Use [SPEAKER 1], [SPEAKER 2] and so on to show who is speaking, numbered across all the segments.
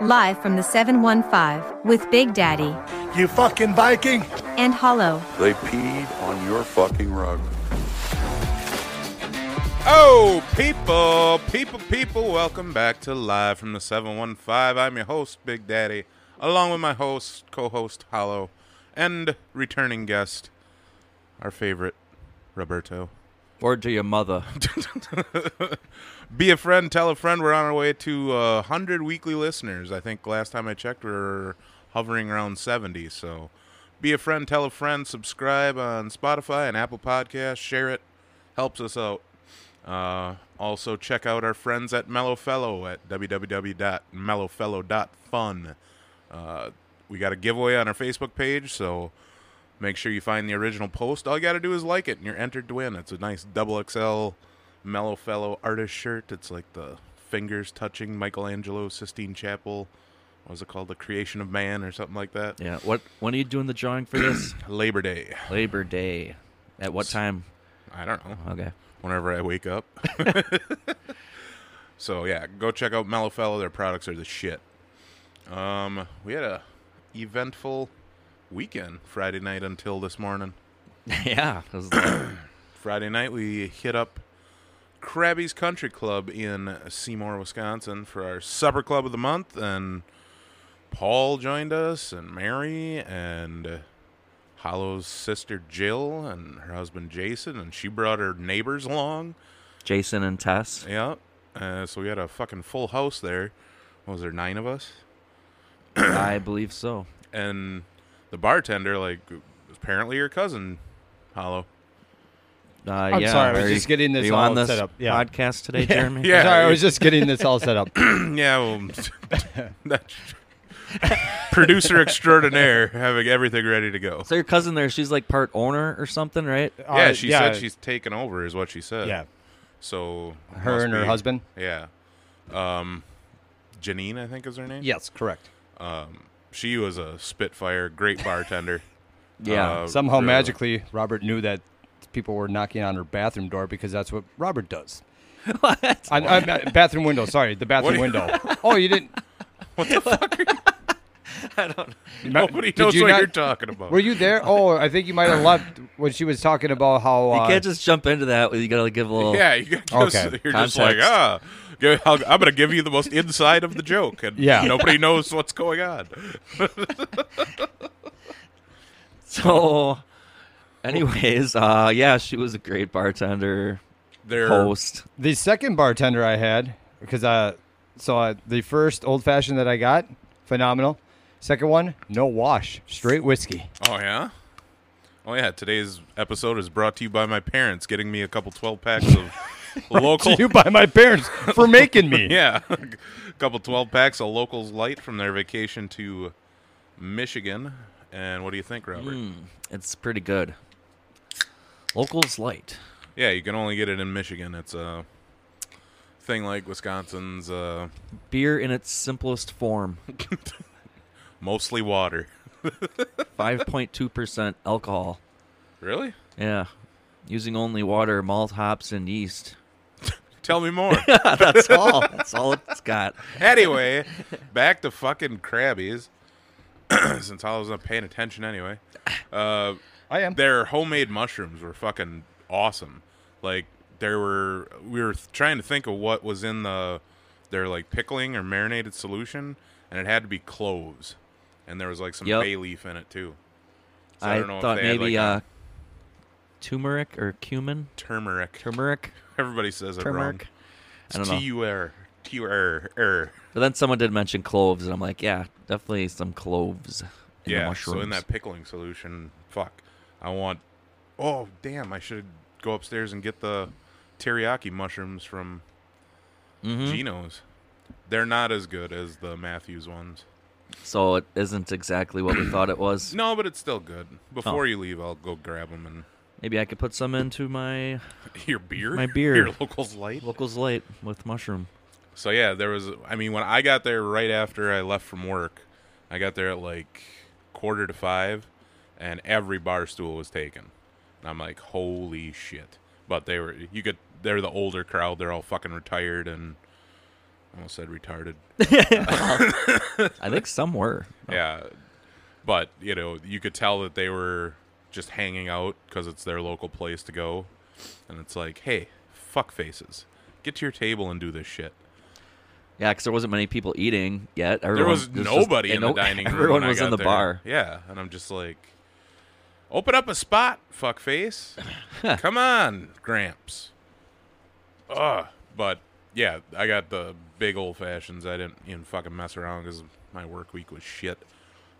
[SPEAKER 1] Live from the 715 with Big Daddy
[SPEAKER 2] You fucking Viking!
[SPEAKER 1] and Hollow.
[SPEAKER 3] They peed on your fucking rug.
[SPEAKER 4] Oh, people, people, people, welcome back to Live from the 715. I'm your host, Big Daddy, along with my host, co host, Hollow, and returning guest, our favorite, Roberto.
[SPEAKER 5] Or to your mother.
[SPEAKER 4] Be a friend, tell a friend. We're on our way to uh, 100 weekly listeners. I think last time I checked, we are hovering around 70. So be a friend, tell a friend, subscribe on Spotify and Apple Podcasts, share it, helps us out. Uh, also, check out our friends at Mellow Fellow at www.mellowfellow.fun. Uh, we got a giveaway on our Facebook page, so make sure you find the original post. All you got to do is like it, and you're entered to win. It's a nice double XL Mellow Fellow artist shirt. It's like the fingers touching Michelangelo Sistine Chapel. What was it called? The Creation of Man or something like that.
[SPEAKER 5] Yeah. What? When are you doing the drawing for this?
[SPEAKER 4] Labor Day.
[SPEAKER 5] Labor Day. At what time?
[SPEAKER 4] I don't know.
[SPEAKER 5] Okay.
[SPEAKER 4] whenever I wake up. so yeah, go check out Mellow Fellow. Their products are the shit. Um, we had a eventful weekend Friday night until this morning.
[SPEAKER 5] yeah. 'cause the-
[SPEAKER 4] Friday night we hit up Krabby's Country Club in Seymour, Wisconsin for our supper club of the month and Paul joined us and Mary and uh, Hollow's sister Jill and her husband Jason and she brought her neighbors along.
[SPEAKER 5] Jason and Tess.
[SPEAKER 4] Yeah. Uh, so we had a fucking full house there. What was there nine of us?
[SPEAKER 5] I believe so.
[SPEAKER 4] And the bartender, like, apparently your cousin, Hollow.
[SPEAKER 5] Uh,
[SPEAKER 6] I'm
[SPEAKER 5] yeah,
[SPEAKER 6] sorry, I was
[SPEAKER 5] are you-
[SPEAKER 6] just getting this
[SPEAKER 5] are you
[SPEAKER 6] all
[SPEAKER 5] on this
[SPEAKER 6] set up, yeah.
[SPEAKER 5] podcast today, Jeremy?
[SPEAKER 4] Yeah,
[SPEAKER 6] Sorry, I
[SPEAKER 4] you-
[SPEAKER 6] was just getting this all set up.
[SPEAKER 4] yeah. Well, that's producer extraordinaire, having everything ready to go.
[SPEAKER 5] So your cousin there, she's like part owner or something, right?
[SPEAKER 4] yeah,
[SPEAKER 6] Uh,
[SPEAKER 4] she
[SPEAKER 6] yeah.
[SPEAKER 4] said she's taken over, is what she said.
[SPEAKER 6] Yeah.
[SPEAKER 4] So it
[SPEAKER 6] Her
[SPEAKER 4] must
[SPEAKER 6] and her
[SPEAKER 4] be-
[SPEAKER 6] husband?
[SPEAKER 4] Yeah. Um, Janine, I think is her name.
[SPEAKER 6] Yes, correct.
[SPEAKER 4] She was a spitfire, great bartender.
[SPEAKER 5] Yeah.
[SPEAKER 4] Uh,
[SPEAKER 6] Somehow
[SPEAKER 4] really-
[SPEAKER 6] magically, Robert knew that people were knocking on her bathroom door because that's what Robert does.
[SPEAKER 5] what?
[SPEAKER 6] On, on, ba- bathroom window, sorry, the bathroom
[SPEAKER 4] What do
[SPEAKER 6] window. oh, you didn't.
[SPEAKER 4] Nobody
[SPEAKER 6] Did
[SPEAKER 4] knows
[SPEAKER 6] you
[SPEAKER 4] what
[SPEAKER 6] not-
[SPEAKER 4] you're talking about.
[SPEAKER 6] Were you there? Oh, I think you might have left when she was talking about how. Uh,
[SPEAKER 5] you can't just jump into that. You gotta give a little.
[SPEAKER 4] Yeah, you get just,
[SPEAKER 6] Okay.
[SPEAKER 4] you're just like,
[SPEAKER 5] Context.
[SPEAKER 4] ah, i am going to give you the most inside of the joke, and
[SPEAKER 6] Yeah.
[SPEAKER 4] nobody knows what's going on.
[SPEAKER 5] So, anyways, uh, yeah, she was a great bartender,
[SPEAKER 4] They're
[SPEAKER 5] host.
[SPEAKER 6] the second bartender I had because uh, so uh, the first old fashioned that I got, phenomenal. Second one, no wash, straight whiskey.
[SPEAKER 4] oh yeah, oh yeah. Today's episode is brought to you by my parents getting me a couple twelve packs of local.
[SPEAKER 6] You by my parents for making me.
[SPEAKER 4] Yeah, a couple twelve packs of locals light from their vacation to Michigan. And what do you think, Robert?
[SPEAKER 5] It's pretty good. Locals light.
[SPEAKER 4] Yeah, you can only get it in Michigan. It's a thing like Wisconsin's uh,
[SPEAKER 5] Beer in its simplest form.
[SPEAKER 4] mostly water.
[SPEAKER 5] 5.2% alcohol.
[SPEAKER 4] Really?
[SPEAKER 5] Yeah. Using only water, malt, hops, and yeast.
[SPEAKER 4] Tell me more.
[SPEAKER 5] That's all. That's all it's got.
[SPEAKER 4] anyway, back to fucking Krabbies. Since I wasn't paying attention anyway, uh,
[SPEAKER 6] I am.
[SPEAKER 4] their homemade mushrooms were fucking awesome. Like there were, we were trying to think of what was in the their like pickling or marinated solution, and it had to be cloves, and there was like some
[SPEAKER 5] Yep.
[SPEAKER 4] bay leaf in it too. So
[SPEAKER 5] I,
[SPEAKER 4] don't know if
[SPEAKER 5] thought
[SPEAKER 4] they had,
[SPEAKER 5] maybe
[SPEAKER 4] like,
[SPEAKER 5] uh, turmeric or cumin.
[SPEAKER 4] turmeric.
[SPEAKER 5] Turmeric?
[SPEAKER 4] Everybody says it
[SPEAKER 5] Turmeric? I
[SPEAKER 4] wrong.
[SPEAKER 5] don't
[SPEAKER 4] T
[SPEAKER 5] know.
[SPEAKER 4] U R T U R er. R.
[SPEAKER 5] But then someone did mention cloves, and I'm like, yeah, definitely some cloves. In the
[SPEAKER 4] yeah,
[SPEAKER 5] mushrooms.
[SPEAKER 4] so in that pickling solution, fuck, I want. Oh damn! I should go upstairs and get the teriyaki mushrooms from
[SPEAKER 5] Mm-hmm.
[SPEAKER 4] Geno's. They're not as good as the Matthews ones.
[SPEAKER 5] So it isn't exactly what we thought it was.
[SPEAKER 4] No, but it's still
[SPEAKER 5] Oh.
[SPEAKER 4] good. Before you leave, I'll go grab them and
[SPEAKER 5] Maybe I could put some into my
[SPEAKER 4] your beer.
[SPEAKER 5] My beer.
[SPEAKER 4] your locals light.
[SPEAKER 5] locals light with mushroom.
[SPEAKER 4] So yeah, there was. I mean, when I got there right after I left from work, I got there at like quarter to five, and every bar stool was taken. And I'm like, holy shit! But they were. You could. They're the older crowd. They're all fucking retired and almost said retarded.
[SPEAKER 5] I think some were.
[SPEAKER 4] Yeah. But, you know, you could tell that they were just hanging out because it's their local place to go. And it's like, hey, fuck faces. Get to your table and do this shit.
[SPEAKER 5] Yeah, because there wasn't many people eating yet.
[SPEAKER 4] There
[SPEAKER 5] Everyone,
[SPEAKER 4] was
[SPEAKER 5] there's just-
[SPEAKER 4] nobody in
[SPEAKER 5] and
[SPEAKER 4] the
[SPEAKER 5] no-
[SPEAKER 4] dining room.
[SPEAKER 5] Everyone
[SPEAKER 4] when I
[SPEAKER 5] was in
[SPEAKER 4] got
[SPEAKER 5] the
[SPEAKER 4] there.
[SPEAKER 5] bar.
[SPEAKER 4] Yeah. And I'm just like, open up a spot, fuck face. Come on, Gramps. Ugh. But, yeah, I got the big old fashions. I didn't even fucking mess around because my work week was shit.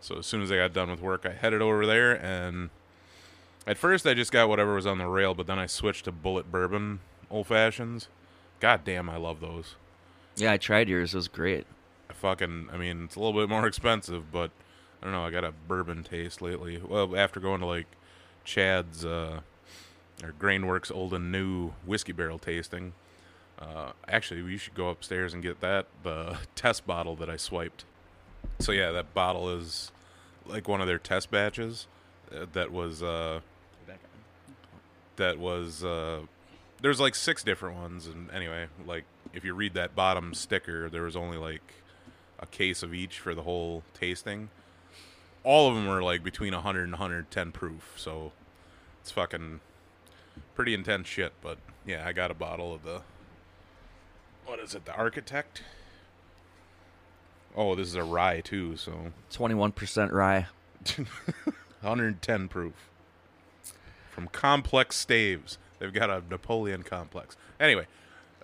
[SPEAKER 4] So as soon as I got done with work, I headed over there, and at first I just got whatever was on the rail, but then I switched to bullet bourbon old fashions. God damn, I love those.
[SPEAKER 5] Yeah, I tried yours. It was great.
[SPEAKER 4] I fucking, I mean, it's a little bit more expensive, but I don't know. I got a bourbon taste lately. Well, after going to like Chad's uh, or Grainworks Old and New whiskey barrel tasting. Uh, actually, we should go upstairs and get that the test bottle that I swiped. So yeah, that bottle is like one of their test batches uh, that was uh, that was uh, there's like six different ones, and anyway, like if you read that bottom sticker, there was only like a case of each for the whole tasting. All of them are like between 100 and 110 proof, so it's fucking pretty intense shit. But yeah, I got a bottle of the what is it, the Architect? Oh, this is a rye too, so
[SPEAKER 5] Twenty-one percent rye.
[SPEAKER 4] 110 proof from Complex Staves. They've got a Napoleon complex. Anyway,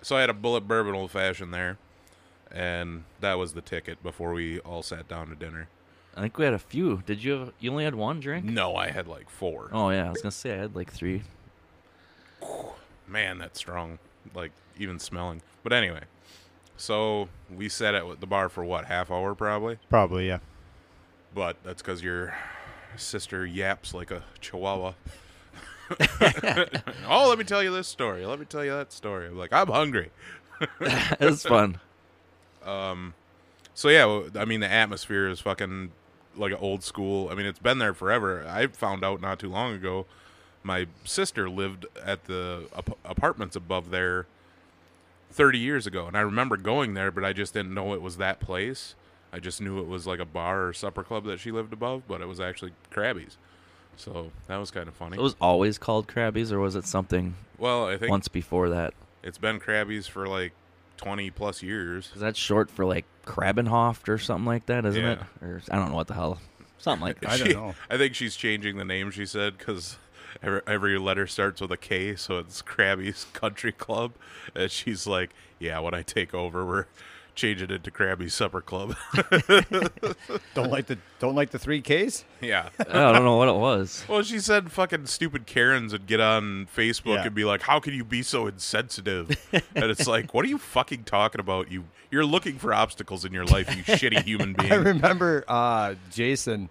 [SPEAKER 4] so I had a bullet bourbon old fashioned there, and that was the ticket before we all sat down to dinner.
[SPEAKER 5] I think we had a few. Did you? Have, you only had one drink?
[SPEAKER 4] No, I had like four.
[SPEAKER 5] Oh yeah, I was gonna say I had like three.
[SPEAKER 4] man, that's strong. Like even smelling. But anyway, so we sat at the bar for what half hour probably.
[SPEAKER 6] Probably, yeah.
[SPEAKER 4] But that's because your sister yaps like a chihuahua. oh, let me tell you this story. Let me tell you that story. I'm like, I'm hungry.
[SPEAKER 5] it was fun.
[SPEAKER 4] So yeah, w- I mean the atmosphere is fucking like an old school. I mean it's been there forever. I found out not too long ago. My sister lived at the ap- apartments above there 30 years ago, and I remember going there, but I just didn't know it was that place. I just knew it was like a bar or supper club that she lived above, but it was actually Krabby's. So that was kind of funny.
[SPEAKER 5] It was always called Krabby's, or was it something
[SPEAKER 4] well, I think
[SPEAKER 5] once before that?
[SPEAKER 4] it's been Krabby's for like 20 plus years.
[SPEAKER 5] Is that short for like Krabbenhoft or something like that? Isn't it?
[SPEAKER 4] Yeah.
[SPEAKER 5] Or I don't know what the hell. Something like that.
[SPEAKER 6] I don't
[SPEAKER 4] She-
[SPEAKER 6] know.
[SPEAKER 4] I think she's changing the name. She said because every, every letter starts with a K, so it's Krabby's Country Club. And she's like, "Yeah, when I take over, we're changing it to Krabby's Supper Club."
[SPEAKER 6] Don't like the don't like the three Ks.
[SPEAKER 4] yeah.
[SPEAKER 5] I don't know what it was.
[SPEAKER 4] Well, she said fucking stupid Karens would get on Facebook
[SPEAKER 6] Yeah.
[SPEAKER 4] and be like, "How can you be so insensitive?" and it's like, "What are you fucking talking about? You you're looking for obstacles in your life, you shitty human being."
[SPEAKER 6] I remember uh, Jason,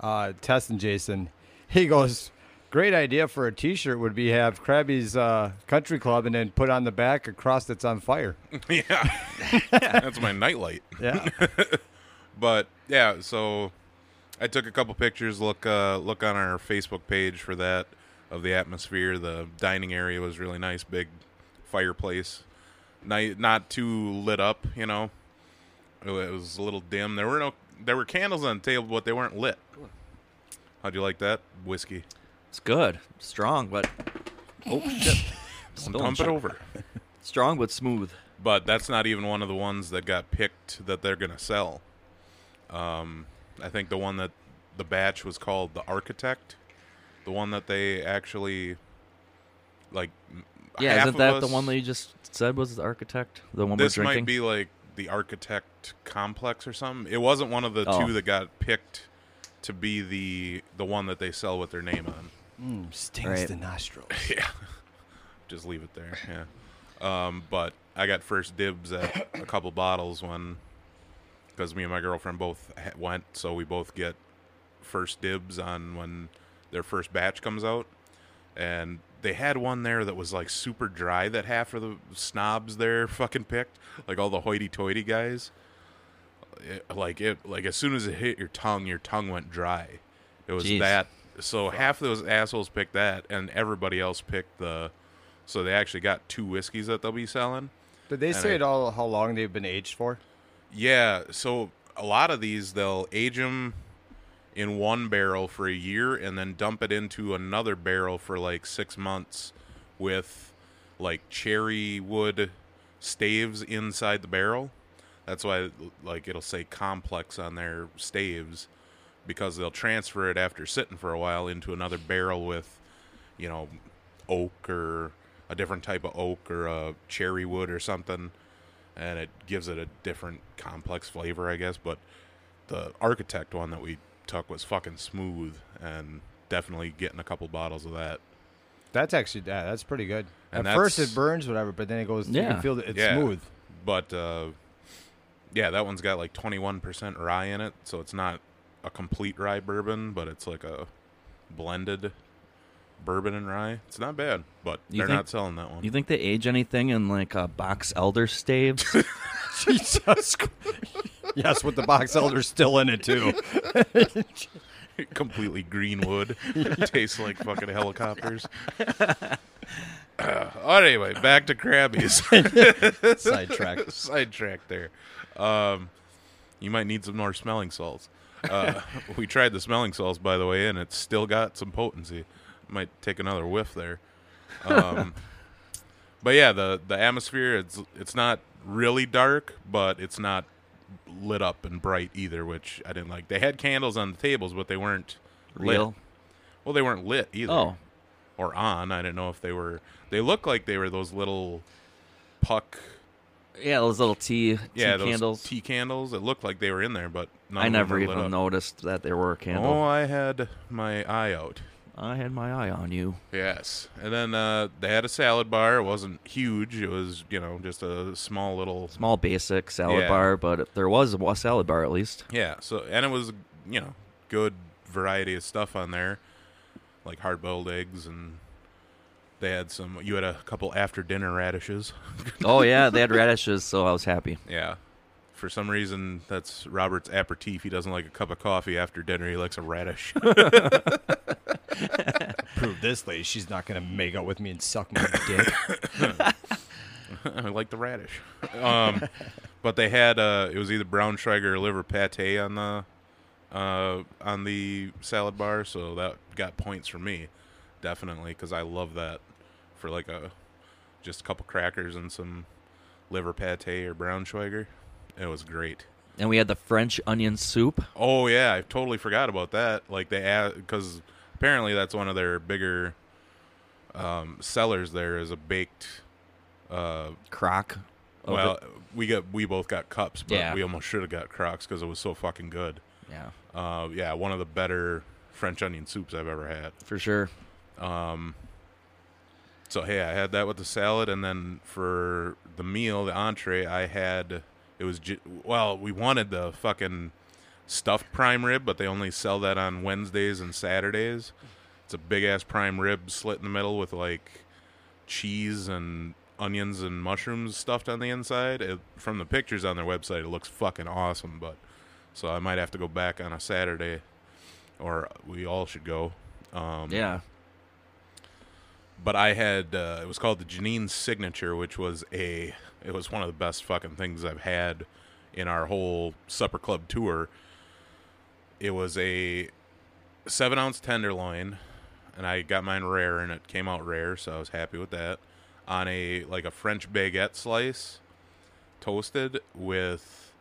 [SPEAKER 6] uh, Tess and Jason. He goes, "Great idea for a T-shirt would be have Krabby's uh, Country Club and then put on the back a cross that's on fire."
[SPEAKER 4] yeah, that's my nightlight.
[SPEAKER 6] Yeah,
[SPEAKER 4] but yeah, so I took a couple pictures. Look, uh, look on our Facebook page for that of the atmosphere. The dining area was really nice, big fireplace, not not too lit up. You know, it wa- it was a little dim. There were no there were candles on the table, but they weren't lit. How'd you like that whiskey?
[SPEAKER 5] It's good, strong, but oh shit, Spilling
[SPEAKER 4] Dump it
[SPEAKER 5] shit.
[SPEAKER 4] over.
[SPEAKER 5] Strong but smooth.
[SPEAKER 4] but that's not even one of the ones that got picked that they're gonna sell. Um, I think the one that the batch was called the Architect, the one that they actually like. m-
[SPEAKER 5] Yeah,
[SPEAKER 4] half
[SPEAKER 5] isn't
[SPEAKER 4] of
[SPEAKER 5] that the
[SPEAKER 4] us-
[SPEAKER 5] one that you just said was the architect? The one
[SPEAKER 4] This
[SPEAKER 5] we're
[SPEAKER 4] might
[SPEAKER 5] drinking.
[SPEAKER 4] be like the Architect Complex or something. It wasn't one of the
[SPEAKER 5] Oh.
[SPEAKER 4] two that got picked to be the the one that they sell with their name on.
[SPEAKER 6] stings
[SPEAKER 5] Right.
[SPEAKER 6] the nostrils.
[SPEAKER 4] just leave it there. Yeah. Um, but I got first dibs at a couple bottles when, because me and my girlfriend both ha- went, so we both get first dibs on when their first batch comes out. And they had one there that was like super dry that half of the snobs there fucking picked, like all the hoity-toity guys. It- like it, like as soon as it hit your tongue, your tongue went dry. It was
[SPEAKER 5] Jeez.
[SPEAKER 4] that. So half of those assholes picked that, and everybody else picked the so they actually got two whiskeys that they'll be selling.
[SPEAKER 6] Did they
[SPEAKER 4] And
[SPEAKER 6] say
[SPEAKER 4] I-
[SPEAKER 6] at all how long they've been aged for?
[SPEAKER 4] Yeah, so a lot of these they'll age them in one barrel for a year and then dump it into another barrel for like 6 months with like cherry wood staves inside the barrel. That's why like it'll say complex on their staves because they'll transfer it after sitting for a while into another barrel with you know oak or a different type of oak or a cherry wood or something and it gives it a different complex flavor, I guess. But the architect one that we took was fucking smooth, and definitely getting a couple bottles of that.
[SPEAKER 6] That's actually yeah, that's pretty good.
[SPEAKER 4] And
[SPEAKER 6] at first
[SPEAKER 4] that's-
[SPEAKER 6] it burns whatever, but then it goes. You
[SPEAKER 5] Yeah.
[SPEAKER 6] can feel it, it's
[SPEAKER 4] Yeah.
[SPEAKER 6] smooth.
[SPEAKER 4] But uh, yeah, that one's got like twenty one percent rye in it, so it's not a complete rye bourbon, but it's like a blended bourbon and rye. It's not bad, but
[SPEAKER 5] You
[SPEAKER 4] they're
[SPEAKER 5] think-
[SPEAKER 4] not selling that one.
[SPEAKER 5] You think they age anything in like uh, box elder staves?
[SPEAKER 6] Jesus. Christ. yes, with the box elder's still in it too.
[SPEAKER 4] completely green wood. Tastes like fucking helicopters. Uh, anyway, back to Krabby's.
[SPEAKER 6] Sidetrack.
[SPEAKER 4] Sidetrack there. Um, you might need some more smelling salts. Uh, we tried the smelling salts, by the way, and it's still got some potency. Might take another whiff there. Um, but yeah, the the atmosphere it's it's not really dark, but it's not lit up and bright either, which I didn't like. They had candles on the tables, but they weren't lit.
[SPEAKER 5] Real?
[SPEAKER 4] Well, they weren't lit either
[SPEAKER 5] Oh,
[SPEAKER 4] or on. I didn't know if they were. They looked like they were those little puck.
[SPEAKER 5] yeah, those little tea, tea
[SPEAKER 4] Yeah, those
[SPEAKER 5] candles.
[SPEAKER 4] tea candles. It looked like they were in there, but none
[SPEAKER 5] I
[SPEAKER 4] of them
[SPEAKER 5] never
[SPEAKER 4] were lit
[SPEAKER 5] even
[SPEAKER 4] up.
[SPEAKER 5] noticed that there were
[SPEAKER 4] Oh,
[SPEAKER 5] candles.
[SPEAKER 4] I had my eye out.
[SPEAKER 5] I had my eye on you.
[SPEAKER 4] Yes, and then uh, they had a salad bar. It wasn't huge. It was you know just a small little
[SPEAKER 5] Small basic salad
[SPEAKER 4] Yeah.
[SPEAKER 5] bar, but if there was a salad bar at least.
[SPEAKER 4] Yeah. So and it was you know good variety of stuff on there, like hard boiled eggs and they had some. You had a couple after dinner radishes.
[SPEAKER 5] Oh yeah, they had radishes, so I was happy.
[SPEAKER 4] yeah. For some reason, that's Robert's aperitif. He doesn't like a cup of coffee after dinner. He likes a radish.
[SPEAKER 6] Prove this lady. She's not gonna make out with me and suck my dick.
[SPEAKER 4] I like the radish. Um, but they had uh, it was either brown Schweiger or liver pate on the uh, on the salad bar, so that got points for me definitely because I love that for like a just a couple crackers and some liver pate or brown Schweiger. It was great.
[SPEAKER 5] And we had the French onion soup.
[SPEAKER 4] Oh yeah, I totally forgot about that. Like they because apparently that's one of their bigger um, sellers. There is a baked. Uh,
[SPEAKER 5] Crock. of
[SPEAKER 4] well,
[SPEAKER 5] it.
[SPEAKER 4] we got we both got cups, but
[SPEAKER 5] Oh, Yeah.
[SPEAKER 4] we almost should have got Crocs because it was so fucking good.
[SPEAKER 5] yeah,
[SPEAKER 4] Uh, yeah, one of the better French onion soups I've ever had.
[SPEAKER 5] for sure.
[SPEAKER 4] So hey, I had that with the salad, and then for the meal, the entree, I had it was j- well, we wanted the fucking stuffed prime rib, but they only sell that on Wednesdays and Saturdays. It's a big ass prime rib slit in the middle with like cheese and onions and mushrooms stuffed on the inside. It, from the pictures on their website, it looks fucking awesome. But so I might have to go back on a Saturday, or we all should go. Um,
[SPEAKER 5] Yeah,
[SPEAKER 4] but I had uh, it was called the Janine Signature, which was a it was one of the best fucking things I've had in our whole supper club tour. It was a seven ounce tenderloin, and I got mine rare, and it came out rare, so I was happy with that. On a like a French baguette slice, toasted with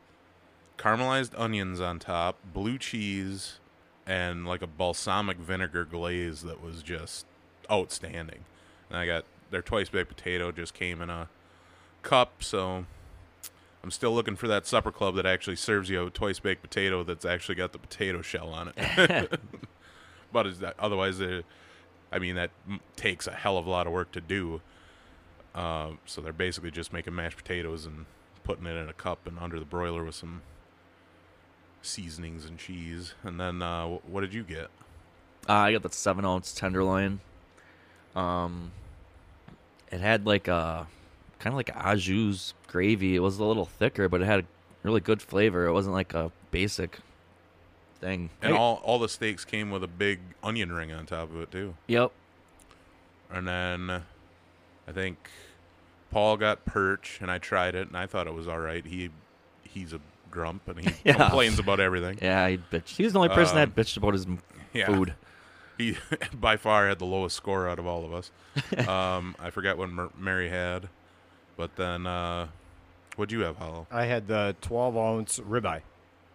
[SPEAKER 4] caramelized onions on top, blue cheese, and like a balsamic vinegar glaze that was just outstanding. And I got their twice baked potato just came in a cup, so I'm still looking for that supper club that actually serves you a twice baked potato that's actually got the potato shell on it. but is that otherwise? uh, I mean, that m- takes a hell of a lot of work to do. Uh, so they're basically just making mashed potatoes and putting it in a cup and under the broiler with some seasonings and cheese. And then uh, wh- what did you get?
[SPEAKER 5] uh, I got the seven ounce tenderloin. Um, it had like a kind of like a jus gravy. It was a little thicker, but it had a really good flavor. It wasn't like a basic thing.
[SPEAKER 4] And all all the steaks came with a big onion ring on top of it too.
[SPEAKER 5] Yep.
[SPEAKER 4] And then I think Paul got perch, and I tried it, and I thought it was all right. He he's a grump, and he
[SPEAKER 5] Yeah.
[SPEAKER 4] complains about everything.
[SPEAKER 5] Yeah, he bitched. He was the only person that bitched about his m-
[SPEAKER 4] Um, yeah.
[SPEAKER 5] food.
[SPEAKER 4] He by far had the lowest score out of all of us. um, I forgot what Mer- Mary had, but then uh, what'd you have, Hollow?
[SPEAKER 6] I had the 12 ounce ribeye.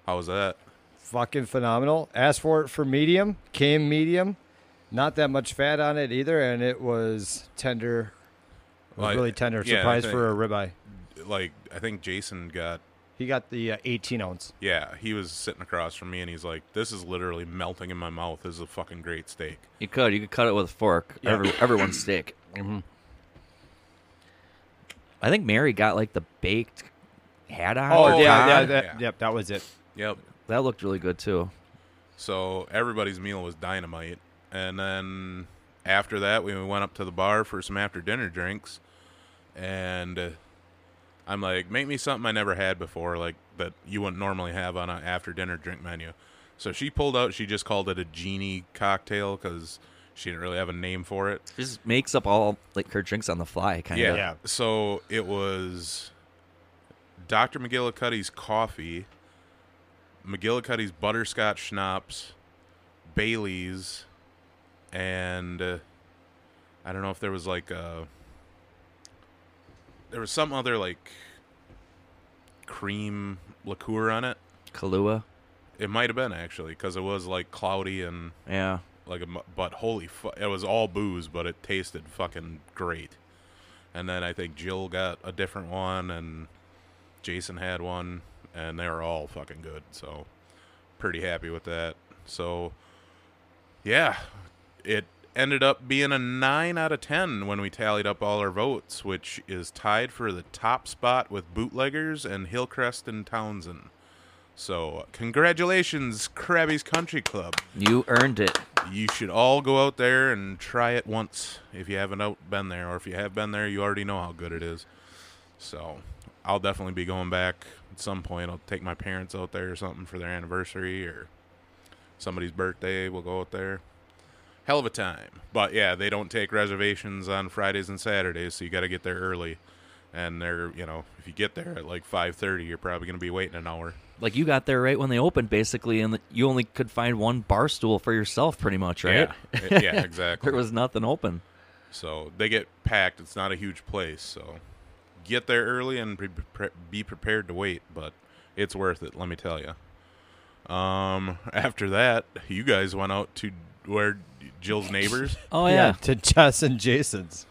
[SPEAKER 4] How was that?
[SPEAKER 6] Fucking phenomenal. Asked for it for medium, came medium. Not that much fat on it either, and it was tender. It was
[SPEAKER 4] Well, I-
[SPEAKER 6] really tender.
[SPEAKER 4] yeah, I
[SPEAKER 6] Surprise
[SPEAKER 4] think-
[SPEAKER 6] for a ribeye.
[SPEAKER 4] Like I think Jason got
[SPEAKER 6] He got the uh, 18 ounce.
[SPEAKER 4] yeah he was sitting across from me, and he's like, "This is literally melting in my mouth. This is a fucking great steak."
[SPEAKER 5] You could. You could cut it with a fork. Every, everyone's steak. Mm-hmm. I think Mary got like the baked hat on.
[SPEAKER 4] Oh,
[SPEAKER 5] or
[SPEAKER 4] yeah,
[SPEAKER 5] con.
[SPEAKER 4] yeah,
[SPEAKER 6] that,
[SPEAKER 4] yeah.
[SPEAKER 6] Yep, that was it.
[SPEAKER 4] Yep.
[SPEAKER 5] That looked really good too.
[SPEAKER 4] So everybody's meal was dynamite. And then after that, we went up to the bar for some after dinner drinks. And uh, I'm like, make me something I never had before, like that you wouldn't normally have on an after dinner drink menu. So she pulled out, she just called it a genie cocktail because she didn't really have a name for it.
[SPEAKER 5] She just makes up all like her drinks on the fly, kind
[SPEAKER 4] Yeah.
[SPEAKER 5] of.
[SPEAKER 6] Yeah.
[SPEAKER 4] So it was Dr. McGillicuddy's coffee, McGillicuddy's butterscotch schnapps, Bailey's, and uh, I don't know if there was like a there was some other like cream liqueur on it.
[SPEAKER 5] Kahlua.
[SPEAKER 4] It might have been actually because it was like cloudy and
[SPEAKER 5] Yeah.
[SPEAKER 4] like a mu- but holy fu- it was all booze but it tasted fucking great and then i think jill got a different one and jason had one and they were all fucking good so pretty happy with that so yeah it ended up being a 9 out of 10 when we tallied up all our votes which is tied for the top spot with bootleggers and hillcrest and townsend so congratulations krabby's country club
[SPEAKER 5] You earned it.
[SPEAKER 4] you should all go out there and try it once if you haven't out been there, or if you have been there, you already know how good it is. So, I'll definitely be going back at some point. I'll take my parents out there or something for their anniversary or somebody's birthday. We'll go out there. Hell of a time. But yeah, they don't take reservations on Fridays and Saturdays, so you got to get there early. And they're, you know, if you get there at like 5:30, you're probably going to be waiting an hour.
[SPEAKER 5] Like you got there right when they opened, basically, and you only could find one bar stool for yourself, pretty much, right?
[SPEAKER 4] Yeah, yeah, exactly.
[SPEAKER 5] There was nothing open.
[SPEAKER 4] So they get packed. It's not a huge place. So get there early and pre- pre- be prepared to wait, but it's worth it, let me tell you. Um, after that, you guys went out to where Jill's neighbors.
[SPEAKER 5] Oh yeah,
[SPEAKER 6] To Jess and Jason's.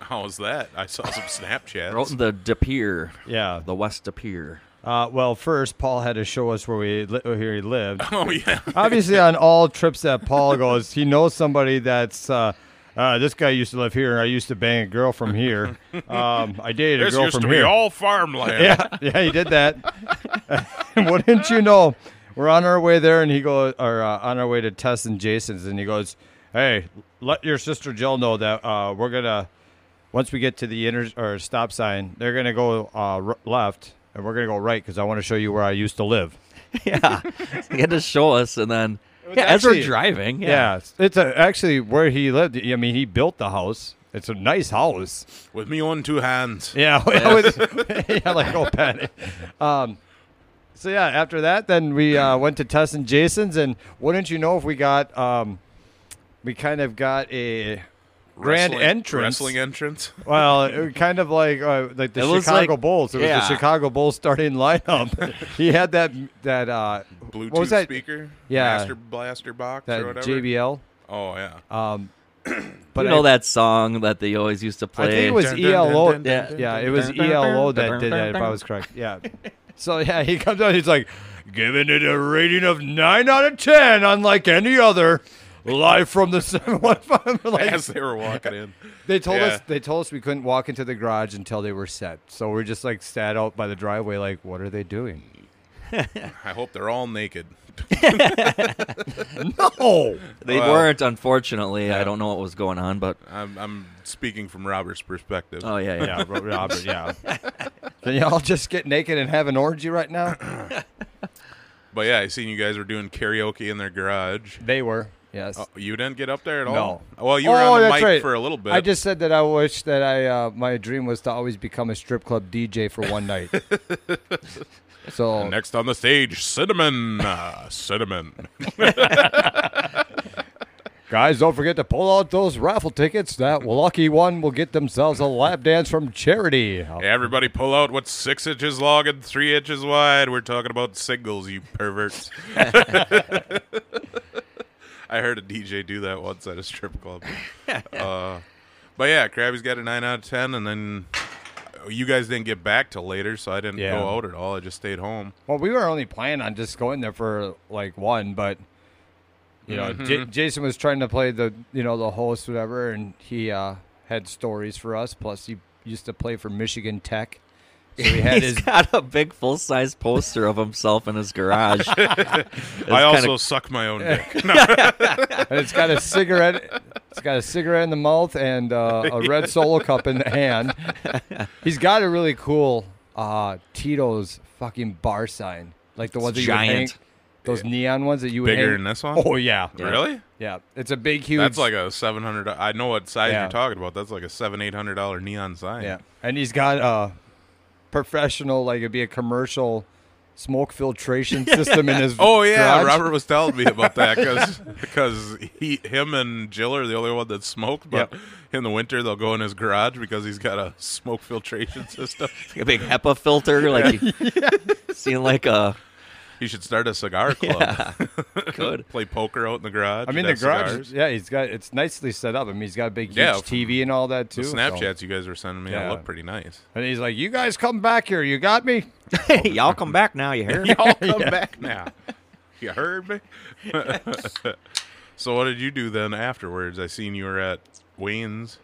[SPEAKER 4] How was that? I saw some Snapchats.
[SPEAKER 5] We're out in the De Pere,
[SPEAKER 6] Yeah.
[SPEAKER 5] the West De Pere.
[SPEAKER 6] Uh, well, first, Paul had to show us where, we li- where he lived.
[SPEAKER 4] oh yeah,
[SPEAKER 6] Obviously, on all trips that Paul goes, he knows somebody that's. Uh, uh, this guy used to live here, and I used to bang a girl from here. Um, I dated a
[SPEAKER 4] this
[SPEAKER 6] girl
[SPEAKER 4] used
[SPEAKER 6] from
[SPEAKER 4] to
[SPEAKER 6] here.
[SPEAKER 4] be all farmland.
[SPEAKER 6] yeah, yeah, he did that. And wouldn't you know? We're on our way there, and he goes, or uh, on our way to Tess and Jason's, and he goes, "Hey, let your sister Jill know that uh, we're gonna once we get to the inter or stop sign, they're gonna go uh, r- left, and we're gonna go right because I want to show you where I used to live."
[SPEAKER 5] Yeah, he had to show us, and then yeah, as
[SPEAKER 6] actually-
[SPEAKER 5] we're driving, yeah,
[SPEAKER 6] Yeah, it's a, actually where he lived. I mean, he built the house. It's a nice house.
[SPEAKER 4] with me on two hands.
[SPEAKER 6] Yeah, yeah, with- yeah, like old Patty. Um, so yeah, after that, then we uh, went to Tess and Jason's, and wouldn't you know if we got, um, we kind of got a grand
[SPEAKER 4] Wrestling-
[SPEAKER 6] entrance.
[SPEAKER 4] Wrestling entrance.
[SPEAKER 6] well, it was kind of like uh, like the
[SPEAKER 5] It was
[SPEAKER 6] Chicago
[SPEAKER 5] like-
[SPEAKER 6] Bulls. It
[SPEAKER 5] yeah.
[SPEAKER 6] was the Chicago Bulls starting lineup. he had that that uh,
[SPEAKER 4] Bluetooth
[SPEAKER 6] what was that?
[SPEAKER 4] speaker.
[SPEAKER 6] Yeah.
[SPEAKER 4] Master blaster box
[SPEAKER 6] That
[SPEAKER 4] or whatever.
[SPEAKER 6] JBL.
[SPEAKER 4] Oh yeah.
[SPEAKER 6] Um,
[SPEAKER 5] You
[SPEAKER 6] but
[SPEAKER 5] know
[SPEAKER 6] I-
[SPEAKER 5] that song that they always used to play.
[SPEAKER 6] I think it was
[SPEAKER 4] Dun, dun,
[SPEAKER 6] ELO.
[SPEAKER 4] dun, dun,
[SPEAKER 5] Yeah. dun,
[SPEAKER 6] yeah, it was
[SPEAKER 5] dun, dun,
[SPEAKER 6] ELO
[SPEAKER 5] dun,
[SPEAKER 6] that
[SPEAKER 5] dun,
[SPEAKER 6] did
[SPEAKER 5] dun,
[SPEAKER 6] that, if I
[SPEAKER 5] dun.
[SPEAKER 6] was correct. Yeah. So, yeah, he comes out, he's like, giving it a rating of 9 out of 10, unlike any other. Live from the 715. like,
[SPEAKER 4] As they were walking in.
[SPEAKER 6] they told us
[SPEAKER 4] yeah.
[SPEAKER 6] they told us we couldn't walk into the garage until they were set. So we're just like sat out by the driveway, like, what are they doing?
[SPEAKER 4] I hope they're all naked.
[SPEAKER 6] No.
[SPEAKER 5] They
[SPEAKER 4] Well-
[SPEAKER 5] weren't, unfortunately. I don't know what was going on, but
[SPEAKER 4] I'm, I'm speaking from Robert's perspective.
[SPEAKER 5] oh yeah, yeah.
[SPEAKER 6] yeah, Ro- Robert, yeah. Can y'all just get naked and have an orgy right now?
[SPEAKER 4] But yeah, I seen you guys were doing karaoke in their garage.
[SPEAKER 6] They were. Yes.
[SPEAKER 4] Oh, you didn't get up there at all.
[SPEAKER 6] No.
[SPEAKER 4] Well, you were
[SPEAKER 6] Oh,
[SPEAKER 4] on the
[SPEAKER 6] that's
[SPEAKER 4] mic
[SPEAKER 6] right.
[SPEAKER 4] for a little bit.
[SPEAKER 6] I just said that I wish that I uh, my dream was to always become a strip club DJ for one night. so
[SPEAKER 4] next on the stage, cinnamon, uh, cinnamon.
[SPEAKER 6] guys, don't forget to pull out those raffle tickets. That lucky one will get themselves a lap dance from charity.
[SPEAKER 4] Everybody, pull out what's six inches long and three inches wide. We're talking about singles, you perverts. I heard a DJ do that once at a strip club. Uh, but yeah, Krabby's got a nine out of ten, and then you guys didn't get back till later, so I didn't
[SPEAKER 6] Yeah.
[SPEAKER 4] go out at all. I just stayed home.
[SPEAKER 6] Well, we were only planning on just going there for like one, but you know, J- Jason was trying to play the you know the host whatever, and he uh, had stories for us. Plus, he used to play for Michigan Tech, so he had
[SPEAKER 5] He's
[SPEAKER 6] his
[SPEAKER 5] got a big full size poster of himself in his garage.
[SPEAKER 4] I also
[SPEAKER 5] kinda-
[SPEAKER 4] suck my own dick.
[SPEAKER 6] and it's got a cigarette. It's got a cigarette in the mouth and uh, a red solo cup in the hand. He's got a really cool uh, Tito's fucking bar sign, like the ones that you would hang,
[SPEAKER 5] giant.
[SPEAKER 6] those neon ones that you would
[SPEAKER 4] Bigger
[SPEAKER 6] hang-
[SPEAKER 4] than this one?
[SPEAKER 6] Oh yeah,
[SPEAKER 4] Really?
[SPEAKER 6] yeah. It's a big, huge.
[SPEAKER 4] That's like a seven hundred. I know what size
[SPEAKER 6] Yeah.
[SPEAKER 4] you're talking about. That's like a seven eight hundred dollar neon sign.
[SPEAKER 6] Yeah, and he's got a professional, like it'd be a commercial smoke filtration system in his.
[SPEAKER 4] Oh yeah,
[SPEAKER 6] garage.
[SPEAKER 4] Robert was telling me about that because he, him and Jill are the only one that smoke. But
[SPEAKER 6] Yep.
[SPEAKER 4] in the winter, they'll go in his garage because he's got a smoke filtration system.
[SPEAKER 5] a big HEPA filter, like seeing like a
[SPEAKER 4] he should start a cigar club.
[SPEAKER 5] good.
[SPEAKER 4] Play poker out in the garage.
[SPEAKER 6] I mean, the
[SPEAKER 4] with that
[SPEAKER 6] garage.
[SPEAKER 4] cigars.
[SPEAKER 6] Yeah, he's got it's nicely set up. I mean, he's got a big, huge
[SPEAKER 4] Yeah, from
[SPEAKER 6] TV and all that
[SPEAKER 4] The
[SPEAKER 6] too. so-
[SPEAKER 4] Snapchats you guys were sending me
[SPEAKER 6] Yeah.
[SPEAKER 4] look pretty nice.
[SPEAKER 6] And he's like, "You guys come back here. You got me."
[SPEAKER 5] Y'all come back now, you hear?
[SPEAKER 4] Y'all come back now. You heard me. so what did you do then afterwards? I seen you were at Wayne's.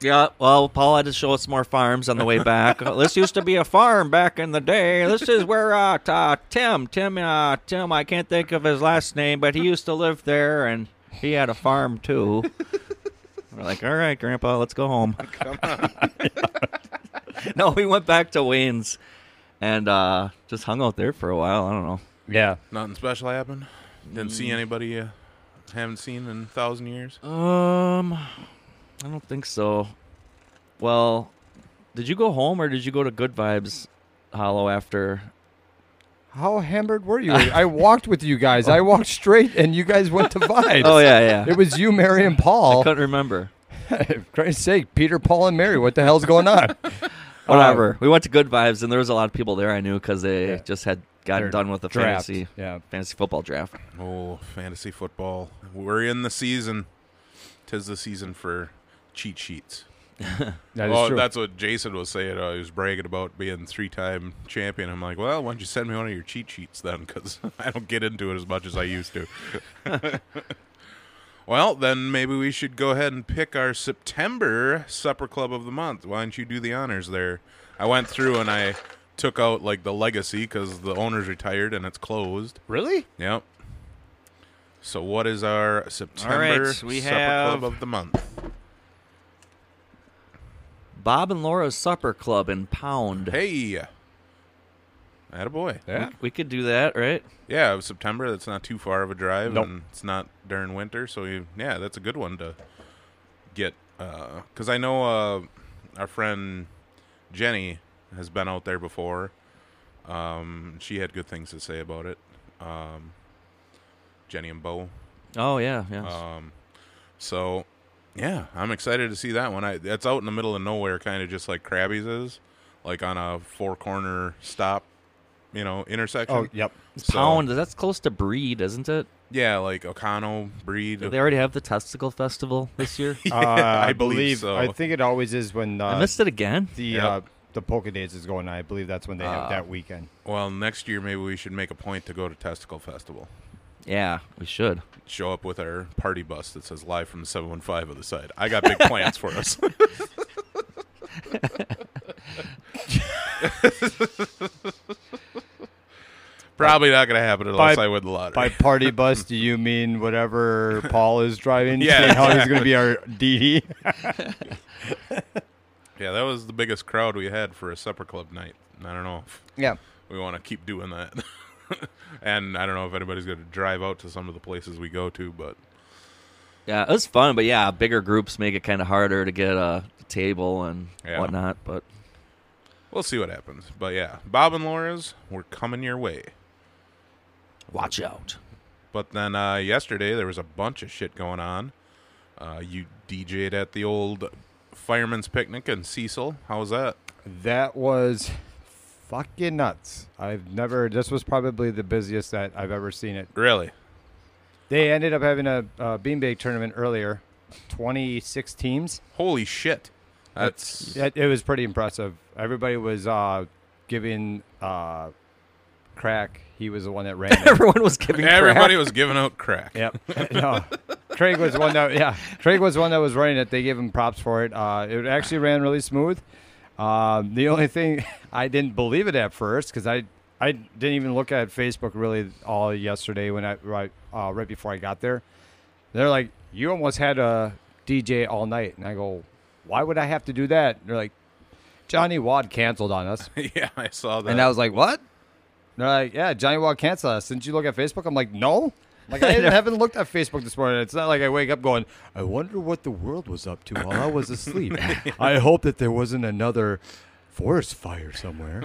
[SPEAKER 5] Yeah, well, Paul had to show us more farms on the way back. this used to be a farm back in the day. This is where uh, t- uh Tim, Tim, uh, Tim. I can't think of his last name, but he used to live there, and he had a farm too. We're like, all right, Grandpa, let's go home. no, we went back to Wayne's and uh, just hung out there for a while. I don't know.
[SPEAKER 6] Yeah,
[SPEAKER 4] Nothing special happened. Didn't see
[SPEAKER 6] Mm.
[SPEAKER 4] anybody you haven't seen in a thousand years.
[SPEAKER 5] Um, I don't think so. Well, did you go home or did you go to Good Vibes Hollow after?
[SPEAKER 6] how hammered were you? I walked with you guys. I walked straight, and you guys went to vibes.
[SPEAKER 5] Oh yeah, yeah.
[SPEAKER 6] It was you, Mary, and Paul.
[SPEAKER 5] Couldn't remember.
[SPEAKER 6] Christ's sake, Peter, Paul, and Mary. What the hell's going on?
[SPEAKER 5] Whatever. we went to Good Vibes and there was a lot of people there I knew because they
[SPEAKER 6] Yeah.
[SPEAKER 5] just had gotten
[SPEAKER 6] They're
[SPEAKER 5] done with the
[SPEAKER 6] draft.
[SPEAKER 5] fantasy
[SPEAKER 6] Yeah.
[SPEAKER 5] fantasy football draft.
[SPEAKER 4] Oh, fantasy football. We're in the season. Tis the season for cheat sheets.
[SPEAKER 6] That is
[SPEAKER 4] Oh,
[SPEAKER 6] true.
[SPEAKER 4] that's what Jason was saying. Uh, he was bragging about being three-time champion. I'm like, well, why don't you send me one of your cheat sheets then? Because I don't get into it as much as I used to. well, then maybe we should go ahead and pick our September supper club of the month. Why don't you do the honors there? I went through and I took out like the legacy because the owner's retired and it's closed.
[SPEAKER 6] really.
[SPEAKER 4] Yep. So what is our September
[SPEAKER 5] we
[SPEAKER 4] supper
[SPEAKER 5] have-
[SPEAKER 4] club of the month?
[SPEAKER 5] Bob and Laura's Supper Club in Pound.
[SPEAKER 4] Hey. Attaboy.
[SPEAKER 6] Yeah.
[SPEAKER 5] We could do that, right?
[SPEAKER 4] Yeah, it was September. That's not too far of a drive,
[SPEAKER 6] Nope.
[SPEAKER 4] and it's not during winter. So you, yeah, that's a good one to get. Because I know uh, our friend Jenny has been out there before. Um, she had good things to say about it. Um, Jenny and Bo.
[SPEAKER 5] Oh yeah, yeah.
[SPEAKER 4] So yeah, I'm excited to see that one. I that's out in the middle of nowhere, kind of just like Krabby's is, like on a four corner stop, you know, intersection.
[SPEAKER 6] Oh, yep.
[SPEAKER 4] So-
[SPEAKER 5] Pound. That's close to Breed, isn't it?
[SPEAKER 4] Yeah, like O'Connell breed.
[SPEAKER 5] Did they already have the Testicle Festival this year?
[SPEAKER 4] Yeah,
[SPEAKER 6] Uh,
[SPEAKER 4] I believe, so.
[SPEAKER 6] I think it always is when uh,
[SPEAKER 5] I missed it again.
[SPEAKER 6] the
[SPEAKER 4] Yep.
[SPEAKER 6] uh, the polka days is going on. I believe that's when they
[SPEAKER 5] Ah.
[SPEAKER 6] have that weekend.
[SPEAKER 4] well, next year maybe we should make a point to go to Testicle Festival.
[SPEAKER 5] Yeah, we should.
[SPEAKER 4] Show up with our party bus that says "Live from the 715" on the side. I got big plans for us. Probably not going to happen unless
[SPEAKER 6] By-
[SPEAKER 4] I win the lottery.
[SPEAKER 6] By party bus, do you mean whatever Paul is driving?
[SPEAKER 4] Yeah,
[SPEAKER 6] Seeing how he's going to be our DD.
[SPEAKER 4] Yeah, that was the biggest crowd we had for a supper club night. I don't know if
[SPEAKER 6] Yeah.
[SPEAKER 4] we want to keep doing that. and I don't know if anybody's going to drive out to some of the places we go to, but
[SPEAKER 5] Yeah, it was fun, but yeah, bigger groups make it kind of harder to get a table and
[SPEAKER 4] Yeah.
[SPEAKER 5] whatnot. But
[SPEAKER 4] We'll see what happens. But yeah, Bob and Laura's, we're coming your way.
[SPEAKER 5] watch out.
[SPEAKER 4] But then uh, yesterday there was a bunch of shit going on. Uh, you DJ'd at the old Fireman's Picnic in Cecil. How was that?
[SPEAKER 6] That was fucking nuts. I've never. This was probably the busiest that I've ever seen it.
[SPEAKER 4] Really?
[SPEAKER 6] They ended up having a uh, beanbag tournament earlier, twenty six teams.
[SPEAKER 4] Holy shit! That's
[SPEAKER 6] It, it was pretty impressive. Everybody was uh, giving uh, crack. He was the one that ran. it.
[SPEAKER 5] Everyone was giving
[SPEAKER 4] everybody
[SPEAKER 5] crap.
[SPEAKER 4] was giving out crack.
[SPEAKER 6] Yep. No. Craig was one that yeah. Craig was one that was running it. They gave him props for it. Uh, it actually ran really smooth. Um, the only thing I didn't believe it at first because I I didn't even look at Facebook really all yesterday when I right uh, right before I got there. They're like, you almost had a DJ all night, and I go, why would I have to do that? And they're like, Johnny Wad canceled on us.
[SPEAKER 4] yeah, I saw that.
[SPEAKER 6] And I was like, "What?" And they're like, "Yeah, Johnny Wall canceled us." Didn't you look at Facebook? I'm like, "No." Like I haven't looked at Facebook this morning. It's not like I wake up going, "I wonder what the world was up to while I was asleep." I hope that there wasn't another forest fire somewhere.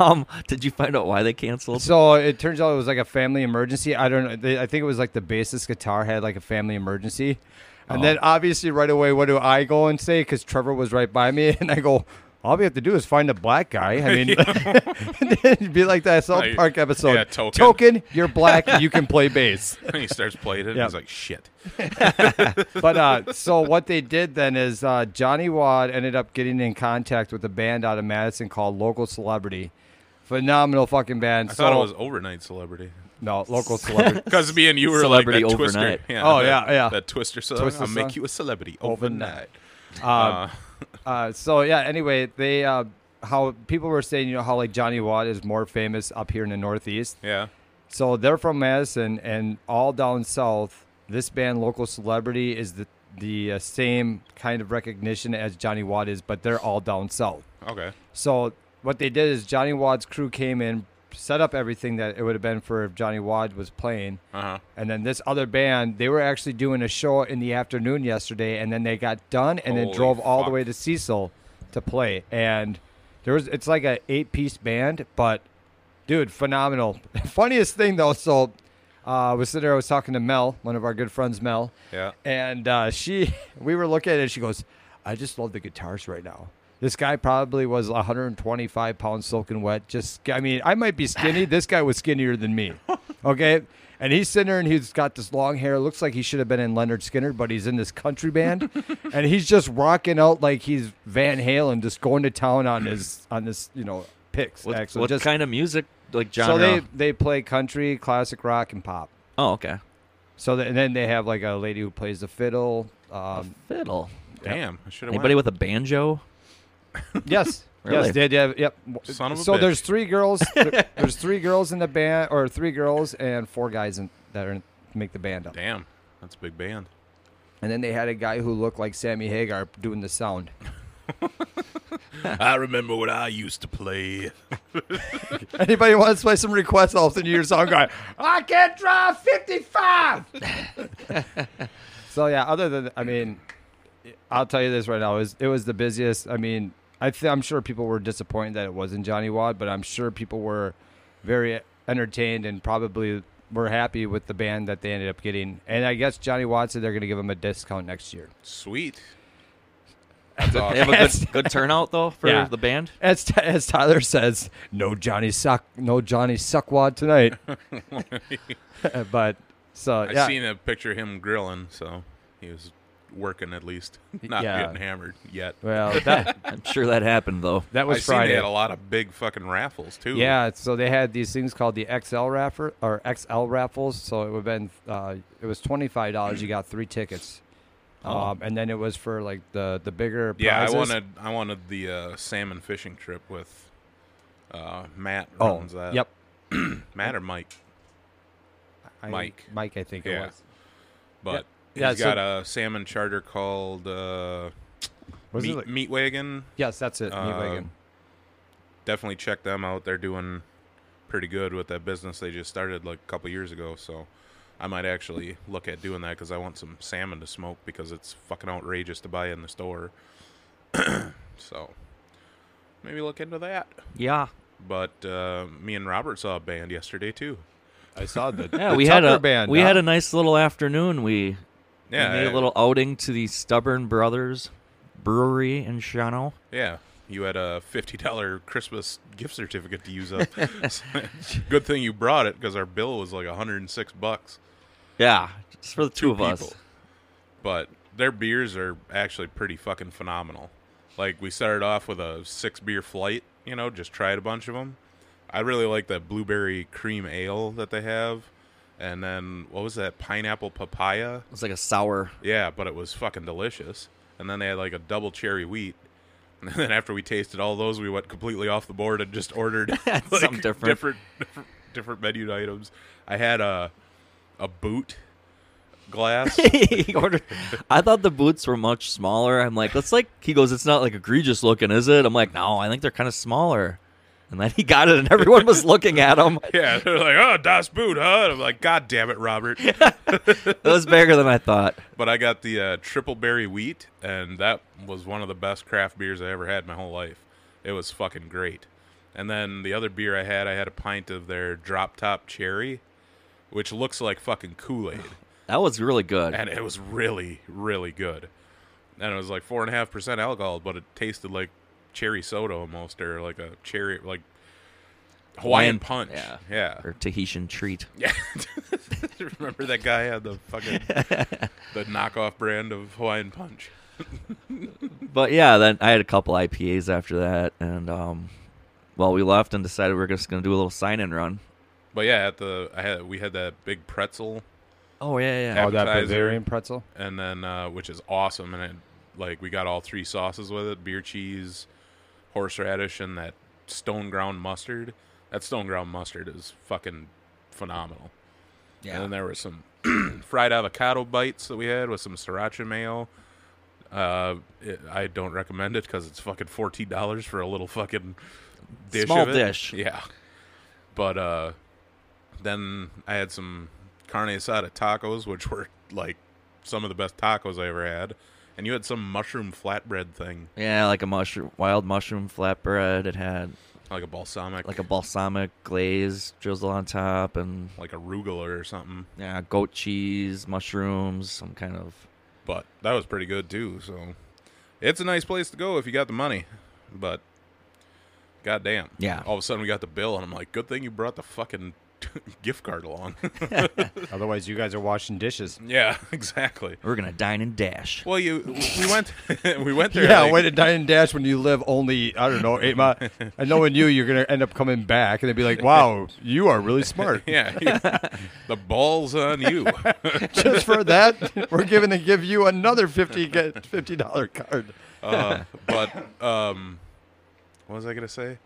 [SPEAKER 5] Um, did you find out why they canceled?
[SPEAKER 6] so it turns out it was like a family emergency. I don't know. They, I think it was like the bassist guitar had like a family emergency. And then
[SPEAKER 4] Oh.
[SPEAKER 6] obviously right away, what do I go and say? Because Trevor was right by me, and I go, "All we have to do is find a black guy." I mean, it'd be like that South
[SPEAKER 4] Like,
[SPEAKER 6] Park episode.
[SPEAKER 4] yeah, token.
[SPEAKER 6] you're black, you can play bass.
[SPEAKER 4] and he starts playing it.
[SPEAKER 6] Yeah.
[SPEAKER 4] and He's like, shit.
[SPEAKER 6] But uh, so what they did then is uh, Johnny Wad ended up getting in contact with a band out of Madison called Local Celebrity. Phenomenal fucking band.
[SPEAKER 4] I
[SPEAKER 6] so,
[SPEAKER 4] thought it was overnight celebrity.
[SPEAKER 6] no local celebrity.
[SPEAKER 4] Because me and you were
[SPEAKER 5] Celebrity
[SPEAKER 4] like that
[SPEAKER 5] overnight.
[SPEAKER 4] Twister.
[SPEAKER 6] Oh,
[SPEAKER 4] that-
[SPEAKER 6] yeah, yeah.
[SPEAKER 4] That Twister song.
[SPEAKER 6] Twister
[SPEAKER 4] I'll
[SPEAKER 6] song.
[SPEAKER 4] make you a celebrity overnight.
[SPEAKER 6] Overnight. Um, uh, so yeah. Anyway, they uh, how people were saying you know how like Johnny Watt is more famous up here in the Northeast.
[SPEAKER 4] Yeah.
[SPEAKER 6] So they're from Madison, and all down south, this band, local celebrity, is the the uh, same kind of recognition as Johnny Watt is, but they're all down south.
[SPEAKER 4] Okay.
[SPEAKER 6] So what they did is Johnny Watt's crew came in, set up everything that it would have been for if Johnny Watt was playing.
[SPEAKER 4] Uh huh.
[SPEAKER 6] And then this other band, they were actually doing a show in the afternoon yesterday, and then they got done and then
[SPEAKER 4] Holy
[SPEAKER 6] drove all the
[SPEAKER 4] fuck.
[SPEAKER 6] way to Cecil to play. And there was it's like a eight piece band, but dude, phenomenal. Funniest thing though, so uh, I was sitting there, I was talking to Mel, one of our good friends, Mel.
[SPEAKER 4] Yeah.
[SPEAKER 6] And uh, she, we were looking at it. She goes, "I just love the guitars right now." This guy probably was 125 pounds soaking wet. Just, I mean, I might be skinny. This guy was skinnier than me. Okay. And he's sitting there and he's got this long hair. Looks like he should have been in Leonard Skinner, but he's in this country band. and he's just rocking out like he's Van Halen, just going to town on his, on this, you know, picks.
[SPEAKER 5] What,
[SPEAKER 6] actually.
[SPEAKER 5] what
[SPEAKER 6] just,
[SPEAKER 5] kind of music? Like genre?
[SPEAKER 6] so they, they play country, classic rock, and pop.
[SPEAKER 5] oh, okay.
[SPEAKER 6] So th- and then they have like a lady who plays the fiddle. Um,
[SPEAKER 5] Fiddle.
[SPEAKER 4] Damn. I should have
[SPEAKER 5] Anybody with a banjo?
[SPEAKER 6] yes,
[SPEAKER 5] Really?
[SPEAKER 6] yes, they did. Yep.
[SPEAKER 4] Son of a
[SPEAKER 6] so
[SPEAKER 4] bitch.
[SPEAKER 6] there's three girls. there- there's three girls in the band, or three girls and four guys in, that are in, make the band up.
[SPEAKER 4] Damn. That's a big band.
[SPEAKER 6] And then they had a guy who looked like Sammy Hagar doing the sound.
[SPEAKER 4] I remember what I used to play.
[SPEAKER 6] Anybody want to play some requests? All of a sudden, you hear a song going, "I can drive 55." so yeah, other than I mean, I'll tell you this right now: it was it was the busiest. I mean, I th- I'm sure people were disappointed that it wasn't Johnny Wad, but I'm sure people were very entertained and probably were happy with the band that they ended up getting. And I guess Johnny Wad said they're going to give him a discount next year.
[SPEAKER 4] Sweet.
[SPEAKER 5] They have a good, good turnout though for
[SPEAKER 6] Yeah.
[SPEAKER 5] the band.
[SPEAKER 6] As, t- as Tyler says, no Johnny suck, no Johnny suckwad tonight. but so
[SPEAKER 4] I
[SPEAKER 6] yeah,
[SPEAKER 4] seen a picture of him grilling, so he was working at least, not
[SPEAKER 6] Yeah.
[SPEAKER 4] getting hammered yet.
[SPEAKER 6] well that
[SPEAKER 5] I'm sure that happened though.
[SPEAKER 6] that was
[SPEAKER 4] I seen they
[SPEAKER 6] Friday.
[SPEAKER 4] had a lot of big fucking raffles too.
[SPEAKER 6] yeah, so they had these things called the XL raffle or XL raffles. So it would have been uh, it was twenty five dollars. You got three tickets, um, and then it was for like the the bigger
[SPEAKER 4] yeah. I
[SPEAKER 6] prizes.
[SPEAKER 4] wanted I wanted the uh, salmon fishing trip with uh, Matt.
[SPEAKER 6] Oh,
[SPEAKER 4] runs that.
[SPEAKER 6] yep,
[SPEAKER 4] Matt or Mike,
[SPEAKER 6] I-
[SPEAKER 4] Mike.
[SPEAKER 6] Mike, I think it
[SPEAKER 4] Yeah.
[SPEAKER 6] was.
[SPEAKER 4] but
[SPEAKER 6] Yeah,
[SPEAKER 4] he's
[SPEAKER 6] so-
[SPEAKER 4] got a salmon charter called uh,
[SPEAKER 6] Was it
[SPEAKER 4] Meat,
[SPEAKER 6] like-
[SPEAKER 4] Meat Wagon.
[SPEAKER 6] Yes, that's it. Meat
[SPEAKER 4] Uh,
[SPEAKER 6] Wagon.
[SPEAKER 4] Definitely check them out. They're doing pretty good with that business they just started like a couple years ago. So I might actually look at doing that because I want some salmon to smoke because it's fucking outrageous to buy in the store. so maybe look into that.
[SPEAKER 5] Yeah.
[SPEAKER 4] But uh, me and Robert saw a band yesterday too.
[SPEAKER 6] Uh, I saw the
[SPEAKER 5] Yeah,
[SPEAKER 6] the
[SPEAKER 5] we had
[SPEAKER 6] Tucker
[SPEAKER 5] a
[SPEAKER 6] band.
[SPEAKER 5] we
[SPEAKER 6] huh?
[SPEAKER 5] had a nice little afternoon. We we
[SPEAKER 4] Yeah,
[SPEAKER 5] made a
[SPEAKER 4] I-
[SPEAKER 5] little outing to the Stubborn Brothers Brewery in Shawano.
[SPEAKER 4] Yeah. You had a $50 Christmas gift certificate to use up. Good thing you brought it because our bill was like 106 bucks.
[SPEAKER 5] Yeah, just for the two, of us.
[SPEAKER 4] people. But their beers are actually pretty fucking phenomenal. Like we started off with a six beer flight, you know, just tried a bunch of them. I really like that blueberry cream ale that they have. And then what was that pineapple papaya?
[SPEAKER 5] It's like a sour.
[SPEAKER 4] Yeah, but it was fucking delicious. And then they had like a double cherry wheat. And then after we tasted all those, we went completely off the board and just ordered like,
[SPEAKER 5] Something different.
[SPEAKER 4] different, different, different menu items. I had a a boot glass.
[SPEAKER 5] He ordered- I thought the boots were much smaller. I'm like, that's like he goes, it's not like egregious looking, is it? I'm like, no, I think they're kind of smaller. And then he got it, and everyone was looking at him.
[SPEAKER 4] yeah, they're like, oh, das boot, huh? And I'm like, God damn it, Robert.
[SPEAKER 5] It was bigger than I thought.
[SPEAKER 4] But I got the uh, triple berry wheat, and that was one of the best craft beers I ever had in my whole life. It was fucking great. And then the other beer I had, I had a pint of their drop top cherry, which looks like fucking Kool Aid,
[SPEAKER 5] That was really good.
[SPEAKER 4] and it was really, really good. And it was like four and a half percent alcohol, but it tasted like cherry soda almost, or like a cherry, like Hawaiian
[SPEAKER 5] Hawaiian-
[SPEAKER 4] punch.
[SPEAKER 5] yeah.
[SPEAKER 4] yeah.
[SPEAKER 5] or Tahitian treat.
[SPEAKER 4] Yeah. Remember that guy had the fucking the knockoff brand of Hawaiian Punch.
[SPEAKER 5] But yeah, then I had a couple IPAs after that, and um, well, we left and decided we were just gonna do a little sign in run.
[SPEAKER 4] But yeah, at the I had we had that big pretzel
[SPEAKER 5] Oh yeah,
[SPEAKER 4] yeah.
[SPEAKER 6] oh that
[SPEAKER 4] appetizer.
[SPEAKER 6] Bavarian pretzel.
[SPEAKER 4] and then uh, which is awesome and it, like we got all three sauces with it, beer cheese, horseradish and that stone ground mustard. That stone ground mustard is fucking phenomenal. And then there were some fried avocado bites that we had with some sriracha mayo. Uh, it, I don't recommend it because it's fucking fourteen dollars for a little fucking dish.
[SPEAKER 5] Small
[SPEAKER 4] of it.
[SPEAKER 5] dish.
[SPEAKER 4] Yeah. But uh, then I had some carne asada tacos, which were like some of the best tacos I ever had. And you had some mushroom flatbread thing,
[SPEAKER 5] yeah, like a mushroom, wild mushroom flatbread. It had
[SPEAKER 4] like a balsamic,
[SPEAKER 5] like a balsamic glaze drizzle on top, and
[SPEAKER 4] like arugula or something.
[SPEAKER 5] yeah, goat cheese, mushrooms, some kind of.
[SPEAKER 4] But that was pretty good too. So it's a nice place to go if you got the money. But goddamn,
[SPEAKER 5] Yeah.
[SPEAKER 4] All of a sudden we got the bill, and I'm like, good thing you brought the fucking gift card along.
[SPEAKER 6] Otherwise, you guys are washing dishes.
[SPEAKER 4] yeah, exactly.
[SPEAKER 5] We're gonna dine and dash.
[SPEAKER 4] Well, you we went we went there.
[SPEAKER 6] Yeah,
[SPEAKER 4] like-
[SPEAKER 6] way to dine and dash when you live only I don't know eight miles. And knowing you, you're gonna end up coming back, and they'd be like, "Wow, you are really smart."
[SPEAKER 4] Yeah, you- the balls on you.
[SPEAKER 6] Just for that, we're going to give you another fifty get fifty dollar card.
[SPEAKER 4] Uh, but um, what was I gonna say?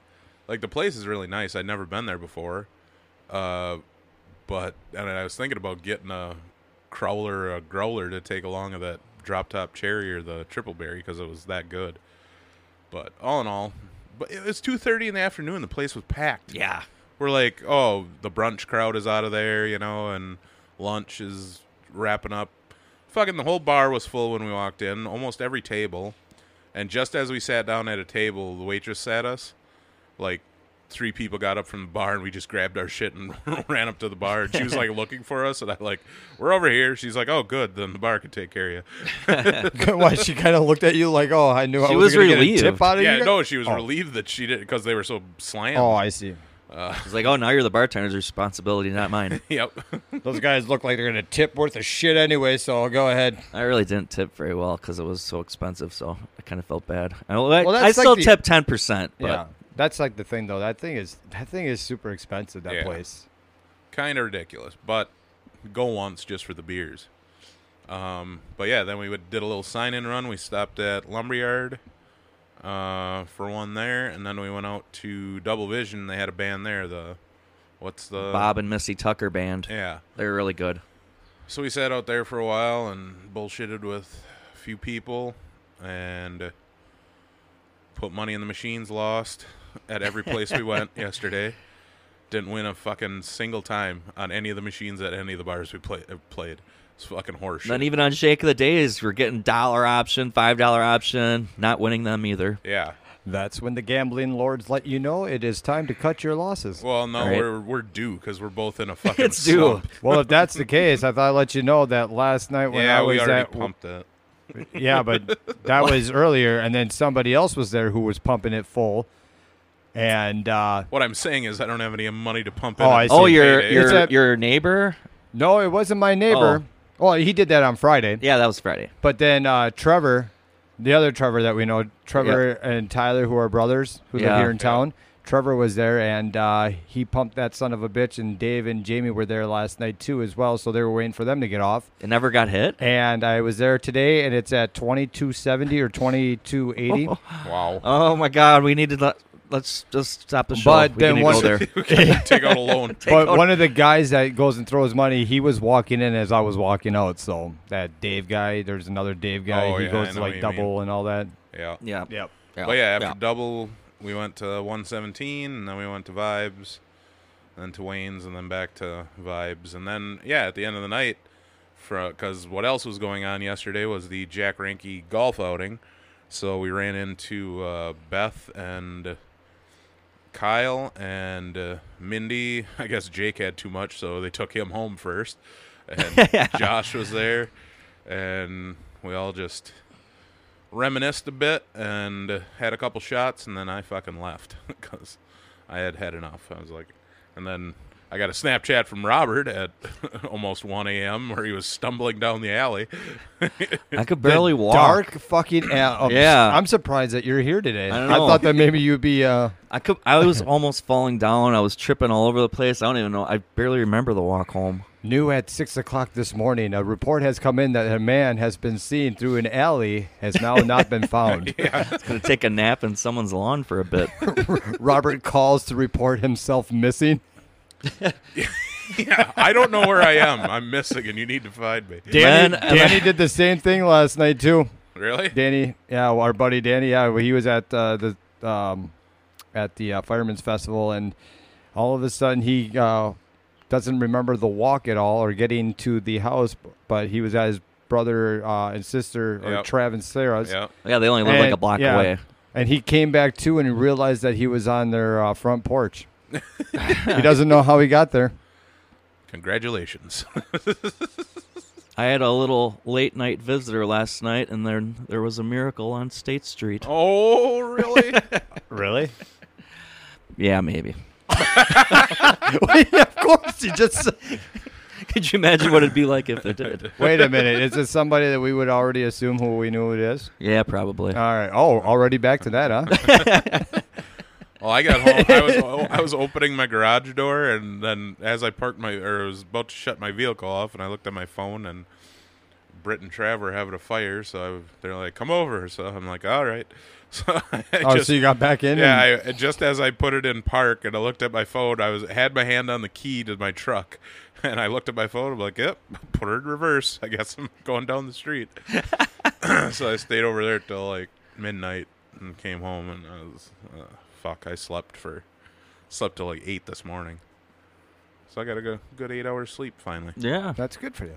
[SPEAKER 4] Like the place is really nice. I'd never been there before. Uh, but and I was thinking about getting a crowler, or a growler to take along of that drop top cherry or the triple berry because it was that good. But all in all, but it was two thirty in the afternoon. The place was packed.
[SPEAKER 5] Yeah,
[SPEAKER 4] we're like, oh, the brunch crowd is out of there, you know, and lunch is wrapping up. Fucking the whole bar was full when we walked in, almost every table. And just as we sat down at a table, the waitress sat us. Like three people got up from the bar and we just grabbed our shit and ran up to the bar. And she was like looking for us, and I like, we're over here. She's like, oh, good, then the bar can take care of you.
[SPEAKER 6] Why she kind of looked at you like, "Oh, I knew I
[SPEAKER 5] She
[SPEAKER 6] was,
[SPEAKER 5] was
[SPEAKER 6] gonna get a
[SPEAKER 5] relieved.
[SPEAKER 6] tip out of
[SPEAKER 4] Yeah,
[SPEAKER 6] you."
[SPEAKER 4] no, she was
[SPEAKER 6] Oh.
[SPEAKER 4] relieved that she did because they were so slammed.
[SPEAKER 6] Oh, I see.
[SPEAKER 5] it's like, oh, now you're the bartender's responsibility, not mine.
[SPEAKER 4] yep.
[SPEAKER 6] Those guys look like they're gonna tip worth of shit anyway. So I'll go ahead.
[SPEAKER 5] I really didn't tip very well because it was so expensive, so I kind of felt bad. I, I,
[SPEAKER 6] Well, that's
[SPEAKER 5] I
[SPEAKER 6] like
[SPEAKER 5] still
[SPEAKER 6] the-
[SPEAKER 5] tipped ten percent, but
[SPEAKER 6] yeah, that's like the thing though. That thing is that thing is super expensive. That
[SPEAKER 4] Yeah.
[SPEAKER 6] place.
[SPEAKER 4] kind of ridiculous, but go once just for the beers. Um, but yeah, then we would, did a little sign in run. We stopped at Lumberyard uh, for one there, and then we went out to Double Vision. They had a band there. The what's the
[SPEAKER 5] Bob and Missy Tucker band,
[SPEAKER 4] Yeah.
[SPEAKER 5] they're really good.
[SPEAKER 4] So we sat out there for a while and bullshitted with a few people and put money in the machines lost at every place we went yesterday. Didn't win a fucking single time on any of the machines at any of the bars we play, have played. It's fucking horseshit.
[SPEAKER 5] Then even on Shake of the Days, we're getting dollar option, five dollar option, not winning them either.
[SPEAKER 4] yeah.
[SPEAKER 6] That's when the gambling lords let you know it is time to cut your losses.
[SPEAKER 4] Well, no,
[SPEAKER 5] Right.
[SPEAKER 4] we're we're due because we're both in a fucking
[SPEAKER 5] It's due.
[SPEAKER 4] slump.
[SPEAKER 6] Well, if that's the case, I thought I'd let you know that last night when
[SPEAKER 4] Yeah,
[SPEAKER 6] I was
[SPEAKER 4] we already
[SPEAKER 6] at
[SPEAKER 4] pumped it.
[SPEAKER 6] yeah, but that was earlier, and then somebody else was there who was pumping it full, and uh,
[SPEAKER 4] What I'm saying is, I don't have any money to pump
[SPEAKER 6] Oh,
[SPEAKER 4] in.
[SPEAKER 6] I
[SPEAKER 4] on
[SPEAKER 6] see.
[SPEAKER 5] Oh,
[SPEAKER 4] payday.
[SPEAKER 5] your
[SPEAKER 6] It's
[SPEAKER 5] your
[SPEAKER 6] a-
[SPEAKER 5] your neighbor?
[SPEAKER 6] no, it wasn't my neighbor.
[SPEAKER 4] Oh.
[SPEAKER 6] Well, he did that on Friday,
[SPEAKER 5] Yeah, that was Friday.
[SPEAKER 6] but then uh, Trevor, the other Trevor that we know, Trevor and Tyler, who are brothers who live
[SPEAKER 5] Yeah.
[SPEAKER 6] here in town. Trevor was there, and uh, he pumped that son of a bitch. And Dave and Jamie were there last night too, as well. So they were waiting for them to get off.
[SPEAKER 5] It never got hit.
[SPEAKER 6] And I was there today, and it's at twenty two seventy or twenty two eighty.
[SPEAKER 4] Wow.
[SPEAKER 5] Oh my God, we need to let, let's just stop the show.
[SPEAKER 6] But
[SPEAKER 5] we
[SPEAKER 6] then
[SPEAKER 5] need to
[SPEAKER 6] once-
[SPEAKER 5] go there.
[SPEAKER 4] Take out a loan.
[SPEAKER 6] But one of the guys that goes and throws money, he was walking in as I was walking out. So that Dave guy, there's another Dave guy.
[SPEAKER 4] Oh,
[SPEAKER 6] he
[SPEAKER 4] yeah, I
[SPEAKER 6] goes
[SPEAKER 4] know what
[SPEAKER 6] like
[SPEAKER 4] you mean.
[SPEAKER 6] double and all that.
[SPEAKER 4] Yeah.
[SPEAKER 5] yeah.
[SPEAKER 6] Yep.
[SPEAKER 4] But yeah, after double, we went to 117, and then we went to Vibes, and then to Wayne's, and then back to Vibes, and then yeah, at the end of the night, because what else was going on yesterday was the Jack Ranky golf outing, so we ran into uh, Beth and Kyle and uh, Mindy. I guess Jake had too much, so they took him home first, and Josh was there, and we all just reminisced a bit and had a couple shots, and then I fucking left because I had had enough. I was like, and then I got a Snapchat from Robert at almost 1 a.m. where he was stumbling down the alley.
[SPEAKER 5] I could barely walk.
[SPEAKER 6] Dark fucking. Uh, um,
[SPEAKER 5] Yeah.
[SPEAKER 6] I'm surprised that you're here today.
[SPEAKER 5] I
[SPEAKER 6] I,
[SPEAKER 5] don't know.
[SPEAKER 6] thought that maybe you'd be. Uh,
[SPEAKER 5] I could. I was almost falling down. I was tripping all over the place. I don't even know. I barely remember the walk home.
[SPEAKER 6] New at six o'clock this morning, a report has come in that a man has been seen through an alley, has now not been found.
[SPEAKER 5] It's gonna take a nap in someone's lawn for a bit.
[SPEAKER 6] Robert calls to report himself missing.
[SPEAKER 4] yeah, I don't know where I am. I'm missing, and you need to find me.
[SPEAKER 5] Danny-
[SPEAKER 6] Danny, Danny did the same thing last night too.
[SPEAKER 4] Really?
[SPEAKER 6] Danny, yeah, well, our buddy Danny, yeah, well, he was at uh, the um, at the uh, Fireman's Festival, and all of a sudden he uh, doesn't remember the walk at all or getting to the house, but he was at his brother uh, and sister or
[SPEAKER 4] Yep.
[SPEAKER 6] Trav and Sarah's.
[SPEAKER 4] Yeah.
[SPEAKER 5] Yeah, they only live like
[SPEAKER 6] And-
[SPEAKER 5] a block
[SPEAKER 6] yeah.
[SPEAKER 5] away.
[SPEAKER 6] And he came back too and realized that he was on their uh, front porch. he doesn't know how he got there.
[SPEAKER 4] Congratulations.
[SPEAKER 5] I had a little late night visitor last night, and then there was a miracle on State Street.
[SPEAKER 4] oh, really?
[SPEAKER 6] Really?
[SPEAKER 5] Yeah, maybe.
[SPEAKER 6] of course, he just.
[SPEAKER 5] Could you imagine what it'd be like if it did?
[SPEAKER 6] Wait a minute. Is this somebody that we would already assume who we knew it is?
[SPEAKER 5] Yeah, probably.
[SPEAKER 6] All right. Oh, already back to that, huh?
[SPEAKER 4] Well, Oh, I got home. I was I was opening my garage door, and then as I parked my or was about to shut my vehicle off, and I looked at my phone, and Britt and Trav were having a fire, so I, they're like, "Come over." So I'm like, "All right." So I
[SPEAKER 6] Oh,
[SPEAKER 4] just,
[SPEAKER 6] so you got back in?
[SPEAKER 4] yeah,
[SPEAKER 6] and-
[SPEAKER 4] I, just as I put it in park, and I looked at my phone, I was had my hand on the key to my truck, and I looked at my phone. I'm like, "Yep, put her in reverse." I guess I'm going down the street. so I stayed over there till like midnight and came home and I was uh, fuck. I slept for slept till like eight this morning, so I got a go, good eight hours sleep finally.
[SPEAKER 5] Yeah,
[SPEAKER 6] That's good for you.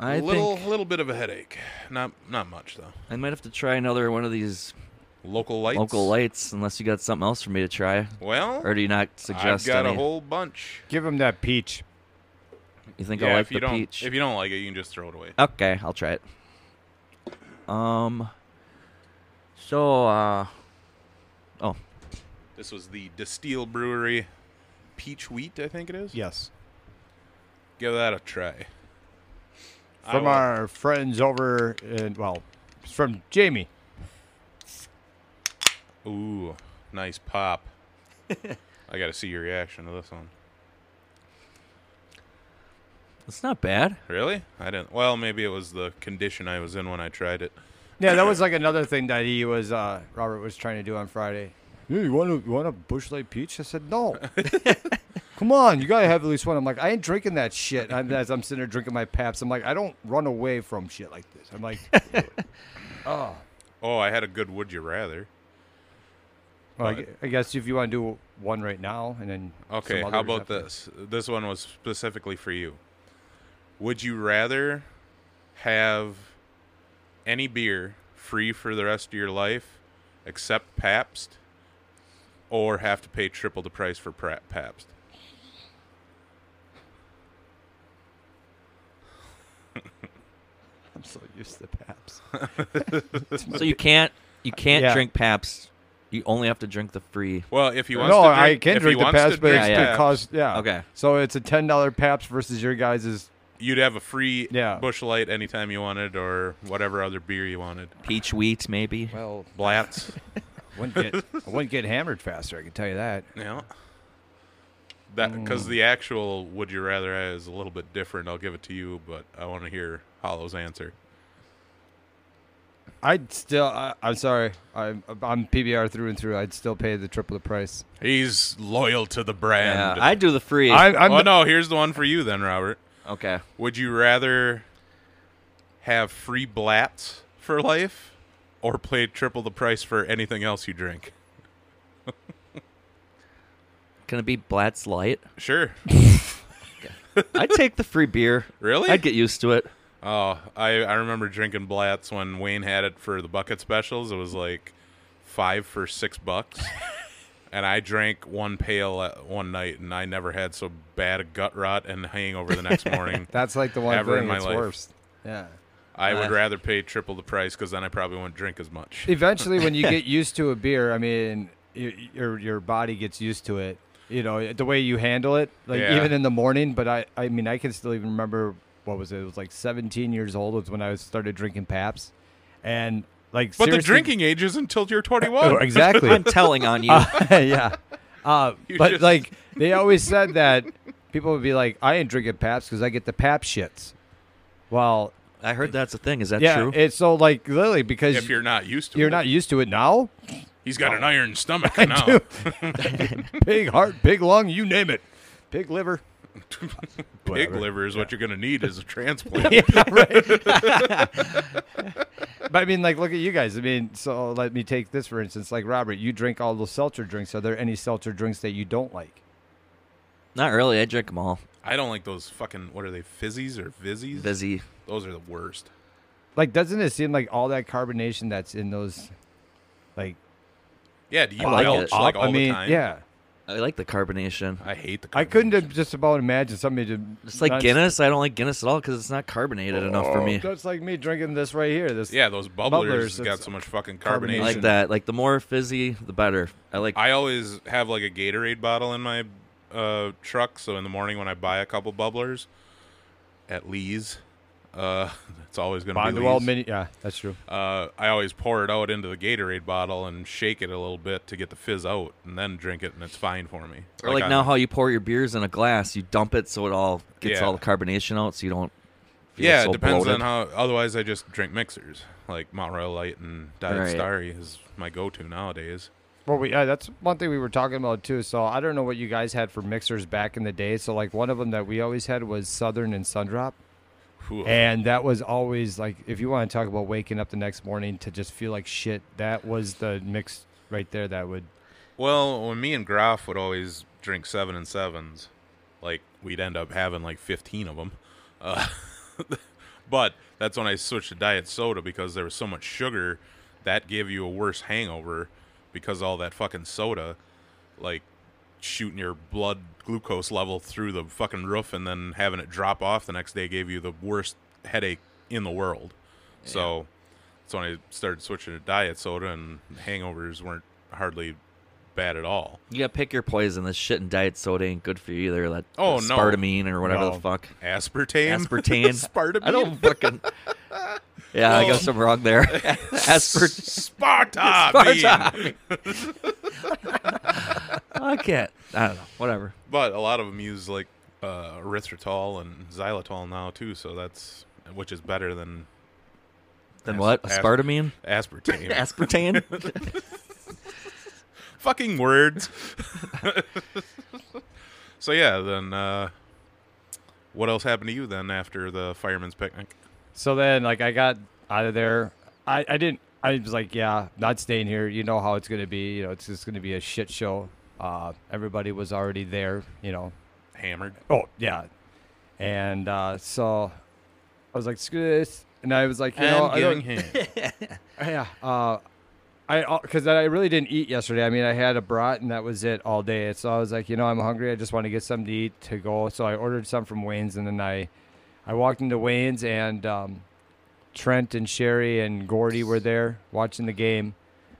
[SPEAKER 5] I
[SPEAKER 4] little
[SPEAKER 5] think
[SPEAKER 4] little bit of a headache, not not much though.
[SPEAKER 5] I might have to try another one of these
[SPEAKER 4] Local lights.
[SPEAKER 5] local lights, unless you got something else for me to try,
[SPEAKER 4] Well,
[SPEAKER 5] or do you not
[SPEAKER 4] I've
[SPEAKER 5] suggest
[SPEAKER 4] got
[SPEAKER 5] any?
[SPEAKER 4] a whole bunch.
[SPEAKER 6] Give him that peach.
[SPEAKER 5] you think
[SPEAKER 4] Yeah,
[SPEAKER 5] I like
[SPEAKER 4] if you
[SPEAKER 5] the
[SPEAKER 4] don't
[SPEAKER 5] peach?
[SPEAKER 4] if you don't like it, you can just throw it away.
[SPEAKER 5] Okay, I'll try it. Um. So, uh, oh,
[SPEAKER 4] This was the Distill Brewery Peach Wheat, I think it is.
[SPEAKER 6] Yes.
[SPEAKER 4] Give that a try. I
[SPEAKER 6] From
[SPEAKER 4] will-
[SPEAKER 6] our friends over, in, well, it's from Jamie.
[SPEAKER 4] Ooh, nice pop. I got to see your reaction to this one.
[SPEAKER 5] it's not bad.
[SPEAKER 4] Really? I didn't. Well, maybe it was the condition I was in when I tried it.
[SPEAKER 6] Yeah, that was like another thing that he was, uh, Robert was trying to do on Friday. Yeah, you want to you want a bushlight peach? I said no. Come on, you gotta have at least one. I'm like, I ain't drinking that shit. I'm, as I'm sitting there drinking my paps, I'm like, I don't run away from shit like this. I'm like,
[SPEAKER 4] Oh, I had a good would you rather.
[SPEAKER 6] Well, I, gu- I guess if you want to do one right now, and then some
[SPEAKER 4] Okay,
[SPEAKER 6] others
[SPEAKER 4] how about
[SPEAKER 6] after.
[SPEAKER 4] this? This one was specifically for you. Would you rather have any beer free for the rest of your life except Pabst or have to pay triple the price for pra- Pabst?
[SPEAKER 6] I'm so used to Paps.
[SPEAKER 5] So you can't you can't
[SPEAKER 6] Yeah.
[SPEAKER 5] drink Pabst. You only have to drink the free.
[SPEAKER 4] Well, if he wants
[SPEAKER 6] no,
[SPEAKER 4] to drink,
[SPEAKER 6] I can
[SPEAKER 4] if he
[SPEAKER 6] drink the
[SPEAKER 4] wants to
[SPEAKER 6] Paps, but
[SPEAKER 4] drink
[SPEAKER 6] it's
[SPEAKER 5] Yeah,
[SPEAKER 6] yeah.
[SPEAKER 5] yeah.
[SPEAKER 6] cost. Yeah.
[SPEAKER 5] Okay.
[SPEAKER 6] So it's a ten dollar Paps versus your guys'
[SPEAKER 4] you'd have a free
[SPEAKER 6] Yeah.
[SPEAKER 4] bush light anytime you wanted or whatever other beer you wanted.
[SPEAKER 5] Peach wheat, maybe.
[SPEAKER 6] well.
[SPEAKER 4] Blatz.
[SPEAKER 6] Wouldn't get, I wouldn't get hammered faster. I can tell you that.
[SPEAKER 4] Yeah. That
[SPEAKER 5] Hmm.
[SPEAKER 4] because the actual "Would you rather" is a little bit different. I'll give it to you, but I want to hear Hollow's answer.
[SPEAKER 6] I'd still. I, I'm sorry. I'm, I'm PBR through and through. I'd still pay the triple the price.
[SPEAKER 4] He's loyal to the brand.
[SPEAKER 5] Yeah, I do the free.
[SPEAKER 6] I, I'm
[SPEAKER 4] oh
[SPEAKER 6] the-
[SPEAKER 4] no! Here's the one for you then, Robert.
[SPEAKER 5] okay.
[SPEAKER 4] Would you rather have free blats for life, or pay triple the price for anything else you drink?
[SPEAKER 5] Can it be Blatz Light?
[SPEAKER 4] Sure.
[SPEAKER 5] I'd take the free beer.
[SPEAKER 4] Really?
[SPEAKER 5] I'd get used to it.
[SPEAKER 4] Oh, I, I remember drinking Blatz when Wayne had it for the bucket specials. It was like five for six bucks. and I drank one pail at one night, and I never had so bad a gut rot and hangover the next morning.
[SPEAKER 6] That's like the one
[SPEAKER 4] Ever in
[SPEAKER 6] thing
[SPEAKER 4] my
[SPEAKER 6] that's
[SPEAKER 4] life.
[SPEAKER 6] worse. Yeah.
[SPEAKER 4] I would
[SPEAKER 5] Uh.
[SPEAKER 4] rather pay triple the price because then I probably wouldn't drink as much.
[SPEAKER 6] Eventually, when you get used to a beer, I mean, your your, your body gets used to it. You know the way you handle it, like
[SPEAKER 4] Yeah.
[SPEAKER 6] even in the morning. But I, I mean, I can still even remember what was it? It was like 17 years old was when I started drinking Paps, and like
[SPEAKER 4] But the
[SPEAKER 6] seriously-
[SPEAKER 4] drinking age is until you're
[SPEAKER 6] Oh,
[SPEAKER 4] 21.
[SPEAKER 6] exactly.
[SPEAKER 5] I'm telling on you.
[SPEAKER 6] yeah. Uh,
[SPEAKER 4] You
[SPEAKER 6] but
[SPEAKER 4] just-
[SPEAKER 6] like they always said that people would be like, I ain't drinking Paps because I get the Pap shits. Well,
[SPEAKER 5] I heard that's a thing. Is that
[SPEAKER 6] yeah,
[SPEAKER 5] true?
[SPEAKER 6] it's so like literally because
[SPEAKER 4] If you're not used to
[SPEAKER 6] you're
[SPEAKER 4] it.
[SPEAKER 6] not Oh. used to it now.
[SPEAKER 4] He's got an iron stomach now.
[SPEAKER 6] big heart, big lung, you name it, big liver.
[SPEAKER 4] Pig
[SPEAKER 6] Whatever.
[SPEAKER 4] liver is what you're going to need is a transplant.
[SPEAKER 6] But I mean, like, look at you guys. I mean, so let me take this for instance. Like Robert, you drink all those seltzer drinks. Are there any seltzer drinks that you don't like?
[SPEAKER 5] Not really. I drink them all.
[SPEAKER 4] I don't like those fucking, what are they, fizzies or fizzies?
[SPEAKER 5] Busy.
[SPEAKER 4] Those are the worst.
[SPEAKER 6] Like, doesn't it seem like all that carbonation that's in those, like,
[SPEAKER 4] Yeah, do you
[SPEAKER 5] I like
[SPEAKER 4] belch
[SPEAKER 5] it.
[SPEAKER 4] like
[SPEAKER 6] up?
[SPEAKER 4] all
[SPEAKER 6] I mean,
[SPEAKER 4] the time?
[SPEAKER 6] yeah.
[SPEAKER 5] I like the carbonation.
[SPEAKER 4] I hate the.
[SPEAKER 6] I couldn't have just about imagine somebody to.
[SPEAKER 5] It's like
[SPEAKER 6] not-
[SPEAKER 5] Guinness. I don't like Guinness at all because it's not carbonated enough for me.
[SPEAKER 6] That's like me drinking this right here. This
[SPEAKER 4] Yeah, those bubblers,
[SPEAKER 6] Bubblers,
[SPEAKER 4] got
[SPEAKER 6] it's-
[SPEAKER 4] so much fucking
[SPEAKER 5] I
[SPEAKER 4] carbonation.
[SPEAKER 6] carbonation.
[SPEAKER 5] like that. Like the more fizzy, the better. I like.
[SPEAKER 4] I always have like a Gatorade bottle in my uh, truck, so in the morning when I buy a couple bubblers at Lee's, uh, it's always going to be
[SPEAKER 6] Bondwell
[SPEAKER 4] Lee's.
[SPEAKER 6] mini. Yeah, that's true.
[SPEAKER 4] uh, I always pour it out into the Gatorade bottle and shake it a little bit to get the fizz out, and then drink it, and it's fine for me.
[SPEAKER 5] or like
[SPEAKER 4] I-
[SPEAKER 5] now, how you pour your beers in a glass, you dump it so it all gets
[SPEAKER 4] Yeah.
[SPEAKER 5] all the carbonation out, so you don't. Feel
[SPEAKER 4] Yeah,
[SPEAKER 5] so
[SPEAKER 4] it depends
[SPEAKER 5] bloated.
[SPEAKER 4] on how. Otherwise, I just drink mixers like Mount Royal Light and Diet
[SPEAKER 5] Right.
[SPEAKER 4] Starry is my go-to nowadays.
[SPEAKER 6] Well, we, yeah, that's one thing we were talking about too. So I don't know what you guys had for mixers back in the day. So like one of them that we always had was Southern and Sundrop,
[SPEAKER 4] Whew.
[SPEAKER 6] and that was always like if you want to talk about waking up the next morning to just feel like shit, that was the mix right there. That would
[SPEAKER 4] Well, when me and Graf would always drink seven and sevens, like we'd end up having like fifteen of them. Uh, but that's when I switched to diet soda because there was so much sugar that gave you a worse hangover because all that fucking soda, like shooting your blood glucose level through the fucking roof and then having it drop off the next day gave you the worst headache in the world. So that's when I started switching to diet soda, and hangovers weren't hardly bad at all.
[SPEAKER 5] You gotta pick your poison. This shit and diet soda ain't good for you either. That
[SPEAKER 4] Oh,
[SPEAKER 5] that
[SPEAKER 4] no.
[SPEAKER 5] aspartame or whatever
[SPEAKER 6] No.
[SPEAKER 5] the fuck
[SPEAKER 4] Aspartame,
[SPEAKER 5] aspartame.
[SPEAKER 4] Spartamine?
[SPEAKER 5] I don't fucking. Yeah, I guess I'm wrong there. Aspart.
[SPEAKER 4] Sparta,
[SPEAKER 5] Sparta.
[SPEAKER 4] bean.
[SPEAKER 5] I can't. I don't know. Whatever.
[SPEAKER 4] But a lot of them use like uh, erythritol and xylitol now too, so that's which is better than
[SPEAKER 5] Then
[SPEAKER 4] As-
[SPEAKER 5] what?
[SPEAKER 4] as-
[SPEAKER 5] Aspartame.
[SPEAKER 4] aspartame.
[SPEAKER 5] Aspartame.
[SPEAKER 4] Fucking words. so yeah, then uh, what else happened to you then after the fireman's picnic?
[SPEAKER 6] So then, like, I got out of there. I, I didn't. I was like, yeah, not staying here. You know how it's going to be. You know, it's just going to be a shit show. Uh, everybody was already there. You know.
[SPEAKER 4] Hammered.
[SPEAKER 6] Oh yeah. And uh, so I was like, screw this. And I was like, you know, I don't-
[SPEAKER 4] him.
[SPEAKER 6] yeah. Uh, I because I really didn't eat yesterday. I mean, I had a brat and that was it all day. So I was like, you know, I'm hungry. I just want to get something to eat to go. So I ordered some from Wayne's, and then I, I walked into Wayne's, and um, Trent and Sherry and Gordy were there watching the game.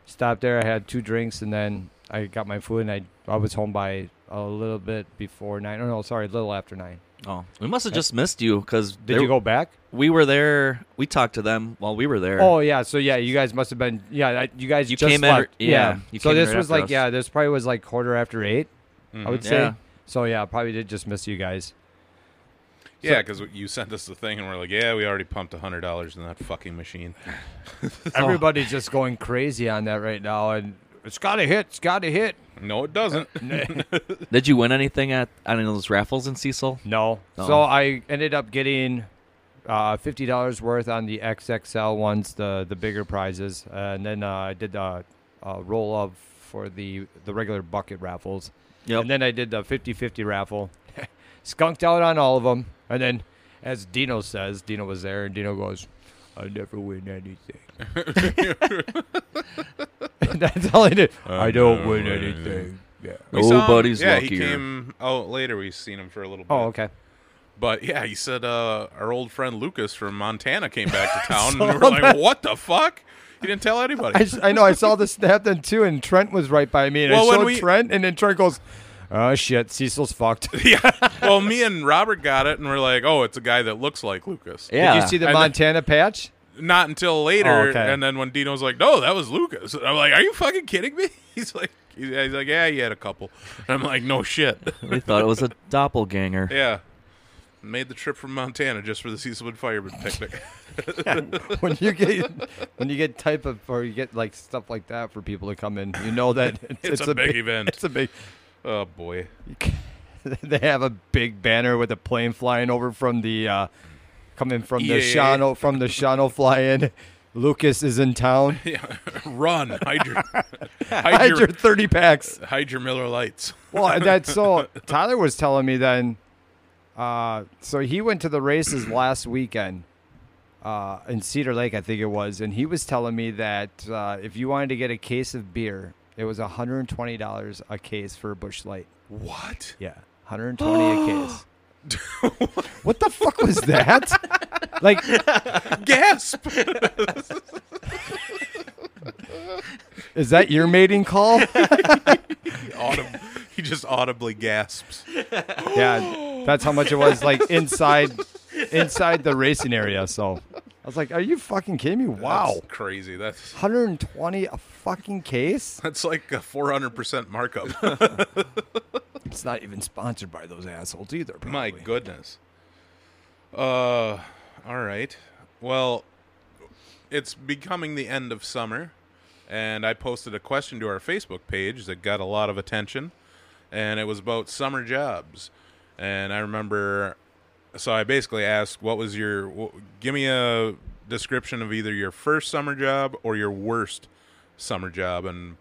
[SPEAKER 6] Stopped there. I had two drinks, and then I got my food, and I I was home by a little bit before nine. Oh no, sorry, a little after nine.
[SPEAKER 5] Oh, we must have just missed you because
[SPEAKER 6] Did you go back?
[SPEAKER 5] We were there. We talked to them while we were there.
[SPEAKER 6] Oh yeah, so yeah, you guys must have been yeah, I- you guys
[SPEAKER 5] You
[SPEAKER 6] just
[SPEAKER 5] came in-
[SPEAKER 6] left.
[SPEAKER 5] yeah, you
[SPEAKER 6] so
[SPEAKER 5] came
[SPEAKER 6] this
[SPEAKER 5] right
[SPEAKER 6] was
[SPEAKER 5] after
[SPEAKER 6] like
[SPEAKER 5] us. Mm-hmm.
[SPEAKER 6] yeah, this probably was like quarter after 8 I would say.
[SPEAKER 5] Yeah.
[SPEAKER 6] So yeah, I probably did just miss you guys.
[SPEAKER 4] yeah, because you sent us the thing, and we're like, yeah, we already pumped hundred dollars in that fucking machine.
[SPEAKER 5] Oh.
[SPEAKER 6] Everybody's just going crazy on that right now, and it's got to hit, it's got to hit.
[SPEAKER 4] No, it doesn't.
[SPEAKER 5] Did you win anything at any of those raffles in Cecil?
[SPEAKER 6] No,
[SPEAKER 5] No.
[SPEAKER 6] so I ended up getting uh, fifty dollars worth on the XXL ones, the the bigger prizes, and then uh, I did a, a roll of for the the regular bucket raffles.
[SPEAKER 5] Yep.
[SPEAKER 6] And then I did the 50-50 raffle. Skunked out on all of them. And then, as Dino says, Dino was there, and Dino goes, I never win anything. That's all I did. I, don't
[SPEAKER 4] never
[SPEAKER 6] win
[SPEAKER 4] win
[SPEAKER 6] anything. Yeah.
[SPEAKER 4] We saw him-
[SPEAKER 5] Nobody's
[SPEAKER 4] yeah, he
[SPEAKER 5] luckier.
[SPEAKER 4] came out later. We've seen him for a little bit.
[SPEAKER 6] Oh, okay.
[SPEAKER 4] But yeah, he said uh, our old friend Lucas from Montana came back to town, and we were like, "What the fuck? He didn't tell anybody."
[SPEAKER 6] I, s- I know. I saw the snap then, too, and Trent was right by me. And
[SPEAKER 4] Well,
[SPEAKER 6] I
[SPEAKER 4] when
[SPEAKER 6] showed
[SPEAKER 4] we-
[SPEAKER 6] Trent, and then Trent goes, Oh, shit. Cecil's fucked.
[SPEAKER 4] yeah. Well, me and Robert got it, and we're like, "Oh, it's a guy that looks like Lucas."
[SPEAKER 5] Yeah.
[SPEAKER 6] Did you see the
[SPEAKER 4] And then-
[SPEAKER 6] Montana patch?
[SPEAKER 4] Not until later,
[SPEAKER 6] Oh, okay.
[SPEAKER 4] and then when Dino's like, "No, that was Lucas," and I'm like, "Are you fucking kidding me?" He's like, "He's he's like, yeah, he had a couple," and I'm like, "No shit."
[SPEAKER 5] We thought it was a doppelganger.
[SPEAKER 4] yeah. Made the trip from Montana just for the Cecilwood Fireman picnic.
[SPEAKER 6] when you get when you get type of or you get like stuff like that for people to come in, you know that it's,
[SPEAKER 4] It's a big event.
[SPEAKER 6] It's a big.
[SPEAKER 4] oh boy.
[SPEAKER 6] They have a big banner with a plane flying over from the uh, coming from the
[SPEAKER 4] EAA.
[SPEAKER 6] Shano from the Shano fly in. Lucas is in town.
[SPEAKER 4] Yeah. Run. Hide your, hide
[SPEAKER 6] Hide
[SPEAKER 4] your-
[SPEAKER 6] your thirty packs.
[SPEAKER 4] hide your Miller lights.
[SPEAKER 6] Well, and that's so. Tyler was telling me then. Uh, so he went to the races last weekend uh, in Cedar Lake, I think it was, and he was telling me that uh, if you wanted to get a case of beer, it was hundred and twenty dollars a case for a Bush Light.
[SPEAKER 4] What?
[SPEAKER 6] Yeah, hundred and twenty a case. what the fuck was that? like,
[SPEAKER 4] Gasp!
[SPEAKER 6] is that your mating call?
[SPEAKER 4] Audim- he just audibly gasps.
[SPEAKER 6] yeah, that's how much it was. Like inside, inside the racing area. So I was like, "Are you fucking kidding me? Wow."
[SPEAKER 4] That's crazy. That's
[SPEAKER 6] 120 a fucking case?
[SPEAKER 4] that's like a four hundred percent markup.
[SPEAKER 6] It's not even sponsored by those assholes either.
[SPEAKER 4] My goodness. Uh, all right. Well, it's becoming the end of summer, and I posted a question to our Facebook page that got a lot of attention, and it was about summer jobs. And I remember, so I basically asked, "What was your? wh- give me a description of either your first summer job or your worst summer job." And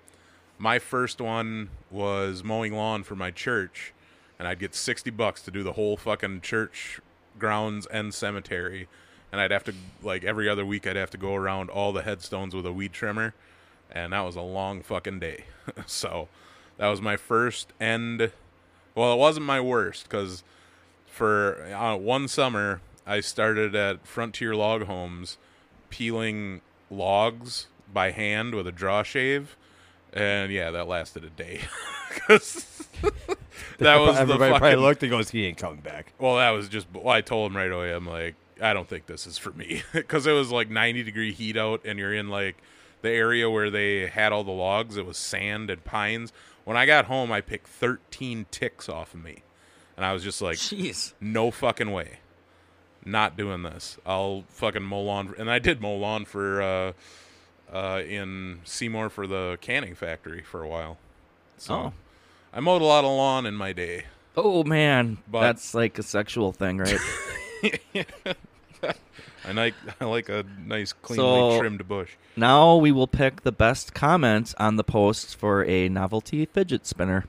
[SPEAKER 4] my first one was mowing lawn for my church, and I'd get sixty bucks to do the whole fucking church grounds and cemetery, and I'd have to like every other week I'd have to go around all the headstones with a weed trimmer, and that was a long fucking day. so that was my first and well, it wasn't my worst because for uh, one summer I started at Frontier Log Homes peeling logs by hand with a draw shave. And yeah, that lasted a day. 'Cause that was the
[SPEAKER 6] Everybody
[SPEAKER 4] fucking
[SPEAKER 6] probably looked and goes, he ain't coming back.
[SPEAKER 4] well, that was just. Well, I told him right away. I'm like, I don't think this is for me because it was like 90 degree heat out, and you're in like the area where they had all the logs. It was sand and pines. When I got home, I picked 13 ticks off of me, and I was just like,
[SPEAKER 5] Jeez.
[SPEAKER 4] no fucking way, not doing this. I'll fucking mow lawn, and I did mow lawn for uh, uh, in Seymour for the canning factory for a while. So
[SPEAKER 5] Oh.
[SPEAKER 4] I mowed a lot of lawn in my day.
[SPEAKER 5] Oh man,
[SPEAKER 4] But-
[SPEAKER 5] that's like a sexual thing, right?
[SPEAKER 4] I like I like a nice cleanly
[SPEAKER 5] So-
[SPEAKER 4] trimmed bush.
[SPEAKER 5] Now we will pick the best comments on the post for a novelty fidget spinner.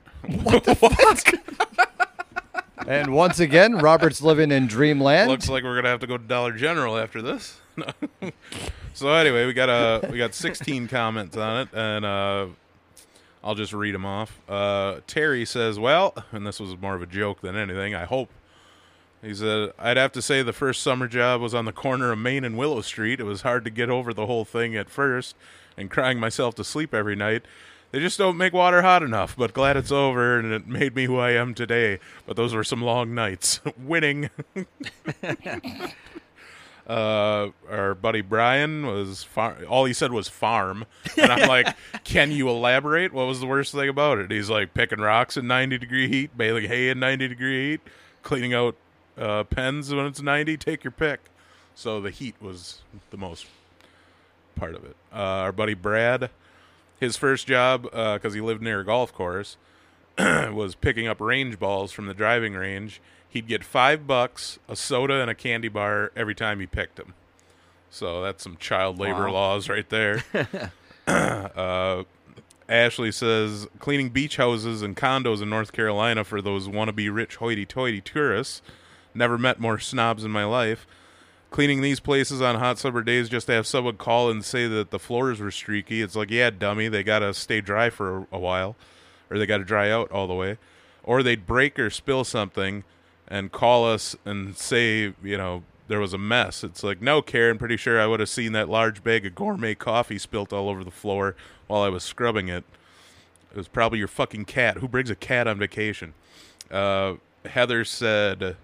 [SPEAKER 6] And once again, Robert's living in dreamland.
[SPEAKER 4] Looks like we're gonna have to go to Dollar General after this. No. so anyway, we got uh, we got 16 comments on it, and uh, I'll just read them off. Uh, Terry says, "Well," and this was more of a joke than anything. I hope he said, "I'd have to say the first summer job was on the corner of Main and Willow Street. It was hard to get over the whole thing at first, and crying myself to sleep every night." They just don't make water hot enough, but glad it's over and it made me who I am today. But those were some long nights. Winning. uh, our buddy Brian was far- all he said was farm, and I'm like, can you elaborate? What was the worst thing about it? He's like picking rocks in 90 degree heat, baling hay in 90 degree heat, cleaning out uh, pens when it's 90. Take your pick. So the heat was the most part of it. Uh, our buddy Brad, his first job because he lived near a golf course was picking up range balls from the driving range. He'd get five bucks, a soda, and a candy bar every time he picked them. So that's some child labor laws right there. uh, Ashley says cleaning beach houses and condos in North Carolina for those wannabe rich hoity toity tourists. Never met more snobs in my life. Cleaning these places on hot summer days just to have someone call and say that the floors were streaky. It's like, yeah, dummy, they got to stay dry for a, a while or they got to dry out all the way. Or they'd break or spill something and call us and say, you know, there was a mess. It's like, no, Karen, pretty sure I would have seen that large bag of gourmet coffee spilt all over the floor while I was scrubbing it. It was probably your fucking cat. Who brings a cat on vacation? Uh, Heather said,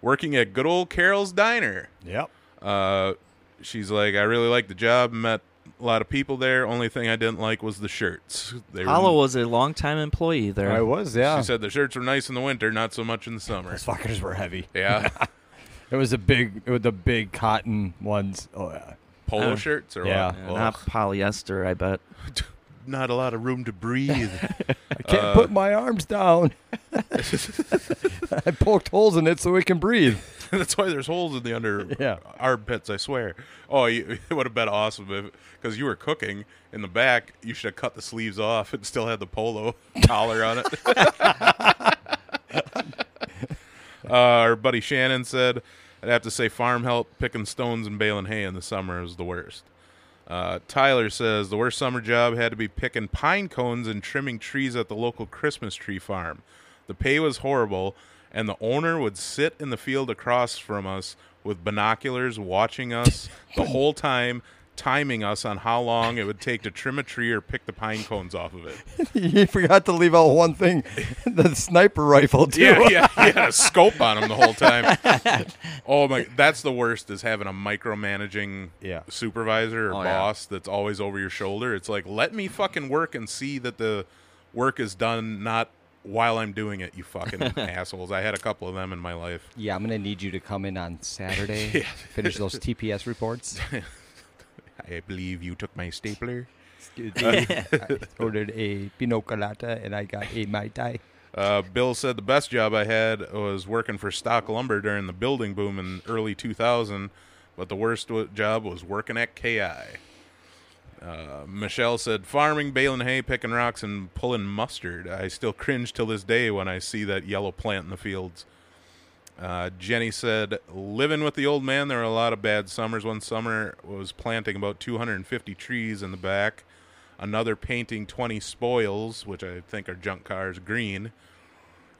[SPEAKER 4] working at good old Carol's Diner.
[SPEAKER 6] Yep.
[SPEAKER 4] Uh, she's like, I really liked the job. Met a lot of people there. Only thing I didn't like was the shirts. They were-
[SPEAKER 5] Hollow was a longtime employee there.
[SPEAKER 6] I was, yeah.
[SPEAKER 4] She said the shirts were nice in the winter, not so much in the summer.
[SPEAKER 6] Those fuckers were heavy.
[SPEAKER 4] Yeah,
[SPEAKER 6] It was a big, it was the big cotton ones. Oh, yeah.
[SPEAKER 4] polo
[SPEAKER 5] Uh,
[SPEAKER 4] shirts or
[SPEAKER 6] yeah.
[SPEAKER 4] what?
[SPEAKER 5] Yeah,
[SPEAKER 4] Well,
[SPEAKER 5] not polyester, I bet.
[SPEAKER 4] not a lot of room to breathe.
[SPEAKER 6] I can't
[SPEAKER 4] Uh,
[SPEAKER 6] put my arms down. I poked holes in it so it can breathe.
[SPEAKER 4] That's why there's holes in the under
[SPEAKER 6] Yeah.
[SPEAKER 4] armpits. I swear. Oh, you, it would have been awesome if because you were cooking in the back, you should have cut the sleeves off and still had the polo collar on it. uh, our buddy Shannon said, "I'd have to say farm help picking stones and baling hay in the summer is the worst." Uh, Tyler says the worst summer job had to be picking pine cones and trimming trees at the local Christmas tree farm. The pay was horrible, and the owner would sit in the field across from us with binoculars watching us the whole time, timing us on how long it would take to trim a tree or pick the pine cones off of it.
[SPEAKER 6] he forgot to leave out one thing: the sniper rifle too.
[SPEAKER 4] Yeah, yeah, he had a scope on him the whole time. Oh my, that's the worst is having a micromanaging
[SPEAKER 6] Yeah.
[SPEAKER 4] supervisor or
[SPEAKER 5] Oh, yeah.
[SPEAKER 4] boss that's always over your shoulder. It's like, let me fucking work and see that the work is done, not while I'm doing it. You fucking assholes. I had a couple of them in my life.
[SPEAKER 6] Yeah, I'm gonna need you to come in on Saturday, finish those TPS reports.
[SPEAKER 4] I believe you took my stapler. Uh,
[SPEAKER 6] I ordered a pino colada and I got a mai tai.
[SPEAKER 4] Uh, Bill said the best job I had was working for Stock Lumber during the building boom in early 2000, but the worst w- job was working at KI. Uh, Michelle said farming, baling hay, picking rocks, and pulling mustard. I still cringe till this day when I see that yellow plant in the fields. Uh, Jenny said living with the old man. There were a lot of bad summers. One summer was planting about 250 trees in the back. Another painting 20 spoils, which I think are junk cars, green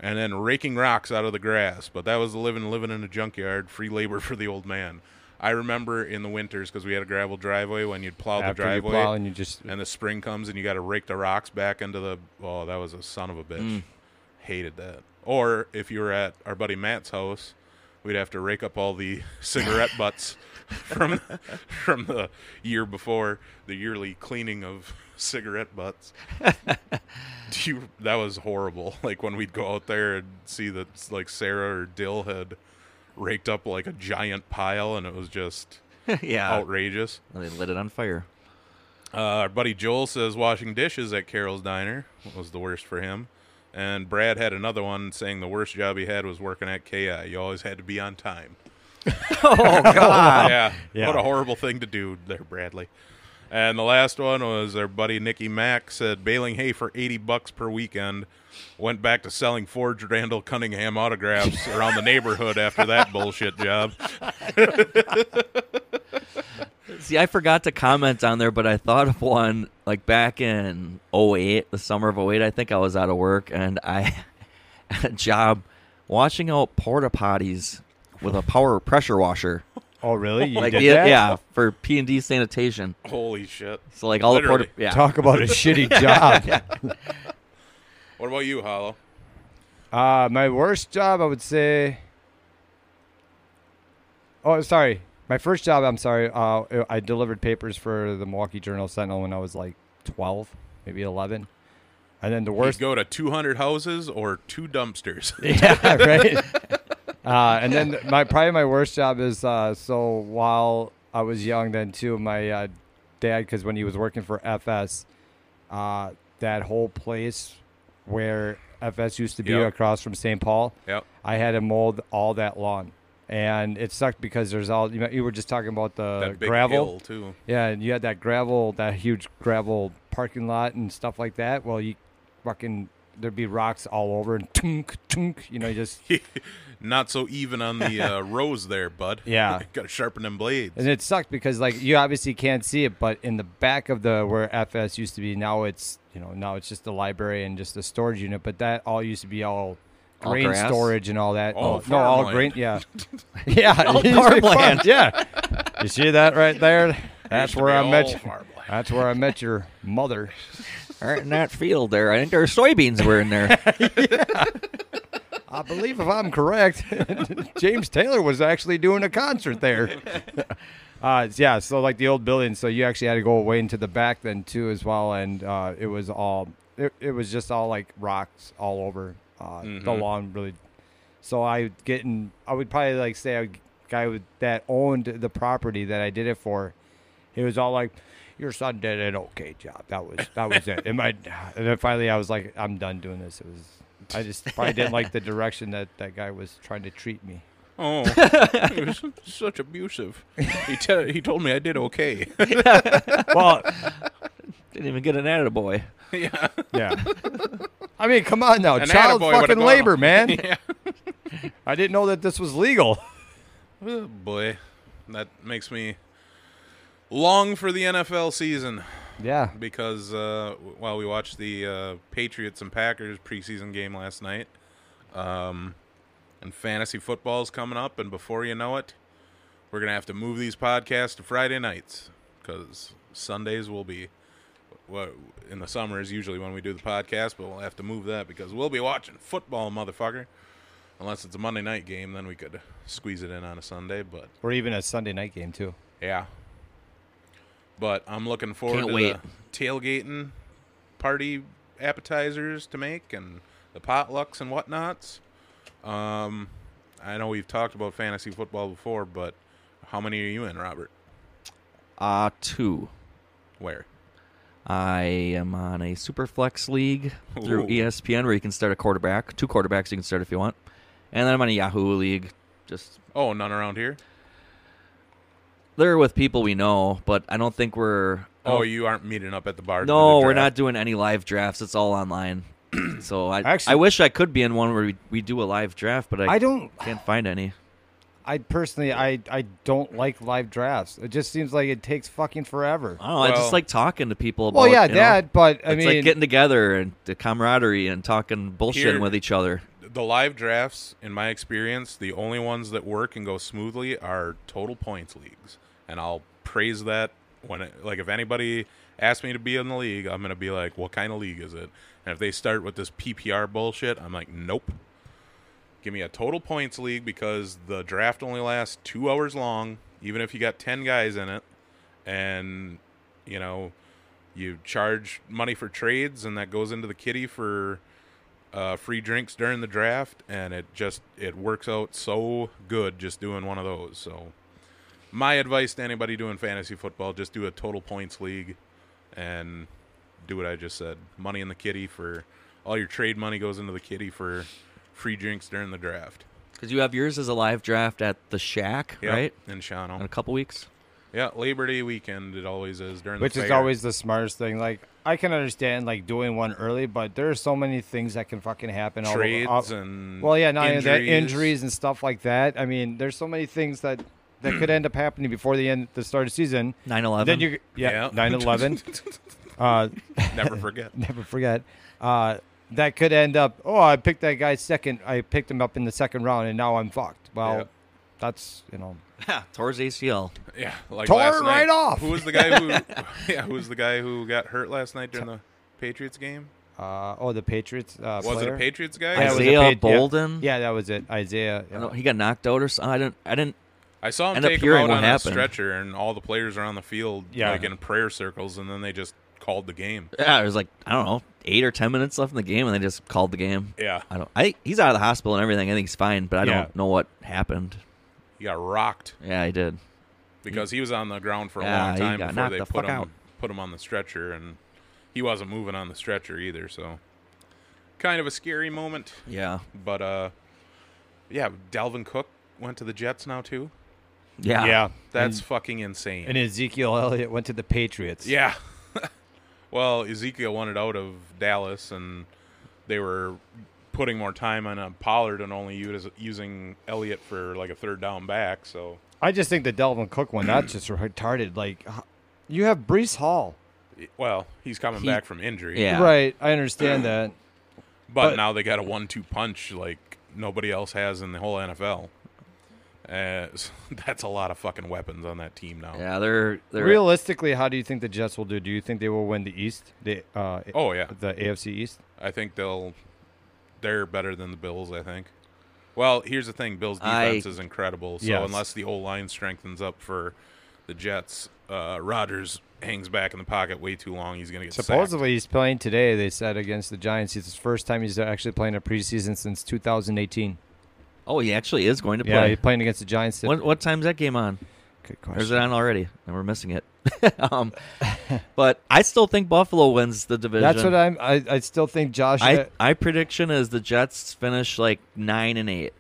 [SPEAKER 4] and then raking rocks out of the grass. But that was the living, living in a junkyard, free labor for the old man. I remember in the winters because we had a gravel driveway when you'd plow the
[SPEAKER 6] After you
[SPEAKER 4] driveway,
[SPEAKER 6] plow and you just
[SPEAKER 4] and the spring comes and you got to rake the rocks back into the. Oh, that was a son of a bitch. Hated that. Or if you were at our buddy Matt's house, we'd have to rake up all the cigarette butts from from the year before the yearly cleaning of cigarette butts. Do you, that was horrible. Like when we'd go out there and see that like Sarah or Dill had raked up like a giant pile, and it was just
[SPEAKER 5] yeah.
[SPEAKER 4] outrageous.
[SPEAKER 5] And Oh, they lit it on fire.
[SPEAKER 4] Uh, our buddy Joel says washing dishes at Carol's Diner was the worst for him. And Brad had another one saying the worst job he had was working at KI. You always had to be on time.
[SPEAKER 5] oh God!
[SPEAKER 4] yeah.
[SPEAKER 6] Yeah.
[SPEAKER 4] What a horrible thing to do there, Bradley. And the last one was their buddy Nicky Mack said baling hay for 80 bucks per weekend. Went back to selling forged Randall Cunningham autographs around the neighborhood after that bullshit job.
[SPEAKER 5] See, I forgot to comment on there, but I thought of one like back in 08, the summer of 08. I think I was out of work and I had a job washing out porta potties with a power pressure washer.
[SPEAKER 6] Oh, really? You
[SPEAKER 5] Like
[SPEAKER 6] did
[SPEAKER 5] the-
[SPEAKER 6] that?
[SPEAKER 5] yeah, for P and D sanitation.
[SPEAKER 4] Holy shit.
[SPEAKER 5] So like all the
[SPEAKER 4] Literally.
[SPEAKER 5] porta yeah.
[SPEAKER 6] Talk about a shitty job.
[SPEAKER 4] What about you, Hollow?
[SPEAKER 6] Uh, my worst job, I would say. Oh, sorry. My first job, I'm sorry. Uh, I delivered papers for the Milwaukee Journal Sentinel when I was like 12, maybe 11. And then the
[SPEAKER 4] You
[SPEAKER 6] worst
[SPEAKER 4] go to 200 houses or two dumpsters?
[SPEAKER 6] yeah, right. Uh, and then my probably my worst job is uh, so while I was young, then too, my uh, dad, because when he was working for FS, uh, that whole place where FS used to be
[SPEAKER 4] Yep.
[SPEAKER 6] across from St. Paul,
[SPEAKER 4] Yep.
[SPEAKER 6] I had to mold all that lawn, and it sucked because there's all you, know, you were just talking about the
[SPEAKER 4] that big
[SPEAKER 6] Uh, gravel.
[SPEAKER 4] hill, too.
[SPEAKER 6] Yeah, and you had that gravel, that huge gravel parking lot and stuff like that. Well, you fucking there'd be rocks all over and tunk tunk. You know, you just
[SPEAKER 4] Not so even on the uh, rows there, bud.
[SPEAKER 6] Yeah.
[SPEAKER 4] Got to sharpen them blades.
[SPEAKER 6] and it sucked because like you obviously can't see it, but in the back of the where FS used to be, now it's you know now it's just the library and just the storage unit. But that all used to be all.
[SPEAKER 5] All
[SPEAKER 6] Grain
[SPEAKER 5] grass?
[SPEAKER 6] storage and all that.
[SPEAKER 4] All
[SPEAKER 6] no, no, all
[SPEAKER 4] Oh,
[SPEAKER 6] grain.
[SPEAKER 4] farmland.
[SPEAKER 6] Yeah, yeah, all
[SPEAKER 5] farmland.
[SPEAKER 6] Yeah, you see that right there? That's
[SPEAKER 4] Used to
[SPEAKER 6] where
[SPEAKER 4] be
[SPEAKER 6] I
[SPEAKER 4] all
[SPEAKER 6] met. You.
[SPEAKER 4] farmland.
[SPEAKER 6] That's where I met your mother.
[SPEAKER 5] Or in that field there. I think there were soybeans were in there.
[SPEAKER 6] I believe, if I'm correct, James Taylor was actually doing a concert there. Uh, yeah, so like the old building, so you actually had to go away into the back then too as well, and uh, it was all it, it was just all like rocks all over uh, the lawn, really. So I getting I would probably like say a guy would, that owned the property that I did it for. He was all like, "Your son did an okay job. That was that was it." And my and then finally I was like, "I'm done doing this." It was I just probably didn't like the direction that that guy was trying to treat me.
[SPEAKER 4] Oh, he was such abusive. He te- he told me I did okay.
[SPEAKER 6] Well,
[SPEAKER 5] Didn't even get an attaboy.
[SPEAKER 6] Yeah. I mean, come on now,
[SPEAKER 4] An
[SPEAKER 6] child
[SPEAKER 4] attaboy would've
[SPEAKER 6] fucking
[SPEAKER 4] gone.
[SPEAKER 6] labor, man. I didn't know that this was legal.
[SPEAKER 4] oh boy, that makes me long for the NFL season
[SPEAKER 6] Yeah.
[SPEAKER 4] because uh, while we watched the uh, Patriots and Packers preseason game last night, um, and fantasy football's coming up, and before you know it, we're gonna have to move these podcasts to Friday nights because Sundays will be. What in the summer is usually when we do the podcast, but we'll have to move that because we'll be watching football, motherfucker. Unless it's a Monday night game, then we could squeeze it in on a Sunday. But
[SPEAKER 6] Or even a Sunday night game too.
[SPEAKER 4] yeah. But I'm looking forward
[SPEAKER 5] Can't
[SPEAKER 4] to
[SPEAKER 5] wait.
[SPEAKER 4] the tailgating party appetizers to make and the potlucks and whatnots. Um, I know we've talked about fantasy football before, but how many are you in, Robert?
[SPEAKER 5] Uh two.
[SPEAKER 4] Where?
[SPEAKER 5] I am on a Superflex league through E
[SPEAKER 4] Ooh.
[SPEAKER 5] ESPN where you can start a quarterback, two quarterbacks you can start if you want, and then I'm on a Yahoo league. Just
[SPEAKER 4] Oh, none around here.
[SPEAKER 5] they're with people we know, but I don't think we're.
[SPEAKER 4] Oh, you aren't meeting up at the bar. to do
[SPEAKER 5] no,
[SPEAKER 4] the
[SPEAKER 5] we're not
[SPEAKER 4] draft.
[SPEAKER 5] doing any live drafts. It's all online. so I
[SPEAKER 6] Actually-
[SPEAKER 5] I wish I could be in one where we, we do a live draft, but I,
[SPEAKER 6] I don't
[SPEAKER 5] can't find any.
[SPEAKER 6] I personally I I don't like live drafts. It just seems like it takes fucking forever.
[SPEAKER 5] I don't know. I
[SPEAKER 4] Well-
[SPEAKER 5] just like talking to people. About,
[SPEAKER 6] Oh, Well, yeah,
[SPEAKER 5] you know,
[SPEAKER 6] that, but I
[SPEAKER 5] it's
[SPEAKER 6] mean
[SPEAKER 5] like getting together and the camaraderie and talking bullshit
[SPEAKER 4] Here-
[SPEAKER 5] with each other.
[SPEAKER 4] the live drafts. In my experience, the only ones that work and go smoothly are total points leagues, and I'll praise that when it, like if anybody asks me to be in the league, I'm gonna be like, "What kind of league is it?" And if they start with this PPR bullshit, I'm like, "Nope." Give me a total points league because the draft only lasts two hours long, even if you got ten guys in it, and you know you charge money for trades, and that goes into the kitty for uh, free drinks during the draft, and it just it works out so good just doing one of those. So, my advice to anybody doing fantasy football: just do a total points league, and do what I just said. Money in the kitty for all your trade money goes into the kitty for free drinks during the draft.
[SPEAKER 5] Because you have yours as a live draft at the Shack,
[SPEAKER 4] Yep,
[SPEAKER 5] right?
[SPEAKER 4] In Shawano.
[SPEAKER 5] In a couple weeks.
[SPEAKER 4] Yeah, Labor Day weekend. It always is during
[SPEAKER 6] which
[SPEAKER 4] the
[SPEAKER 6] is
[SPEAKER 4] fair.
[SPEAKER 6] always the smartest thing. Like I can understand like doing one early, but there are so many things that can fucking happen. all over-
[SPEAKER 4] trades
[SPEAKER 6] all-
[SPEAKER 4] and
[SPEAKER 6] well, yeah, not only that injuries and stuff like that. I mean, there's so many things that that could end up happening before the end the start of season.
[SPEAKER 5] 9/11.
[SPEAKER 6] Then you yeah nine eleven. uh,
[SPEAKER 4] Never forget.
[SPEAKER 6] never forget. Uh, that could end up. Oh, I picked that guy second. I picked him up in the second round, and now I'm fucked. Well,
[SPEAKER 4] Yeah.
[SPEAKER 6] that's you know
[SPEAKER 5] Ha, Towards ACL.
[SPEAKER 4] Yeah, like
[SPEAKER 6] Tore
[SPEAKER 4] last
[SPEAKER 6] it
[SPEAKER 4] night.
[SPEAKER 6] right off.
[SPEAKER 4] Who was the guy who? yeah, who was the guy who got hurt last night during the Patriots game?
[SPEAKER 6] Uh, oh, the Patriots. Uh,
[SPEAKER 4] Was it
[SPEAKER 6] player?
[SPEAKER 4] a Patriots guy?
[SPEAKER 6] Yeah, it was a
[SPEAKER 5] Isaiah
[SPEAKER 6] Pat- yeah.
[SPEAKER 5] Bolden?
[SPEAKER 6] Yeah. that was it. Isaiah.
[SPEAKER 5] I
[SPEAKER 6] yeah.
[SPEAKER 5] don't- He got knocked out or something. I didn't. I didn't.
[SPEAKER 4] I saw him
[SPEAKER 5] End up
[SPEAKER 4] take him
[SPEAKER 5] hearing
[SPEAKER 4] out
[SPEAKER 5] what
[SPEAKER 4] on a
[SPEAKER 5] happened.
[SPEAKER 4] stretcher, and all the players are on the field,
[SPEAKER 6] Yeah.
[SPEAKER 4] like in prayer circles, and then they just called the game.
[SPEAKER 5] Yeah, it was like I don't know, eight or ten minutes left in the game, and they just called the game.
[SPEAKER 4] Yeah,
[SPEAKER 5] I don't. I think he's out of the hospital and everything. I think he's fine, but I
[SPEAKER 6] Yeah.
[SPEAKER 5] don't know what happened.
[SPEAKER 4] he got rocked
[SPEAKER 5] Yeah, he did.
[SPEAKER 4] because he was on the ground for a
[SPEAKER 5] Yeah,
[SPEAKER 4] long
[SPEAKER 5] he
[SPEAKER 4] time
[SPEAKER 5] got
[SPEAKER 4] before
[SPEAKER 5] knocked
[SPEAKER 4] they
[SPEAKER 5] the
[SPEAKER 4] put
[SPEAKER 5] fuck
[SPEAKER 4] him
[SPEAKER 5] out.
[SPEAKER 4] put him on the stretcher, and he wasn't moving on the stretcher either. So, kind of a scary moment.
[SPEAKER 5] Yeah.
[SPEAKER 4] But uh, yeah, Dalvin Cook went to the Jets now too.
[SPEAKER 5] Yeah.
[SPEAKER 6] yeah.
[SPEAKER 4] That's fucking insane.
[SPEAKER 6] And Ezekiel Elliott went to the Patriots.
[SPEAKER 4] Yeah. well, Ezekiel wanted out of Dallas, and they were putting more time on uh, Pollard and only us- using Elliott for like a third down back. So
[SPEAKER 6] I just think the Delvin Cook one, that's just retarded. Like, h- you have Brees Hall.
[SPEAKER 4] well, he's coming
[SPEAKER 5] He-
[SPEAKER 4] back from injury.
[SPEAKER 5] Yeah.
[SPEAKER 6] Right. I understand that.
[SPEAKER 4] But,
[SPEAKER 6] But-
[SPEAKER 4] now they got a one-two punch like nobody else has in the whole NFL. Uh, so that's a lot of fucking weapons on that team now.
[SPEAKER 5] Yeah. They're they're
[SPEAKER 6] Realistically, how do you think the Jets will do? Do you think they will win the East? The, uh,
[SPEAKER 4] Oh yeah,
[SPEAKER 6] The AFC East?
[SPEAKER 4] I think they'll they're better than the Bills. I think. Well, here's the thing: Bills'
[SPEAKER 5] I-
[SPEAKER 4] defense is incredible. So
[SPEAKER 6] Yes.
[SPEAKER 4] unless the whole line strengthens up for the Jets, uh, Rodgers hangs back in the pocket way too long. He's going to get sacked.
[SPEAKER 6] Supposedly, he's playing today, they said, against the Giants. It's his first time he's actually playing a preseason since 2018.
[SPEAKER 5] Oh, he actually is going to
[SPEAKER 6] Yeah,
[SPEAKER 5] play.
[SPEAKER 6] he's playing against the Giants.
[SPEAKER 5] What what time's that game on?
[SPEAKER 6] Good
[SPEAKER 5] Or is
[SPEAKER 6] question.
[SPEAKER 5] it on already? And we're missing it. um, but I still think Buffalo wins the division.
[SPEAKER 6] That's what I'm. I, I still think Josh.
[SPEAKER 5] I, I prediction is the Jets finish like nine and eight.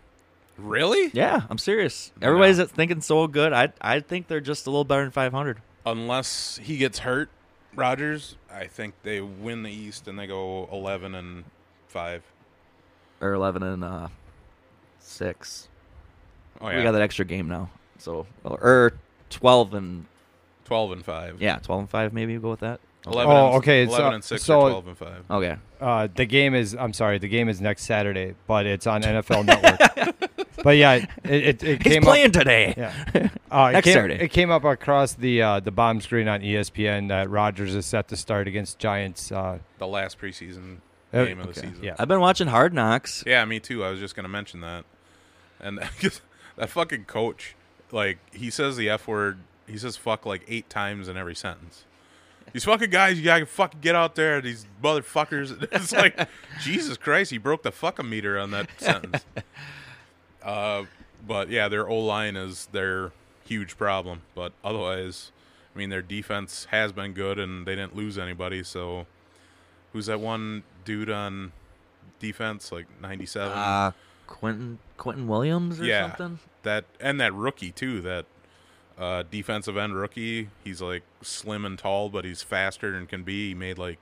[SPEAKER 4] Really?
[SPEAKER 5] Yeah, I'm serious. Everybody's thinking so good. I I think they're just a little better than 500.
[SPEAKER 4] Unless he gets hurt, Rodgers, I think they win the East and they go eleven and five.
[SPEAKER 5] or 11 and uh, 6.
[SPEAKER 4] Oh yeah,
[SPEAKER 5] We got that extra game now. So or 12 and
[SPEAKER 4] twelve and five.
[SPEAKER 5] yeah, 12 and 5 maybe we'll go with that.
[SPEAKER 4] Eleven.
[SPEAKER 6] Oh,
[SPEAKER 4] and,
[SPEAKER 6] okay, so-
[SPEAKER 4] Eleven and six
[SPEAKER 6] so-
[SPEAKER 4] or twelve and five.
[SPEAKER 5] Okay.
[SPEAKER 6] Uh, the game is. I'm sorry. The game is next Saturday, but it's on NFL Network. but yeah, it, it, it
[SPEAKER 5] He's
[SPEAKER 6] came
[SPEAKER 5] playing
[SPEAKER 6] up.
[SPEAKER 5] today.
[SPEAKER 6] Yeah. Uh,
[SPEAKER 5] Next
[SPEAKER 6] it came,
[SPEAKER 5] Saturday.
[SPEAKER 6] It came up across the uh, the bomb screen on ESPN that Rodgers is set to start against Giants. Uh,
[SPEAKER 4] The last preseason
[SPEAKER 6] Uh,
[SPEAKER 4] game of the season.
[SPEAKER 6] yeah.
[SPEAKER 5] I've been watching Hard Knocks.
[SPEAKER 4] Yeah, me too. I was just gonna mention that, and that fucking coach, like he says the f word. He says fuck like eight times in every sentence. These fucking guys, you gotta fucking get out there. These motherfuckers. It's like Jesus Christ, he broke the fucking meter on that sentence. Uh, but yeah, their O line is their huge problem. But otherwise, I mean, their defense has been good, and they didn't lose anybody. So, who's that one dude on defense? Like ninety-seven.
[SPEAKER 5] Uh Quentin Quentin Williams or
[SPEAKER 4] Yeah.
[SPEAKER 5] something.
[SPEAKER 4] that and that rookie too that uh, defensive end rookie he's like slim and tall but he's faster and can be he made like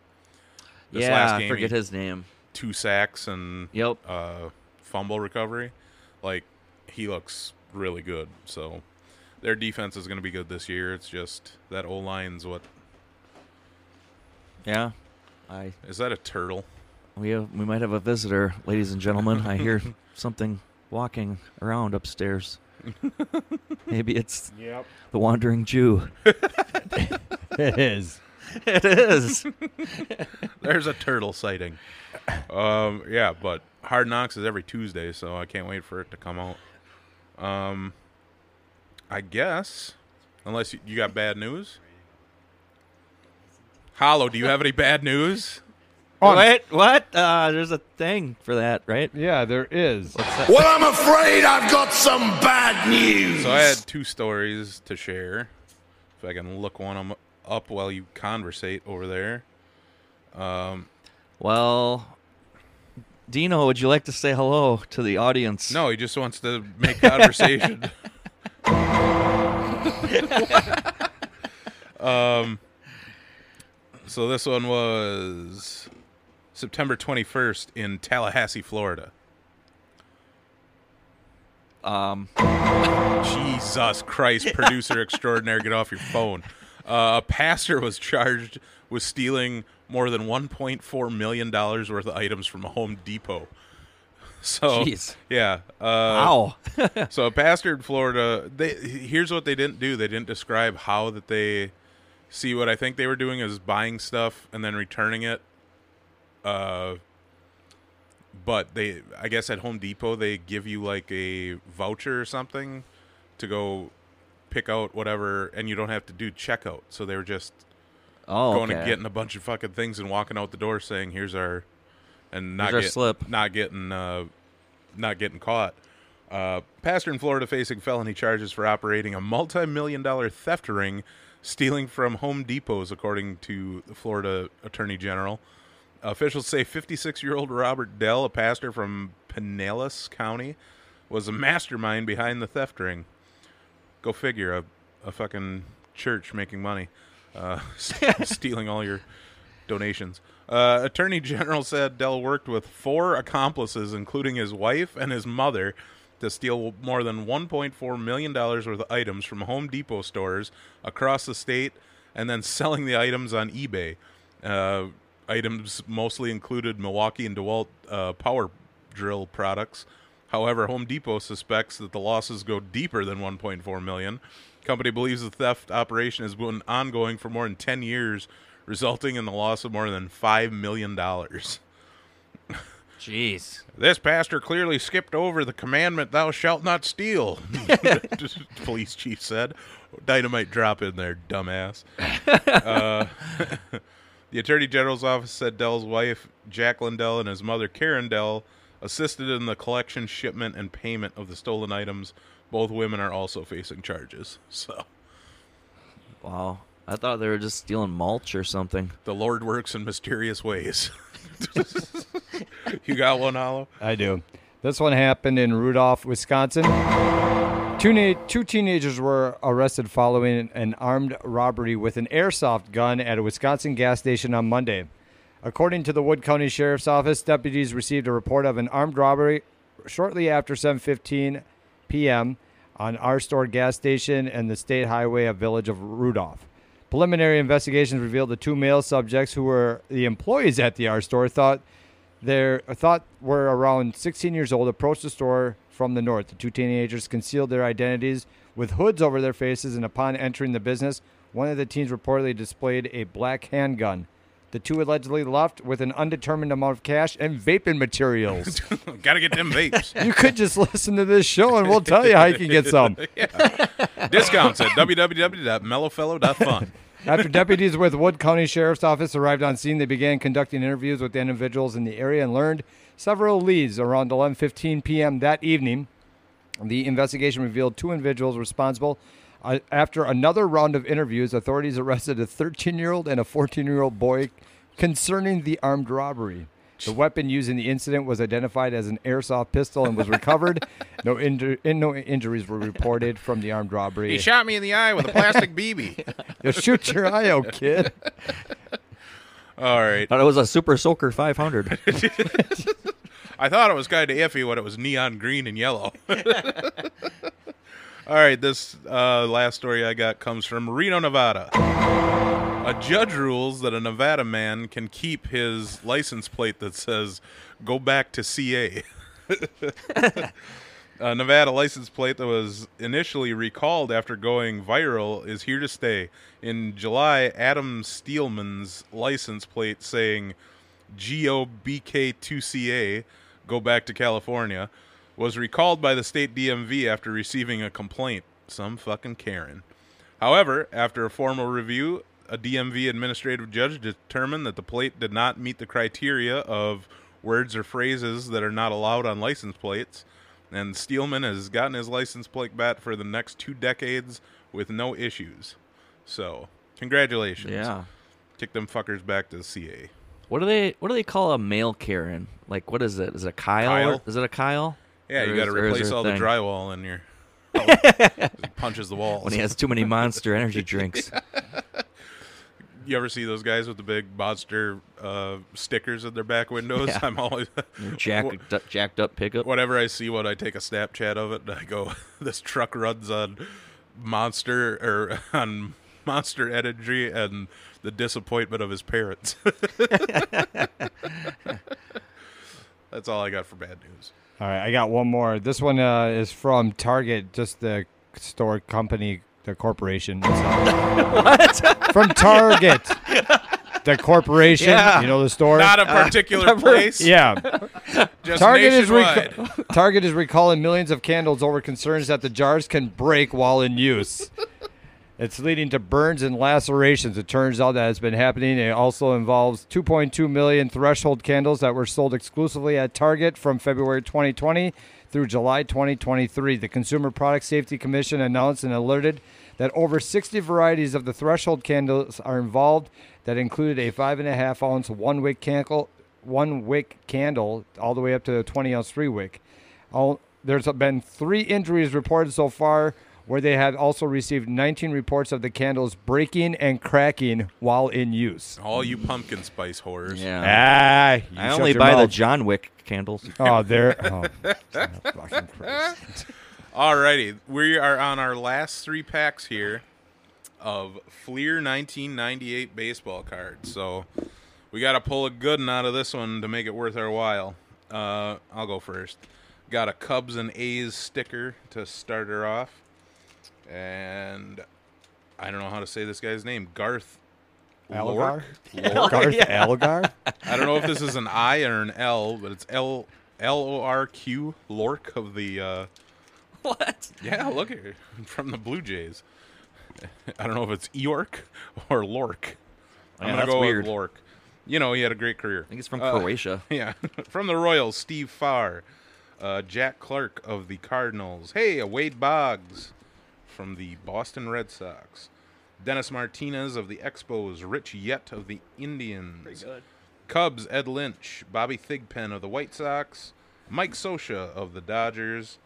[SPEAKER 4] This
[SPEAKER 5] yeah,
[SPEAKER 4] last
[SPEAKER 5] I
[SPEAKER 4] game
[SPEAKER 5] forget
[SPEAKER 4] he-
[SPEAKER 5] his name.
[SPEAKER 4] two sacks and
[SPEAKER 5] Yep.
[SPEAKER 4] uh, fumble recovery like he looks really good so their defense is going to be good this year it's just that o line's what
[SPEAKER 5] Yeah. I
[SPEAKER 4] is that a turtle
[SPEAKER 5] we have, we might have a visitor, ladies and gentlemen. I hear something walking around upstairs. Maybe it's the wandering Jew.
[SPEAKER 6] it is.
[SPEAKER 5] it is.
[SPEAKER 4] there's a turtle sighting um yeah but hard knocks is every tuesday so i can't wait for it to come out um i guess unless you, you got bad news hollow do you have any bad news
[SPEAKER 5] Wait, what? Uh, there's a thing for that, right?
[SPEAKER 6] Yeah, there is.
[SPEAKER 2] Well, I'm afraid I've got some bad news.
[SPEAKER 4] so i had two stories to share if i can look one of 'em up while you conversate over there
[SPEAKER 5] Well, Dino, would you like to say hello to the audience?
[SPEAKER 4] No, he just wants to make conversation. um, so this one was September 21st in Tallahassee, Florida.
[SPEAKER 5] Um,
[SPEAKER 4] Jesus Christ, producer extraordinaire, get off your phone. Uh, a pastor was charged with stealing more than $1.4 million worth of items from a Home Depot. So,
[SPEAKER 5] Jeez.
[SPEAKER 4] yeah. Uh,
[SPEAKER 5] ow.
[SPEAKER 4] so a pastor in Florida, they here's what they didn't do. They didn't describe how that they see what I think they were doing is buying stuff and then returning it. Uh but they I guess at Home Depot they give you like a voucher or something to go pick out whatever and you don't have to do checkout. So they were just
[SPEAKER 5] oh,
[SPEAKER 4] going
[SPEAKER 5] okay.
[SPEAKER 4] and getting a bunch of fucking things and walking out the door saying, "Here's our," and not
[SPEAKER 5] our
[SPEAKER 4] get-
[SPEAKER 5] slip.
[SPEAKER 4] not getting, uh, not getting caught. Uh, pastor in Florida facing felony charges for operating a multi-million dollar theft ring, stealing from Home Depots, according to the Florida Attorney General. Officials say 56-year-old Robert Dell, a pastor from Pinellas County, was a mastermind behind the theft ring. Go figure, a, a fucking church making money, uh, st- stealing all your donations. Uh, Attorney General said Dell worked with four accomplices, including his wife and his mother, to steal more than $1.4 million worth of items from Home Depot stores across the state and then selling the items on eBay. Uh, items mostly included Milwaukee and DeWalt uh, power drill products. However, Home Depot suspects that the losses go deeper than 1.4 million. Company believes the theft operation has been ongoing for more than 10 years, resulting in the loss of more than 5 million dollars.
[SPEAKER 5] Jeez.
[SPEAKER 4] This pastor clearly skipped over the commandment, "Thou shalt not steal," police chief said. Dynamite drop in there, dumbass. The Attorney General's office said Dell's wife, Jacqueline Dell, and his mother, Karen Dell, assisted in the collection, shipment, and payment of the stolen items. Both women are also facing charges. So
[SPEAKER 5] Wow. I thought they were just stealing mulch or something.
[SPEAKER 4] the Lord works in mysterious ways. you got one, Hollow?
[SPEAKER 6] I do. This one happened in Rudolph, Wisconsin. Two, na- two teenagers were arrested following an armed robbery with an airsoft gun at a Wisconsin gas station on Monday. According to the Wood County Sheriff's Office, deputies received a report of an armed robbery shortly after 7:15 p.m. on our store gas station and the state highway of Village of Rudolph. Preliminary investigations revealed the two male subjects who were the employees at the R store thought they thought were around 16 years old approached the store from the north. The two teenagers concealed their identities with hoods over their faces, and upon entering the business, one of the teens reportedly displayed a black handgun. The two allegedly left with an undetermined amount of cash and vaping materials.
[SPEAKER 4] got to get them vapes.
[SPEAKER 6] you could just listen to this show, and we'll tell you how you can get some.
[SPEAKER 4] Discounts at www.mellowfellow.fun.
[SPEAKER 6] After deputies with Wood County Sheriff's Office arrived on scene, they began conducting interviews with the individuals in the area and learned several leads around 11:15 p.m. that evening. The investigation revealed two individuals responsible. Uh, after another round of interviews, authorities arrested a 13-year-old and a 14-year-old boy concerning the armed robbery. The weapon used in the incident was identified as an airsoft pistol and was recovered. no, inju- no injuries were reported from the armed robbery.
[SPEAKER 4] He shot me in the eye with a plastic BB.
[SPEAKER 6] You'll shoot your eye out, kid.
[SPEAKER 4] All right.
[SPEAKER 5] Thought it was a Super Soaker 500.
[SPEAKER 4] I thought it was kind of iffy when it was neon green and yellow. All right, this uh, last story I got comes from Reno, Nevada. A judge rules that a Nevada man can keep his license plate that says, go back to CA. A Nevada license plate that was initially recalled after going viral is here to stay. In July, Adam Steelman's license plate saying GOBK2CA, go back to California, was recalled by the state DMV after receiving a complaint. Some fucking Karen. However, after a formal review, a DMV administrative judge determined that the plate did not meet the criteria of words or phrases that are not allowed on license plates, and Steelman has gotten his license plate back for the next two decades with no issues. So, congratulations.
[SPEAKER 5] yeah.
[SPEAKER 4] Kick them fuckers back to CA.
[SPEAKER 5] What do they What do they call a male Karen? Like, what is it? Is it a Kyle?
[SPEAKER 4] Kyle.
[SPEAKER 5] Is it a Kyle?
[SPEAKER 4] Yeah,
[SPEAKER 5] Or
[SPEAKER 4] you
[SPEAKER 5] is-
[SPEAKER 4] got to
[SPEAKER 5] or is
[SPEAKER 4] replace
[SPEAKER 5] there a
[SPEAKER 4] all
[SPEAKER 5] thing?
[SPEAKER 4] the drywall in your. Just punches the walls.
[SPEAKER 5] When he has too many Monster Energy drinks,
[SPEAKER 4] you ever see those guys with the big monster uh, stickers in their back windows?
[SPEAKER 5] Yeah.
[SPEAKER 4] I'm always
[SPEAKER 5] jacked jacked up pickup.
[SPEAKER 4] whatever I see one, I take a Snapchat of it and I go, this truck runs on monster or on monster energy and the disappointment of his parents. That's all I got for bad news.
[SPEAKER 6] All right, I got one more. This one uh, is from Target, just the store company, the corporation. what? From Target, the corporation.
[SPEAKER 5] Yeah.
[SPEAKER 6] You know the store.
[SPEAKER 4] Not a
[SPEAKER 5] uh,
[SPEAKER 4] particular place.
[SPEAKER 6] yeah,
[SPEAKER 4] just
[SPEAKER 6] Target is
[SPEAKER 4] nationwide.
[SPEAKER 6] reca- Target is recalling millions of candles over concerns that the jars can break while in use. It's leading to burns and lacerations. It turns out that has been happening. It also involves 2.2 million threshold candles that were sold exclusively at Target from February 2020 through July 2023. The Consumer Product Safety Commission announced and alerted that over 60 varieties of the threshold candles are involved. That included a five and a half ounce one wick candle, one wick candle, all the way up to a 20 ounce three wick. All, there's been three injuries reported so far, where they have also received 19 reports of the candles breaking and cracking while in use.
[SPEAKER 4] All you pumpkin spice horrors.
[SPEAKER 5] Yeah,
[SPEAKER 6] Ah, you
[SPEAKER 5] I
[SPEAKER 6] shut
[SPEAKER 5] only
[SPEAKER 6] your
[SPEAKER 5] buy the
[SPEAKER 6] mouth.
[SPEAKER 5] John Wick candles.
[SPEAKER 6] Oh, there. Oh, fucking Christ.
[SPEAKER 4] Alrighty, we are on our last three packs here of Fleer 1998 baseball cards. So we got to pull a good one out of this one to make it worth our while. Uh, I'll go first. Got a Cubs and A's sticker to start her off, and I don't know how to say this guy's name. Garth.
[SPEAKER 6] Algar?
[SPEAKER 4] Lork?
[SPEAKER 6] Garth Algar?
[SPEAKER 4] I don't know if this is an I or an L, but it's L L O R Q Lork of the. Uh,
[SPEAKER 5] What?
[SPEAKER 4] Yeah, look here. From the Blue Jays. I don't know if it's York or Lork. I'm gonna
[SPEAKER 5] Yeah, that's
[SPEAKER 4] go
[SPEAKER 5] weird.
[SPEAKER 4] with Lork. You know, he had a great career.
[SPEAKER 5] I think it's from
[SPEAKER 4] Uh,
[SPEAKER 5] Croatia.
[SPEAKER 4] Yeah, from the Royals, Steve Farr, uh, Jack Clark of the Cardinals. Hey, a Wade Boggs from the Boston Red Sox. Dennis Martinez of the Expos, Rich Yet of the Indians. Cubs, Ed Lynch, Bobby Thigpen of the White Sox, Mike Sosha of the Dodgers.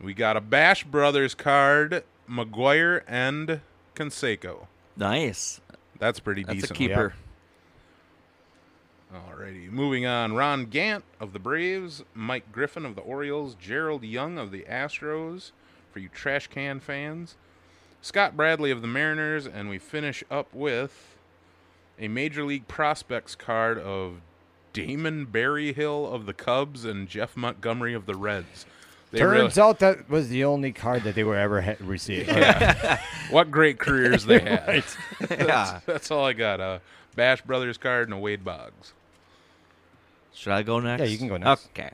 [SPEAKER 4] We got a Bash Brothers card, McGuire and Conseco.
[SPEAKER 5] Nice.
[SPEAKER 4] That's pretty
[SPEAKER 5] That's
[SPEAKER 4] decent.
[SPEAKER 5] a keeper.
[SPEAKER 4] Alrighty, moving on. Ron Gant of the Braves, Mike Griffin of the Orioles, Gerald Young of the Astros, for you trash can fans, Scott Bradley of the Mariners, and we finish up with a Major League Prospects card of Damon Berryhill of the Cubs and Jeff Montgomery of the Reds. They
[SPEAKER 6] Turns
[SPEAKER 4] really-
[SPEAKER 6] out that was the only card that they were ever ha- received.
[SPEAKER 4] what great careers they had.
[SPEAKER 5] Yeah.
[SPEAKER 4] That's all I got. A Bash Brothers card and a Wade Boggs.
[SPEAKER 5] Should I go next?
[SPEAKER 6] Yeah, you can go next.
[SPEAKER 5] Okay.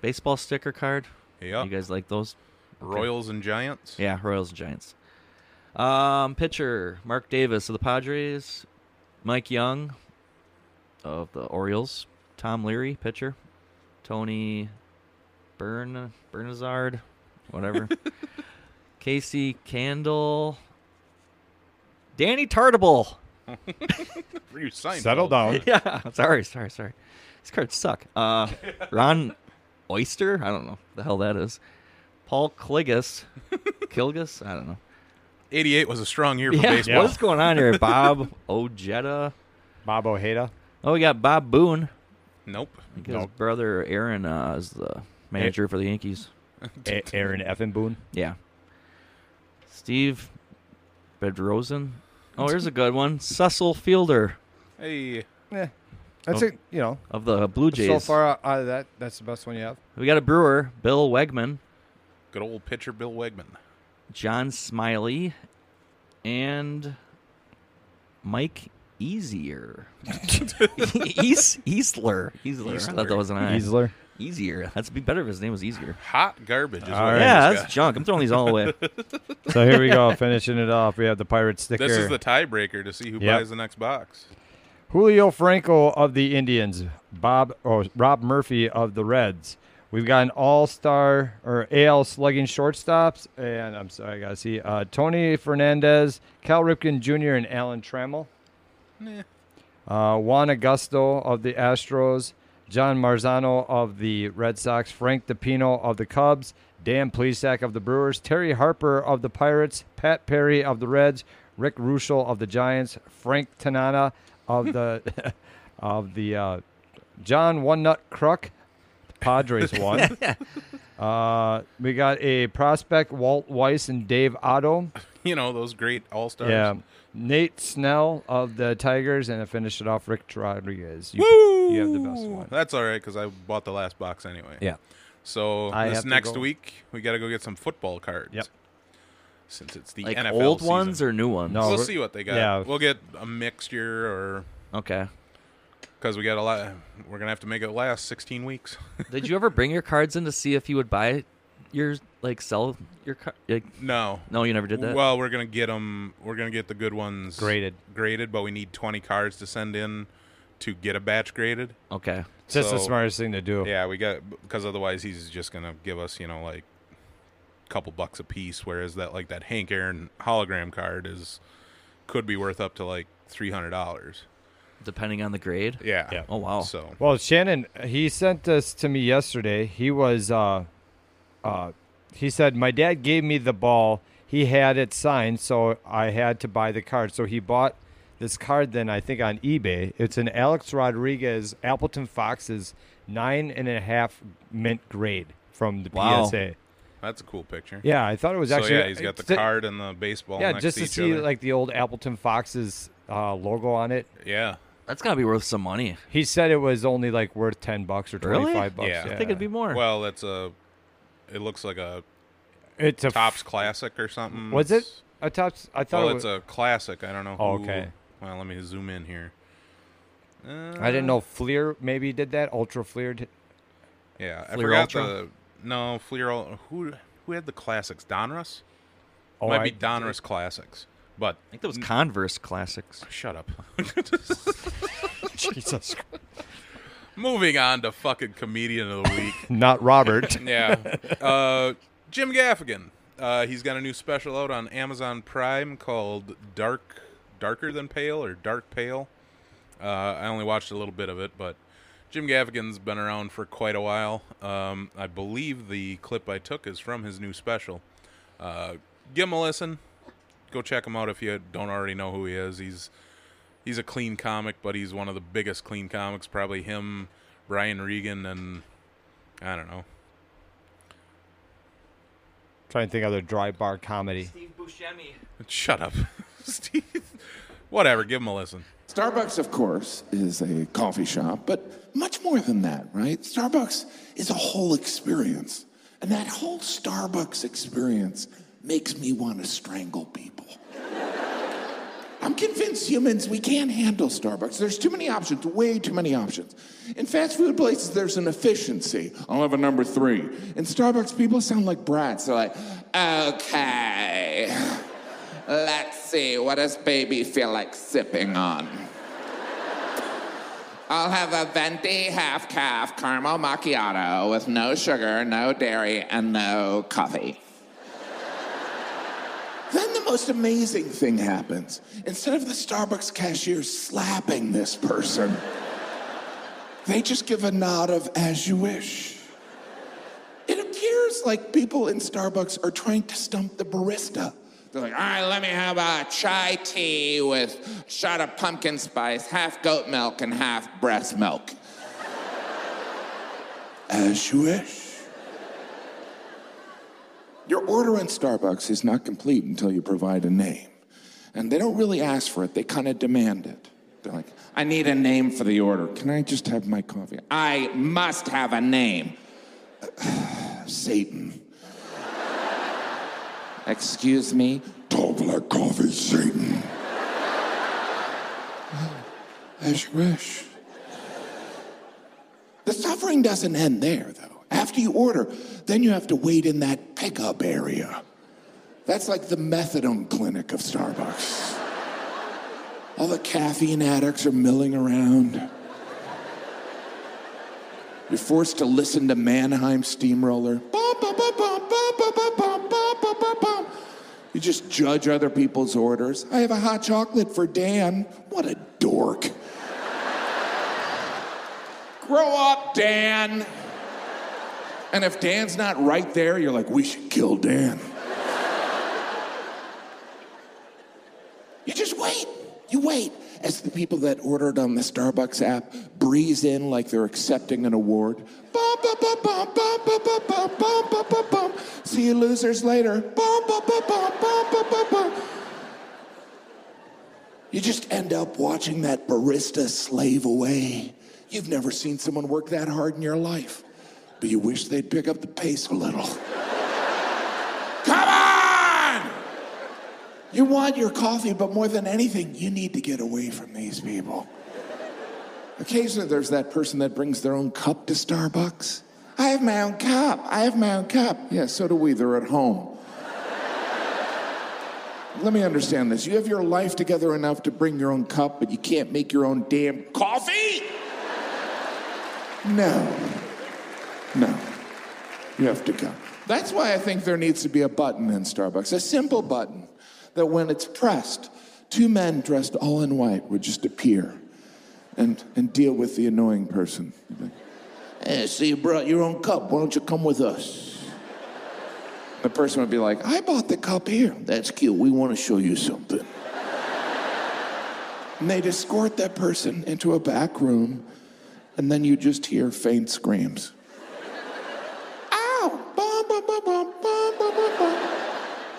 [SPEAKER 5] Baseball sticker card.
[SPEAKER 4] Yeah.
[SPEAKER 5] You guys like those?
[SPEAKER 4] Royals and Giants.
[SPEAKER 5] Yeah, Royals and Giants. Um, pitcher Mark Davis of the Padres, Mike Young of the Orioles, Tom Leary, pitcher, Tony Bern Bernazard, whatever, Casey Candle, Danny Tartable.
[SPEAKER 4] You signed
[SPEAKER 6] Settle down.
[SPEAKER 5] Yeah, sorry, sorry, sorry. These cards suck. Uh, Ron Oyster, I don't know the hell that is. Paul Kligas, Kilgus, I don't know.
[SPEAKER 4] 88 was a strong year for
[SPEAKER 5] Yeah,
[SPEAKER 4] baseball.
[SPEAKER 5] what's going on here? Bob Ojeda.
[SPEAKER 6] Bob Ojeda.
[SPEAKER 5] Oh, we got Bob Boone.
[SPEAKER 4] Nope.
[SPEAKER 5] I think His brother Aaron uh, is the manager for the Yankees.
[SPEAKER 6] A- Aaron Effenboone.
[SPEAKER 5] Yeah. Steve Bedrosen. Oh, here's a good one. Cecil Fielder
[SPEAKER 4] Hey,
[SPEAKER 6] That's it. You know,
[SPEAKER 5] of the Blue Jays.
[SPEAKER 6] so far out out of that, that's the best one you have.
[SPEAKER 5] We got a Brewer, Bill Wegman,
[SPEAKER 4] good old pitcher Bill Wegman.
[SPEAKER 5] John Smiley, and Mike Easier. Eas- Easler. Easler. I thought that was an I.
[SPEAKER 6] Easler.
[SPEAKER 5] Easier. That's be better if his name was Easier.
[SPEAKER 4] Hot garbage is what
[SPEAKER 6] All right.
[SPEAKER 5] Yeah,
[SPEAKER 4] this,
[SPEAKER 5] that's
[SPEAKER 4] guy-
[SPEAKER 5] junk. I'm throwing these all away.
[SPEAKER 6] So here we go, finishing it off. We have the pirate sticker.
[SPEAKER 4] this is the tiebreaker to see who
[SPEAKER 6] Yep.
[SPEAKER 4] buys the next box.
[SPEAKER 6] Julio Franco of the Indians, Bob or Rob Murphy of the Reds. We've got an all-star or AL slugging shortstops, and I'm sorry, I gotta see uh, Tony Fernandez, Cal Ripken Jr., and Alan Trammell. uh, Juan Augusto of the Astros, John Marzano of the Red Sox, Frank DePino of the Cubs, Dan Plesac of the Brewers, Terry Harper of the Pirates, Pat Perry of the Reds, Rick Ruschel of the Giants, Frank Tanana of the of the uh, John One Nut Cruck, Padres won. uh, we got a prospect Walt Weiss and Dave Otto.
[SPEAKER 4] You know those great all stars.
[SPEAKER 6] Yeah. Nate Snell of the Tigers, and to finish it off, Rick Rodriguez. You, you have the best one.
[SPEAKER 4] That's all right because I bought the last box anyway.
[SPEAKER 6] Yeah.
[SPEAKER 4] So
[SPEAKER 6] I have
[SPEAKER 4] this
[SPEAKER 6] to
[SPEAKER 4] next
[SPEAKER 6] go-
[SPEAKER 4] week we got to go get some football cards.
[SPEAKER 6] Yep.
[SPEAKER 4] Since it's the
[SPEAKER 5] Like
[SPEAKER 4] NFL
[SPEAKER 5] old
[SPEAKER 4] season.
[SPEAKER 5] ones or new ones?
[SPEAKER 6] No.
[SPEAKER 4] We'll
[SPEAKER 6] we're-
[SPEAKER 4] see what they got.
[SPEAKER 6] yeah.
[SPEAKER 4] We'll get a mixture or
[SPEAKER 5] Okay.
[SPEAKER 4] because we got a lot. We're gonna have to make it last 16 weeks.
[SPEAKER 5] Did you ever bring your cards in to see if you would buy your like sell your card? Like,
[SPEAKER 4] no.
[SPEAKER 5] no, you never did that.
[SPEAKER 4] Well, we're gonna get them. We're gonna get the good ones
[SPEAKER 6] Graded.
[SPEAKER 4] Graded, but we need 20 cards to send in to get a batch graded.
[SPEAKER 5] okay.
[SPEAKER 6] It's just the
[SPEAKER 4] So-
[SPEAKER 6] smartest thing to do.
[SPEAKER 4] Yeah, we got because otherwise he's just gonna give us you know like a couple bucks a piece. Whereas that like that Hank Aaron hologram card is could be worth up to like three hundred dollars.
[SPEAKER 5] Depending on the grade.
[SPEAKER 4] Yeah.
[SPEAKER 6] Yeah.
[SPEAKER 5] Oh wow.
[SPEAKER 4] So
[SPEAKER 6] Well, Shannon, he sent this to me yesterday. He was, uh, uh, he said, my dad gave me the ball. He had it signed, so I had to buy the card. So he bought this card. Then I think on eBay, it's an Alex Rodriguez Appleton Fox's nine and a half mint grade from the
[SPEAKER 5] Wow.
[SPEAKER 6] PSA.
[SPEAKER 4] that's a cool picture.
[SPEAKER 6] Yeah, I thought it was
[SPEAKER 4] So
[SPEAKER 6] actually.
[SPEAKER 4] yeah, he's got the
[SPEAKER 6] it's-
[SPEAKER 4] card and the baseball.
[SPEAKER 6] Yeah,
[SPEAKER 4] next
[SPEAKER 6] just to
[SPEAKER 4] each
[SPEAKER 6] see
[SPEAKER 4] other.
[SPEAKER 6] like the old Appleton Fox's uh, logo on it.
[SPEAKER 4] yeah.
[SPEAKER 5] That's gotta be worth some money.
[SPEAKER 6] He said it was only like worth ten bucks or
[SPEAKER 5] Really?
[SPEAKER 6] twenty five bucks.
[SPEAKER 4] Yeah. I
[SPEAKER 5] I think it'd be more.
[SPEAKER 4] Well, that's a. It looks like a
[SPEAKER 6] It's a
[SPEAKER 4] tops classic or something.
[SPEAKER 6] Was it a tops? I thought
[SPEAKER 4] Well,
[SPEAKER 6] it
[SPEAKER 4] it's
[SPEAKER 6] was.
[SPEAKER 4] a classic. I don't know. Who,
[SPEAKER 6] Oh, okay.
[SPEAKER 4] Well, let me zoom in here. Uh,
[SPEAKER 6] I didn't know Fleer maybe did that. Ultra Fleer. Did,
[SPEAKER 4] Yeah, I
[SPEAKER 5] Fleer
[SPEAKER 4] forgot
[SPEAKER 5] Ultra?
[SPEAKER 4] the no Fleer. Ul- Who who had the classics? Donruss.
[SPEAKER 6] oh,
[SPEAKER 4] Might
[SPEAKER 6] I-
[SPEAKER 4] be Donruss classics, but
[SPEAKER 5] I think that was Converse classics.
[SPEAKER 4] shut up.
[SPEAKER 6] Jesus.
[SPEAKER 4] Moving on to fucking comedian of the week.
[SPEAKER 6] Not Robert.
[SPEAKER 4] yeah. Uh, Jim Gaffigan. Uh, he's got a new special out on Amazon Prime called Dark, Darker Than Pale or Dark Pale. Uh, I only watched a little bit of it, but Jim Gaffigan's been around for quite a while. Um, I believe the clip I took is from his new special. Uh, give him a listen. Go check him out if you don't already know who he is. He's he's a clean comic, but he's one of the biggest clean comics. Probably him, Brian Regan, and I don't know.
[SPEAKER 6] trying to think of the dry bar comedy.
[SPEAKER 5] Steve Buscemi.
[SPEAKER 4] Shut up, Steve. Whatever, give him a listen.
[SPEAKER 7] Starbucks, of course, is a coffee shop, but much more than that, right? Starbucks is a whole experience. And that whole Starbucks experience makes me want to strangle people. I'm convinced humans, we can't handle Starbucks. There's too many options, way too many options. In fast food places, there's an efficiency. I'll have a number three. In Starbucks, people sound like brats. They're like, okay, let's see, what does baby feel like sipping on? I'll have a venti half calf caramel macchiato with no sugar, no dairy, and no coffee. Then the most amazing thing happens. Instead of the Starbucks cashier slapping this person, they just give a nod of as you wish. It appears like people in Starbucks are trying to stump the barista. They're like, all right, let me have a chai tea with shot of pumpkin spice, half goat milk, and half breast milk. as you wish. Your order in Starbucks is not complete until you provide a name. And they don't really ask for it, they kind of demand it. They're like, I need a name for the order. Can I just have my coffee? I must have a name. Satan. Excuse me? Don't black coffee, Satan. As you wish. The suffering doesn't end there, though. After you order, then you have to wait in that pickup area. That's like the methadone clinic of Starbucks. All the caffeine addicts are milling around. You're forced to listen to Mannheim Steamroller. Bum, bum, bum, bum, bum, bum, bum, bum, bum, bum, bum, bum. You just judge other people's orders. I have a hot chocolate for Dan. What a dork. Grow up, Dan. And if Dan's not right there, you're like, we should kill Dan. you just wait. You wait as the people that ordered on the Starbucks app breeze in like they're accepting an award. Bum, bum, bum, bum, bum, bum, bum, bum, bum, bum, bum, bum. See you losers later. Bum, bum, bum, bum, bum, bum, bum, bum. You just end up watching that barista slave away. You've never seen someone work that hard in your life, but you wish they'd pick up the pace a little. Come on! You want your coffee, but more than anything, you need to get away from these people. Occasionally, there's that person that brings their own cup to Starbucks. I have my own cup. I have my own cup. Yeah, so do we. They're at home. Let me understand this. You have your life together enough to bring your own cup, but you can't make your own damn coffee? No. No. You have to go. That's why I think there needs to be a button in Starbucks, a simple button that when it's pressed, two men dressed all in white would just appear and, and deal with the annoying person. Hey, so you brought Eh, your own cup. Why don't you come with us? The person would be like, I bought the cup here. That's cute. We want to show you something. and they'd escort that person into a back room, and then you just hear faint screams. Ow! Bum, bum, bum, bum, bum, bum, bum, bum.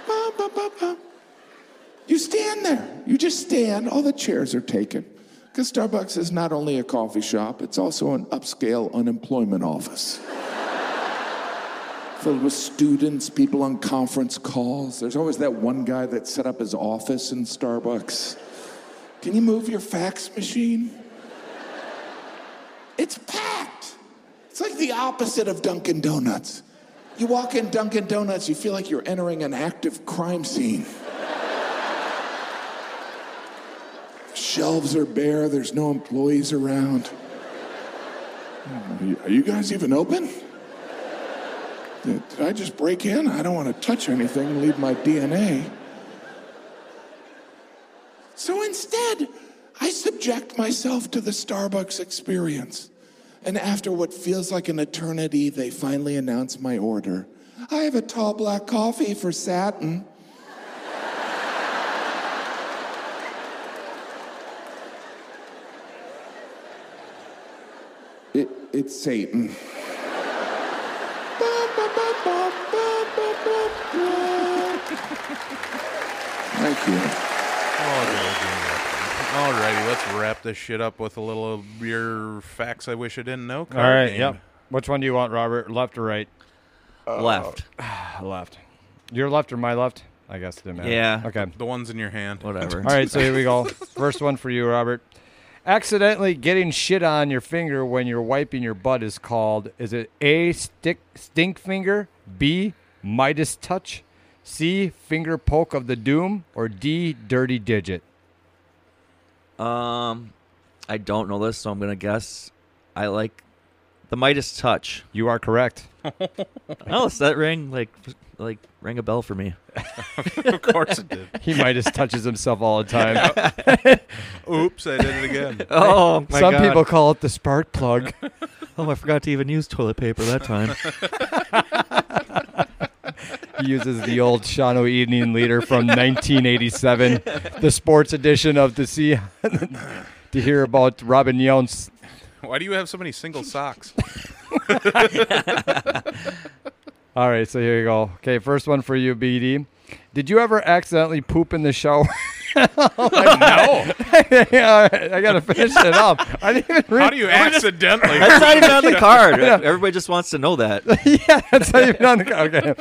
[SPEAKER 7] Bum, bum, bum, bum. You stand there. You just stand. All the chairs are taken. Because Starbucks is not only a coffee shop, it's also an upscale unemployment office filled with students, people on conference calls. There's always that one guy that set up his office in Starbucks. Can you move your fax machine? It's packed. It's like the opposite of Dunkin' Donuts. You walk in Dunkin' Donuts, you feel like you're entering an active crime scene. Shelves are bare, there's no employees around. Hmm, Are you- Are you guys even open? Did did I just break in? I don't want to touch anything and leave my DNA. So instead, I subject myself to the Starbucks experience. And after what feels like an eternity, they finally announce my order. I have a tall black coffee for satin. It, it's Satan. Thank you.
[SPEAKER 4] Alrighty, let's wrap this shit up with a little of your facts I wish I didn't know.
[SPEAKER 6] All
[SPEAKER 4] card
[SPEAKER 6] right.
[SPEAKER 4] game.
[SPEAKER 6] Yep. Which one do you want, Robert? Left or right?
[SPEAKER 5] Left.
[SPEAKER 6] Left. Your left or my left? I guess it didn't matter.
[SPEAKER 5] Yeah.
[SPEAKER 6] Okay.
[SPEAKER 4] The ones in your hand.
[SPEAKER 5] Whatever.
[SPEAKER 6] All right, so here we go. First one for you, Robert. Accidentally getting shit on your finger when you're wiping your butt is called is it A stick stink finger, B Midas touch, C finger poke of the doom, or D dirty digit?
[SPEAKER 5] Um, I don't know this, so I'm gonna guess. I like the Midas touch.
[SPEAKER 6] You are correct.
[SPEAKER 5] Oh, does that ring like like ring a bell for me?
[SPEAKER 4] Of course it did.
[SPEAKER 6] He Midas touches himself all the time.
[SPEAKER 4] Oops, I did it again.
[SPEAKER 5] Oh my
[SPEAKER 6] Some
[SPEAKER 5] God.
[SPEAKER 6] people call it the spark plug.
[SPEAKER 5] Oh, I forgot to even use toilet paper that time.
[SPEAKER 6] He uses the old Shano Evening Leader from 1987, the sports edition of to see to hear about Robin Yountz.
[SPEAKER 4] Why do you have so many single socks?
[SPEAKER 6] All right, so here you go. Okay, first one for you, BD. Did you ever accidentally poop in the shower? no. I gotta finish it up. I didn't even read.
[SPEAKER 4] How do you accidentally?
[SPEAKER 5] That's not even on the card. Everybody just wants to know that.
[SPEAKER 6] yeah, that's not even on the. Okay.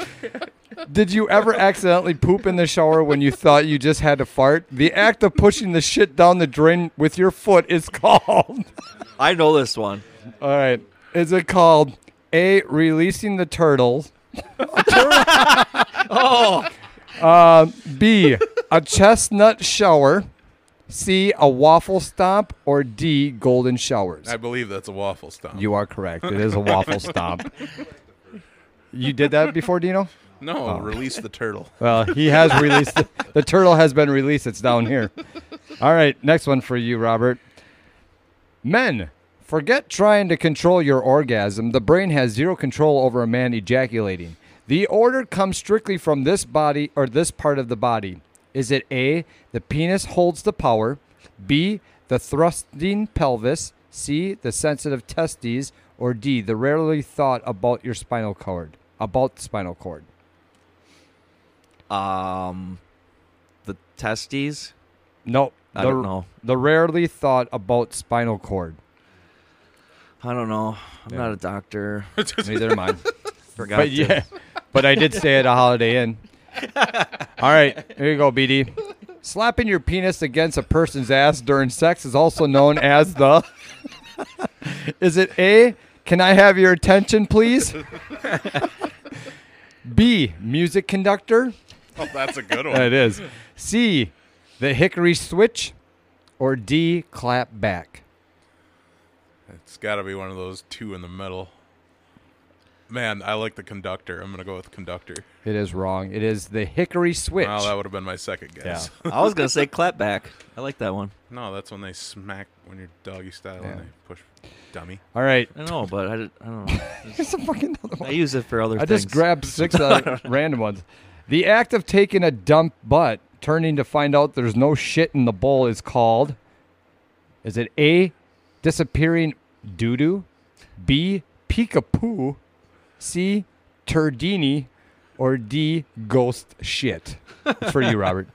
[SPEAKER 6] Did you ever accidentally poop in the shower when you thought you just had to fart? The act of pushing the shit down the drain with your foot is called.
[SPEAKER 5] I know this one.
[SPEAKER 6] All right. Is it called A, releasing the turtles? oh. B, a chestnut shower. C, a waffle stomp. Or D, golden showers.
[SPEAKER 4] I believe that's a waffle stomp.
[SPEAKER 6] You are correct. It is a waffle stomp. You did that before, Dino?
[SPEAKER 4] no, release the turtle.
[SPEAKER 6] Well, he has released the, the turtle has been released. It's down here. All right, next one for you, Robert. Men Forget trying to control your orgasm. The brain has zero control over a man ejaculating. The order comes strictly from this body or this part of the body. Is it A, the penis holds the power, B, the thrusting pelvis, C, the sensitive testes, or D, the rarely thought about your spinal cord, about spinal cord?
[SPEAKER 5] Um, the testes.
[SPEAKER 6] Nope.
[SPEAKER 5] I
[SPEAKER 6] the,
[SPEAKER 5] don't know.
[SPEAKER 6] The rarely thought about spinal cord.
[SPEAKER 5] I don't know. I'm not a doctor.
[SPEAKER 6] Neither am I.
[SPEAKER 5] Forgot.
[SPEAKER 6] but
[SPEAKER 5] to-
[SPEAKER 6] yeah, but I did stay at a Holiday Inn. All right, here you go, BD. Slapping your penis against a person's ass during sex is also known as the. is it A? Can I have your attention, please? B. Music conductor.
[SPEAKER 4] Oh, that's a
[SPEAKER 6] That
[SPEAKER 4] good one.
[SPEAKER 6] is. C. The hickory switch, or D. Clap back.
[SPEAKER 4] it's got to be one of those two in the middle. Man, I like the conductor. I'm gonna go with conductor.
[SPEAKER 6] It is wrong. It is the hickory switch.
[SPEAKER 4] Well, that would have been my second guess.
[SPEAKER 5] I was gonna say clap back. I like that one.
[SPEAKER 4] no, that's when they smack when you're doggy style and
[SPEAKER 6] Yeah.
[SPEAKER 4] they push dummy.
[SPEAKER 6] All right.
[SPEAKER 5] I know, but I, did, I don't know.
[SPEAKER 6] Here's a fucking other one.
[SPEAKER 5] I use it for other
[SPEAKER 6] I
[SPEAKER 5] things.
[SPEAKER 6] just grabbed six uh, random ones. The act of taking a dump butt, turning to find out there's no shit in the bowl is called. Is it A, disappearing doo doo, B, peekapoo, C, turdini, or D, ghost shit? It's for you, Robert.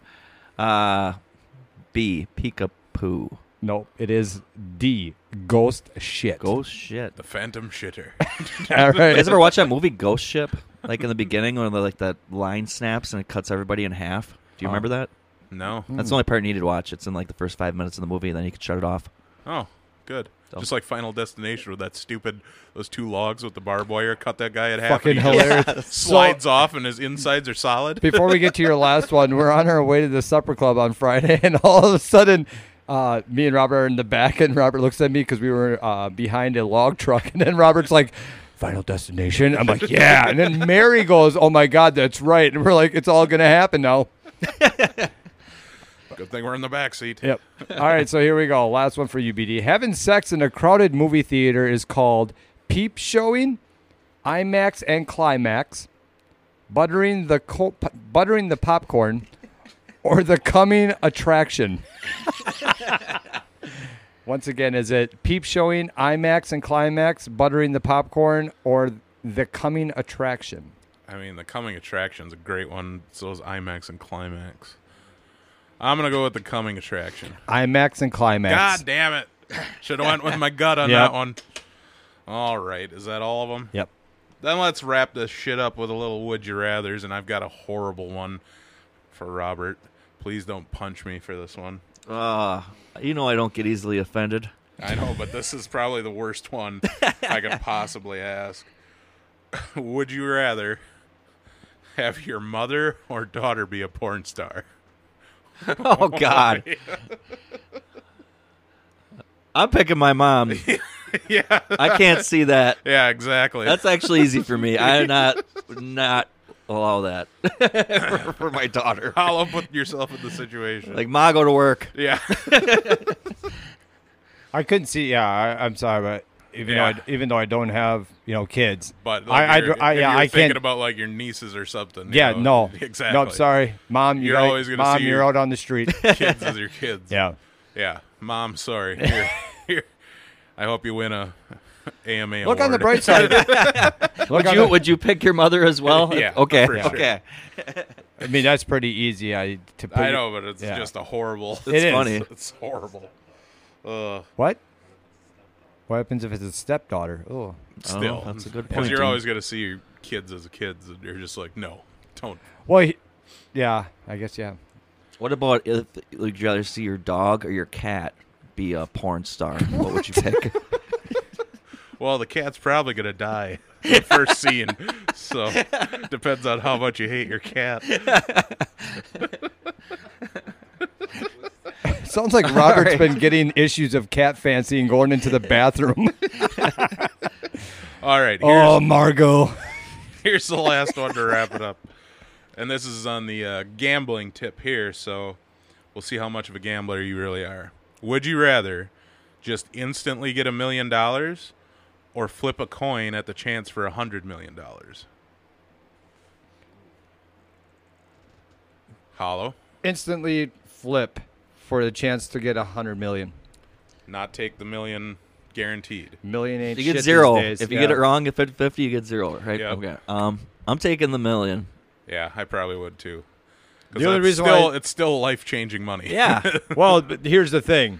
[SPEAKER 5] Uh, B. Peekapoo.
[SPEAKER 6] No, it is D, ghost shit.
[SPEAKER 5] Ghost ship.
[SPEAKER 4] The phantom shitter.
[SPEAKER 6] All
[SPEAKER 5] You
[SPEAKER 6] right.
[SPEAKER 5] guys ever watch that movie Ghost Ship? Like in the beginning when the, like that line snaps and it cuts everybody in half. Do
[SPEAKER 6] Uh-huh.
[SPEAKER 5] you remember that?
[SPEAKER 4] no.
[SPEAKER 6] Mm.
[SPEAKER 5] That's the only part you need to watch. It's in like the first five minutes of the movie, and then you can shut it off.
[SPEAKER 4] Oh, good. Just like Final Destination with that stupid those two logs with the barbed wire cut that guy in half.
[SPEAKER 6] Fucking
[SPEAKER 4] and he just
[SPEAKER 6] hilarious.
[SPEAKER 4] Slides off and his insides are solid.
[SPEAKER 6] before we get to your last one, we're on our way to the supper club on Friday, and all of a sudden, uh, me and Robert are in the back, and Robert looks at me because we were uh, behind a log truck, and then Robert's like, "Final destination." I'm like, "Yeah," and then Mary goes, "Oh my God, that's right," and we're like, "It's all gonna happen now."
[SPEAKER 4] Good thing we're in the back seat.
[SPEAKER 6] Yep. All right, so here we go. Last one for you, BD. Having sex in a crowded movie theater is called peep showing, IMAX and climax, buttering the co- p- buttering the popcorn, or the coming attraction. Once again, is it peep showing, IMAX and climax, buttering the popcorn, or the coming attraction?
[SPEAKER 4] I mean, the coming attraction's a great one. So is IMAX and Climax. I'm gonna go with the coming attraction.
[SPEAKER 6] IMAX and climax.
[SPEAKER 4] God damn it! Should have went with my gut on
[SPEAKER 6] Yep.
[SPEAKER 4] that one. All right, is that all of them?
[SPEAKER 6] Yep.
[SPEAKER 4] Then let's wrap this shit up with a little would you rather's, and I've got a horrible one for Robert. Please don't punch me for this one.
[SPEAKER 5] Uh, you know I don't get easily offended.
[SPEAKER 4] I know, but this is probably the worst one I could possibly ask. Would you rather have your mother or daughter be a porn star?
[SPEAKER 5] Oh God. I'm picking my mom.
[SPEAKER 4] yeah,
[SPEAKER 5] I can't see that.
[SPEAKER 4] yeah, exactly.
[SPEAKER 5] That's actually easy for me. I do not not allow that for, for my daughter.
[SPEAKER 4] Hollow put yourself in the situation.
[SPEAKER 5] Like ma go to work.
[SPEAKER 4] yeah,
[SPEAKER 6] I couldn't see. Yeah, I, I'm sorry, but even
[SPEAKER 4] Yeah.
[SPEAKER 6] though I, even though I don't have you know kids,
[SPEAKER 4] but like,
[SPEAKER 6] I, I,
[SPEAKER 4] you're-
[SPEAKER 6] I
[SPEAKER 4] if
[SPEAKER 6] yeah
[SPEAKER 4] you're
[SPEAKER 6] I
[SPEAKER 4] thinking
[SPEAKER 6] can't.
[SPEAKER 4] about like your nieces or something. you
[SPEAKER 6] yeah,
[SPEAKER 4] know,
[SPEAKER 6] no,
[SPEAKER 4] exactly.
[SPEAKER 6] No, I'm sorry, mom. You
[SPEAKER 4] You're
[SPEAKER 6] gotta-
[SPEAKER 4] always gonna
[SPEAKER 6] mom.
[SPEAKER 4] see
[SPEAKER 6] you're
[SPEAKER 4] your-
[SPEAKER 6] out on the street.
[SPEAKER 4] Kids is your kids.
[SPEAKER 6] yeah,
[SPEAKER 4] yeah. Mom, sorry. Here, here. I hope you win a AMA.
[SPEAKER 6] look on the bright
[SPEAKER 4] award.
[SPEAKER 6] side. Look
[SPEAKER 5] Would
[SPEAKER 6] on
[SPEAKER 5] you
[SPEAKER 6] the-
[SPEAKER 5] would you pick your mother as well?
[SPEAKER 4] Yeah,
[SPEAKER 5] Okay.
[SPEAKER 4] for sure.
[SPEAKER 5] Okay.
[SPEAKER 6] I mean, that's pretty easy. I to put
[SPEAKER 4] I know, but it's
[SPEAKER 6] Yeah.
[SPEAKER 4] just a horrible.
[SPEAKER 6] It is.
[SPEAKER 5] funny.
[SPEAKER 4] It's horrible.
[SPEAKER 5] Oh,
[SPEAKER 4] Uh,
[SPEAKER 6] what. What happens if it's a stepdaughter? Oh,
[SPEAKER 5] Oh,
[SPEAKER 4] still,
[SPEAKER 5] that's a good
[SPEAKER 4] Because
[SPEAKER 5] point,
[SPEAKER 4] you're
[SPEAKER 5] Dan.
[SPEAKER 4] always going to see your kids as kids, and you're just like, no, don't.
[SPEAKER 6] well, he- yeah, I guess yeah.
[SPEAKER 5] What about if would you rather see your dog or your cat be a porn star? What would you pick?
[SPEAKER 4] Well, the cat's probably going to die in the first scene, so depends on how much you hate your cat.
[SPEAKER 6] Sounds like Robert's been getting issues of cat fancy and going into the bathroom.
[SPEAKER 4] All right, here's,
[SPEAKER 6] oh, Margot.
[SPEAKER 4] here's the last one to wrap it up, and this is on the uh, gambling tip here. So we'll see how much of a gambler you really are. Would you rather just instantly get a million dollars or flip a coin at the chance for a hundred million dollars? Hollow.
[SPEAKER 6] Instantly flip for the chance to get a hundred million.
[SPEAKER 4] Not take the million guaranteed.
[SPEAKER 6] Million ain't
[SPEAKER 5] You
[SPEAKER 6] shit
[SPEAKER 5] get
[SPEAKER 6] these
[SPEAKER 5] zero.
[SPEAKER 6] days.
[SPEAKER 5] If you
[SPEAKER 6] Yeah.
[SPEAKER 5] get it wrong, if it's fifty, you get zero. Right?
[SPEAKER 4] Yep.
[SPEAKER 5] Okay. Um, I'm taking the million.
[SPEAKER 4] Yeah, I probably would too. 'Cause
[SPEAKER 6] The only
[SPEAKER 4] that's
[SPEAKER 6] reason why-
[SPEAKER 4] still, it's still life changing money.
[SPEAKER 5] Yeah.
[SPEAKER 6] Well, but here's the thing.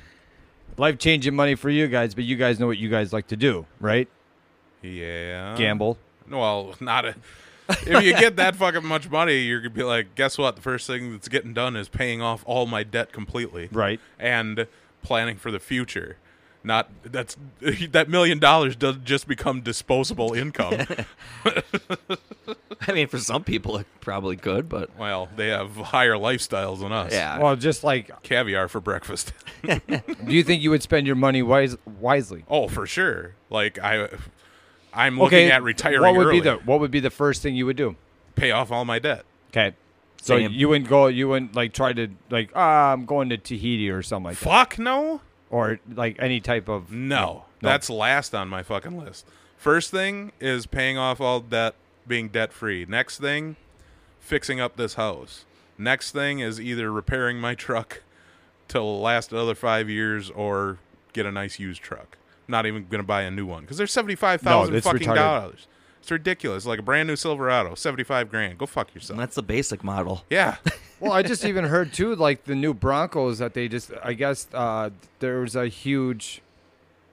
[SPEAKER 6] Life changing money for you guys, but you guys know what you guys like to do, right?
[SPEAKER 4] yeah.
[SPEAKER 5] Uh-huh.
[SPEAKER 6] Gamble.
[SPEAKER 4] Well, not a. If you get that fucking much money, you're gonna be like, guess what? The first thing that's getting done is paying off all my debt completely,
[SPEAKER 6] Right.
[SPEAKER 4] And planning for the future. Not that's that million dollars doesn't just become disposable income.
[SPEAKER 5] I mean, for some people, it probably could, but
[SPEAKER 4] well, they have higher lifestyles than us.
[SPEAKER 5] yeah.
[SPEAKER 6] Well, just like,
[SPEAKER 4] caviar for breakfast.
[SPEAKER 6] do you think you would spend your money wise- wisely?
[SPEAKER 4] oh, for sure. Like I, I'm looking
[SPEAKER 6] Okay,
[SPEAKER 4] at retiring
[SPEAKER 6] What would
[SPEAKER 4] early.
[SPEAKER 6] be the What would be the first thing you would do?
[SPEAKER 4] pay off all my debt.
[SPEAKER 6] Okay, so
[SPEAKER 5] Same.
[SPEAKER 6] you wouldn't go. You wouldn't like try to like. Ah, I'm going to Tahiti or something like that,
[SPEAKER 4] Fuck no.
[SPEAKER 6] or like any type of.
[SPEAKER 4] No, that's last on my fucking list. First thing is paying off all debt, being debt free. Next thing, fixing up this house. Next thing is either repairing my truck to last another five years or get a nice used truck. Not even going to buy a new one because they're seventy five thousand
[SPEAKER 6] No, it's
[SPEAKER 4] fucking
[SPEAKER 6] retarded.
[SPEAKER 4] dollars. It's ridiculous. Like a brand new Silverado, seventy five grand. Go fuck
[SPEAKER 5] And
[SPEAKER 4] yourself.
[SPEAKER 5] that's the basic model.
[SPEAKER 4] yeah,
[SPEAKER 6] Well, I just even heard too, like the new Broncos that they just. I guess uh, there was a huge.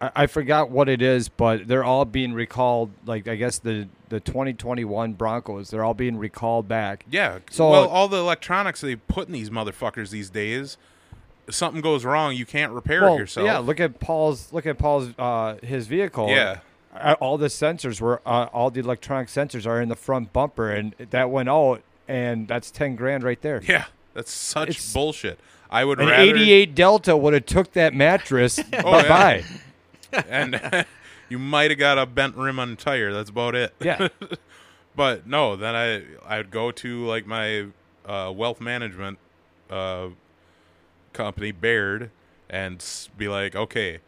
[SPEAKER 6] I, I forgot what it is, but they're all being recalled. Like I guess the the 2021 Broncos, they're all being recalled back.
[SPEAKER 4] yeah.
[SPEAKER 6] So-
[SPEAKER 4] well, all the electronics they put in these motherfuckers these days, if something goes wrong, you can't repair
[SPEAKER 6] Well,
[SPEAKER 4] it yourself.
[SPEAKER 6] Yeah, look at Paul's look at Paul's uh, his vehicle.
[SPEAKER 4] Yeah.
[SPEAKER 6] Uh, all the sensors were uh, all the electronic sensors are in the front bumper, and that went out, and that's ten grand right there.
[SPEAKER 4] Yeah, that's such
[SPEAKER 6] It's-
[SPEAKER 4] bullshit. I would
[SPEAKER 6] An
[SPEAKER 4] rather Oh,
[SPEAKER 6] '88 Delta would have took that mattress. bye bye.
[SPEAKER 4] and you might have got a bent rim on a tire. That's about it.
[SPEAKER 6] Yeah.
[SPEAKER 4] But no, then I I would go to like my uh, wealth management uh, company Baird and s- be like, okay,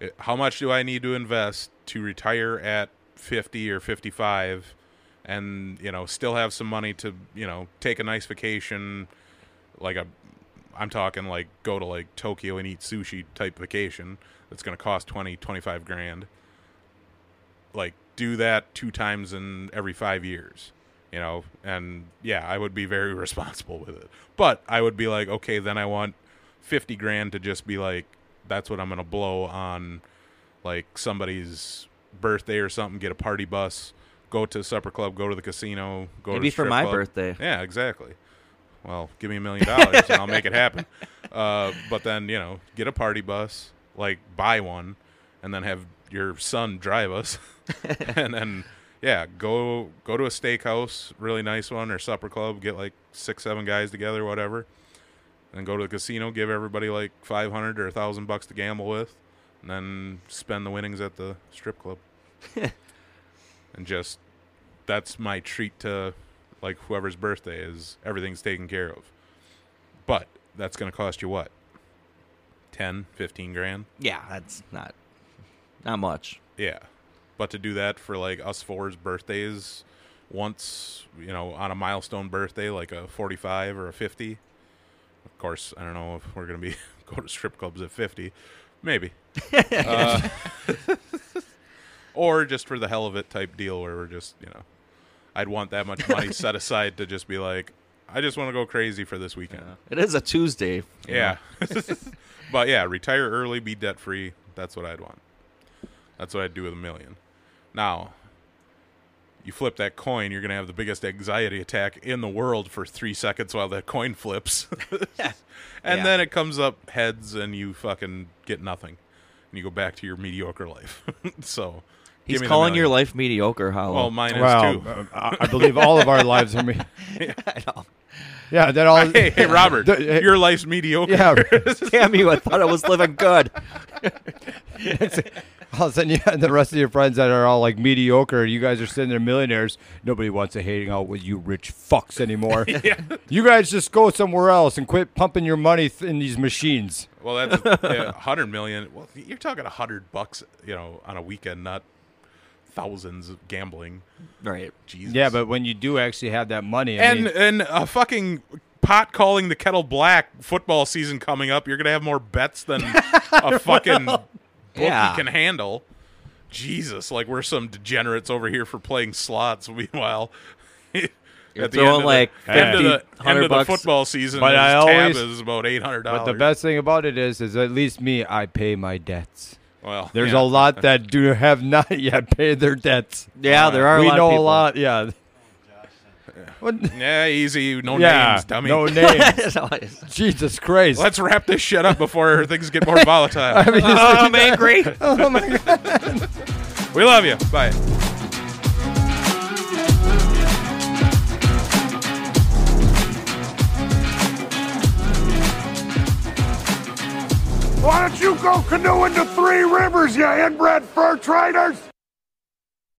[SPEAKER 4] eh, how much do I need to invest to retire at fifty or fifty five, and you know still have some money to you know take a nice vacation, like a I'm talking like go to like Tokyo and eat sushi type vacation that's going to cost 20 25 grand like do that two times in every 5 years you know and yeah I would be very responsible with it but I would be like okay then I want 50 grand to just be like that's what I'm going to blow on like somebody's birthday or something get a party bus go to supper club go to the casino go to the
[SPEAKER 5] Maybe for
[SPEAKER 4] strip
[SPEAKER 5] my
[SPEAKER 4] club.
[SPEAKER 5] birthday.
[SPEAKER 4] yeah exactly well, give me a million dollars and I'll make it happen. Uh, but then, you know, get a party bus, like buy one, and then have your son drive us. and then, yeah, go go to a steakhouse, really nice one, or supper club, get like six, seven guys together, whatever. And go to the casino, give everybody like 500 or 1,000 bucks to gamble with, and then spend the winnings at the strip club. and just that's my treat to like whoever's birthday is everything's taken care of but that's going to cost you what 10 15 grand
[SPEAKER 5] Yeah, that's not not much.
[SPEAKER 4] yeah but to do that for like us four's birthdays once you know on a milestone birthday like a 45 or a 50 of course i don't know if we're going to be go to strip clubs at 50 maybe Uh, or just for the hell of it type deal where we're just you know i'd want that much money set aside to just be like i just want to go crazy for this weekend
[SPEAKER 5] It is a Tuesday. you
[SPEAKER 4] yeah.
[SPEAKER 5] know.
[SPEAKER 4] but yeah, retire early, be debt free. That's what I'd want. That's what I'd do with a million. Now, you flip that coin, you're going to have the biggest anxiety attack in the world for three seconds while that coin flips. and
[SPEAKER 5] Yeah.
[SPEAKER 4] then it comes up heads and you fucking get nothing. And you go back to your mediocre life. so.
[SPEAKER 5] He's
[SPEAKER 4] give me the
[SPEAKER 5] calling your
[SPEAKER 4] million.
[SPEAKER 5] life mediocre, Hollow.
[SPEAKER 4] Well, mine is
[SPEAKER 6] Wow.
[SPEAKER 4] too.
[SPEAKER 6] uh, I, I believe all of our lives are me.
[SPEAKER 5] I know.
[SPEAKER 6] Yeah, that all.
[SPEAKER 4] Hey, hey, Robert,
[SPEAKER 6] The-
[SPEAKER 4] your life's mediocre.
[SPEAKER 6] Yeah.
[SPEAKER 5] Damn you! I thought I was living good.
[SPEAKER 6] all of a sudden, you and the rest of your friends that are all like mediocre, you guys are sitting there millionaires. Nobody wants to hang out with you rich fucks anymore. You guys just go somewhere else and quit pumping your money th- in these machines.
[SPEAKER 4] Well, that's yeah, a hundred million. Well, you're talking a hundred bucks, you know, on a weekend, not thousands of gambling.
[SPEAKER 5] Right.
[SPEAKER 4] Jesus.
[SPEAKER 6] Yeah, but when you do actually have that money, I
[SPEAKER 4] and
[SPEAKER 6] mean,
[SPEAKER 4] and a fucking pot calling the kettle black football season coming up. You're gonna have more bets than a fucking bookie
[SPEAKER 5] Yeah.
[SPEAKER 4] can handle. Jesus, like we're some degenerates over here for playing slots. Meanwhile, at
[SPEAKER 5] throwing,
[SPEAKER 4] of the-
[SPEAKER 5] like,
[SPEAKER 4] end of
[SPEAKER 5] 50,
[SPEAKER 4] the, end of
[SPEAKER 5] 100
[SPEAKER 4] the
[SPEAKER 5] bucks.
[SPEAKER 4] football season,
[SPEAKER 6] But
[SPEAKER 4] his
[SPEAKER 6] I
[SPEAKER 4] tab
[SPEAKER 6] always-
[SPEAKER 4] is about eight hundred dollars.
[SPEAKER 6] but the best thing about it is, is at least me, I pay my debts.
[SPEAKER 4] well,
[SPEAKER 6] There's
[SPEAKER 4] yeah.
[SPEAKER 6] a lot that do have not yet paid their debts.
[SPEAKER 5] Yeah, there are.
[SPEAKER 6] we
[SPEAKER 5] a lot
[SPEAKER 6] know
[SPEAKER 5] of
[SPEAKER 6] a
[SPEAKER 5] people.
[SPEAKER 6] lot. Yeah. What?
[SPEAKER 4] Yeah, easy. No
[SPEAKER 6] yeah.
[SPEAKER 4] names, dummy.
[SPEAKER 6] No names.
[SPEAKER 5] It's always-
[SPEAKER 6] Jesus Christ.
[SPEAKER 4] Let's wrap this shit up before things get more volatile.
[SPEAKER 6] I mean, it's like-
[SPEAKER 5] I'm angry.
[SPEAKER 6] oh my God.
[SPEAKER 4] we love you. Bye.
[SPEAKER 2] Why don't you go canoeing to Three Rivers, you inbred fur traders?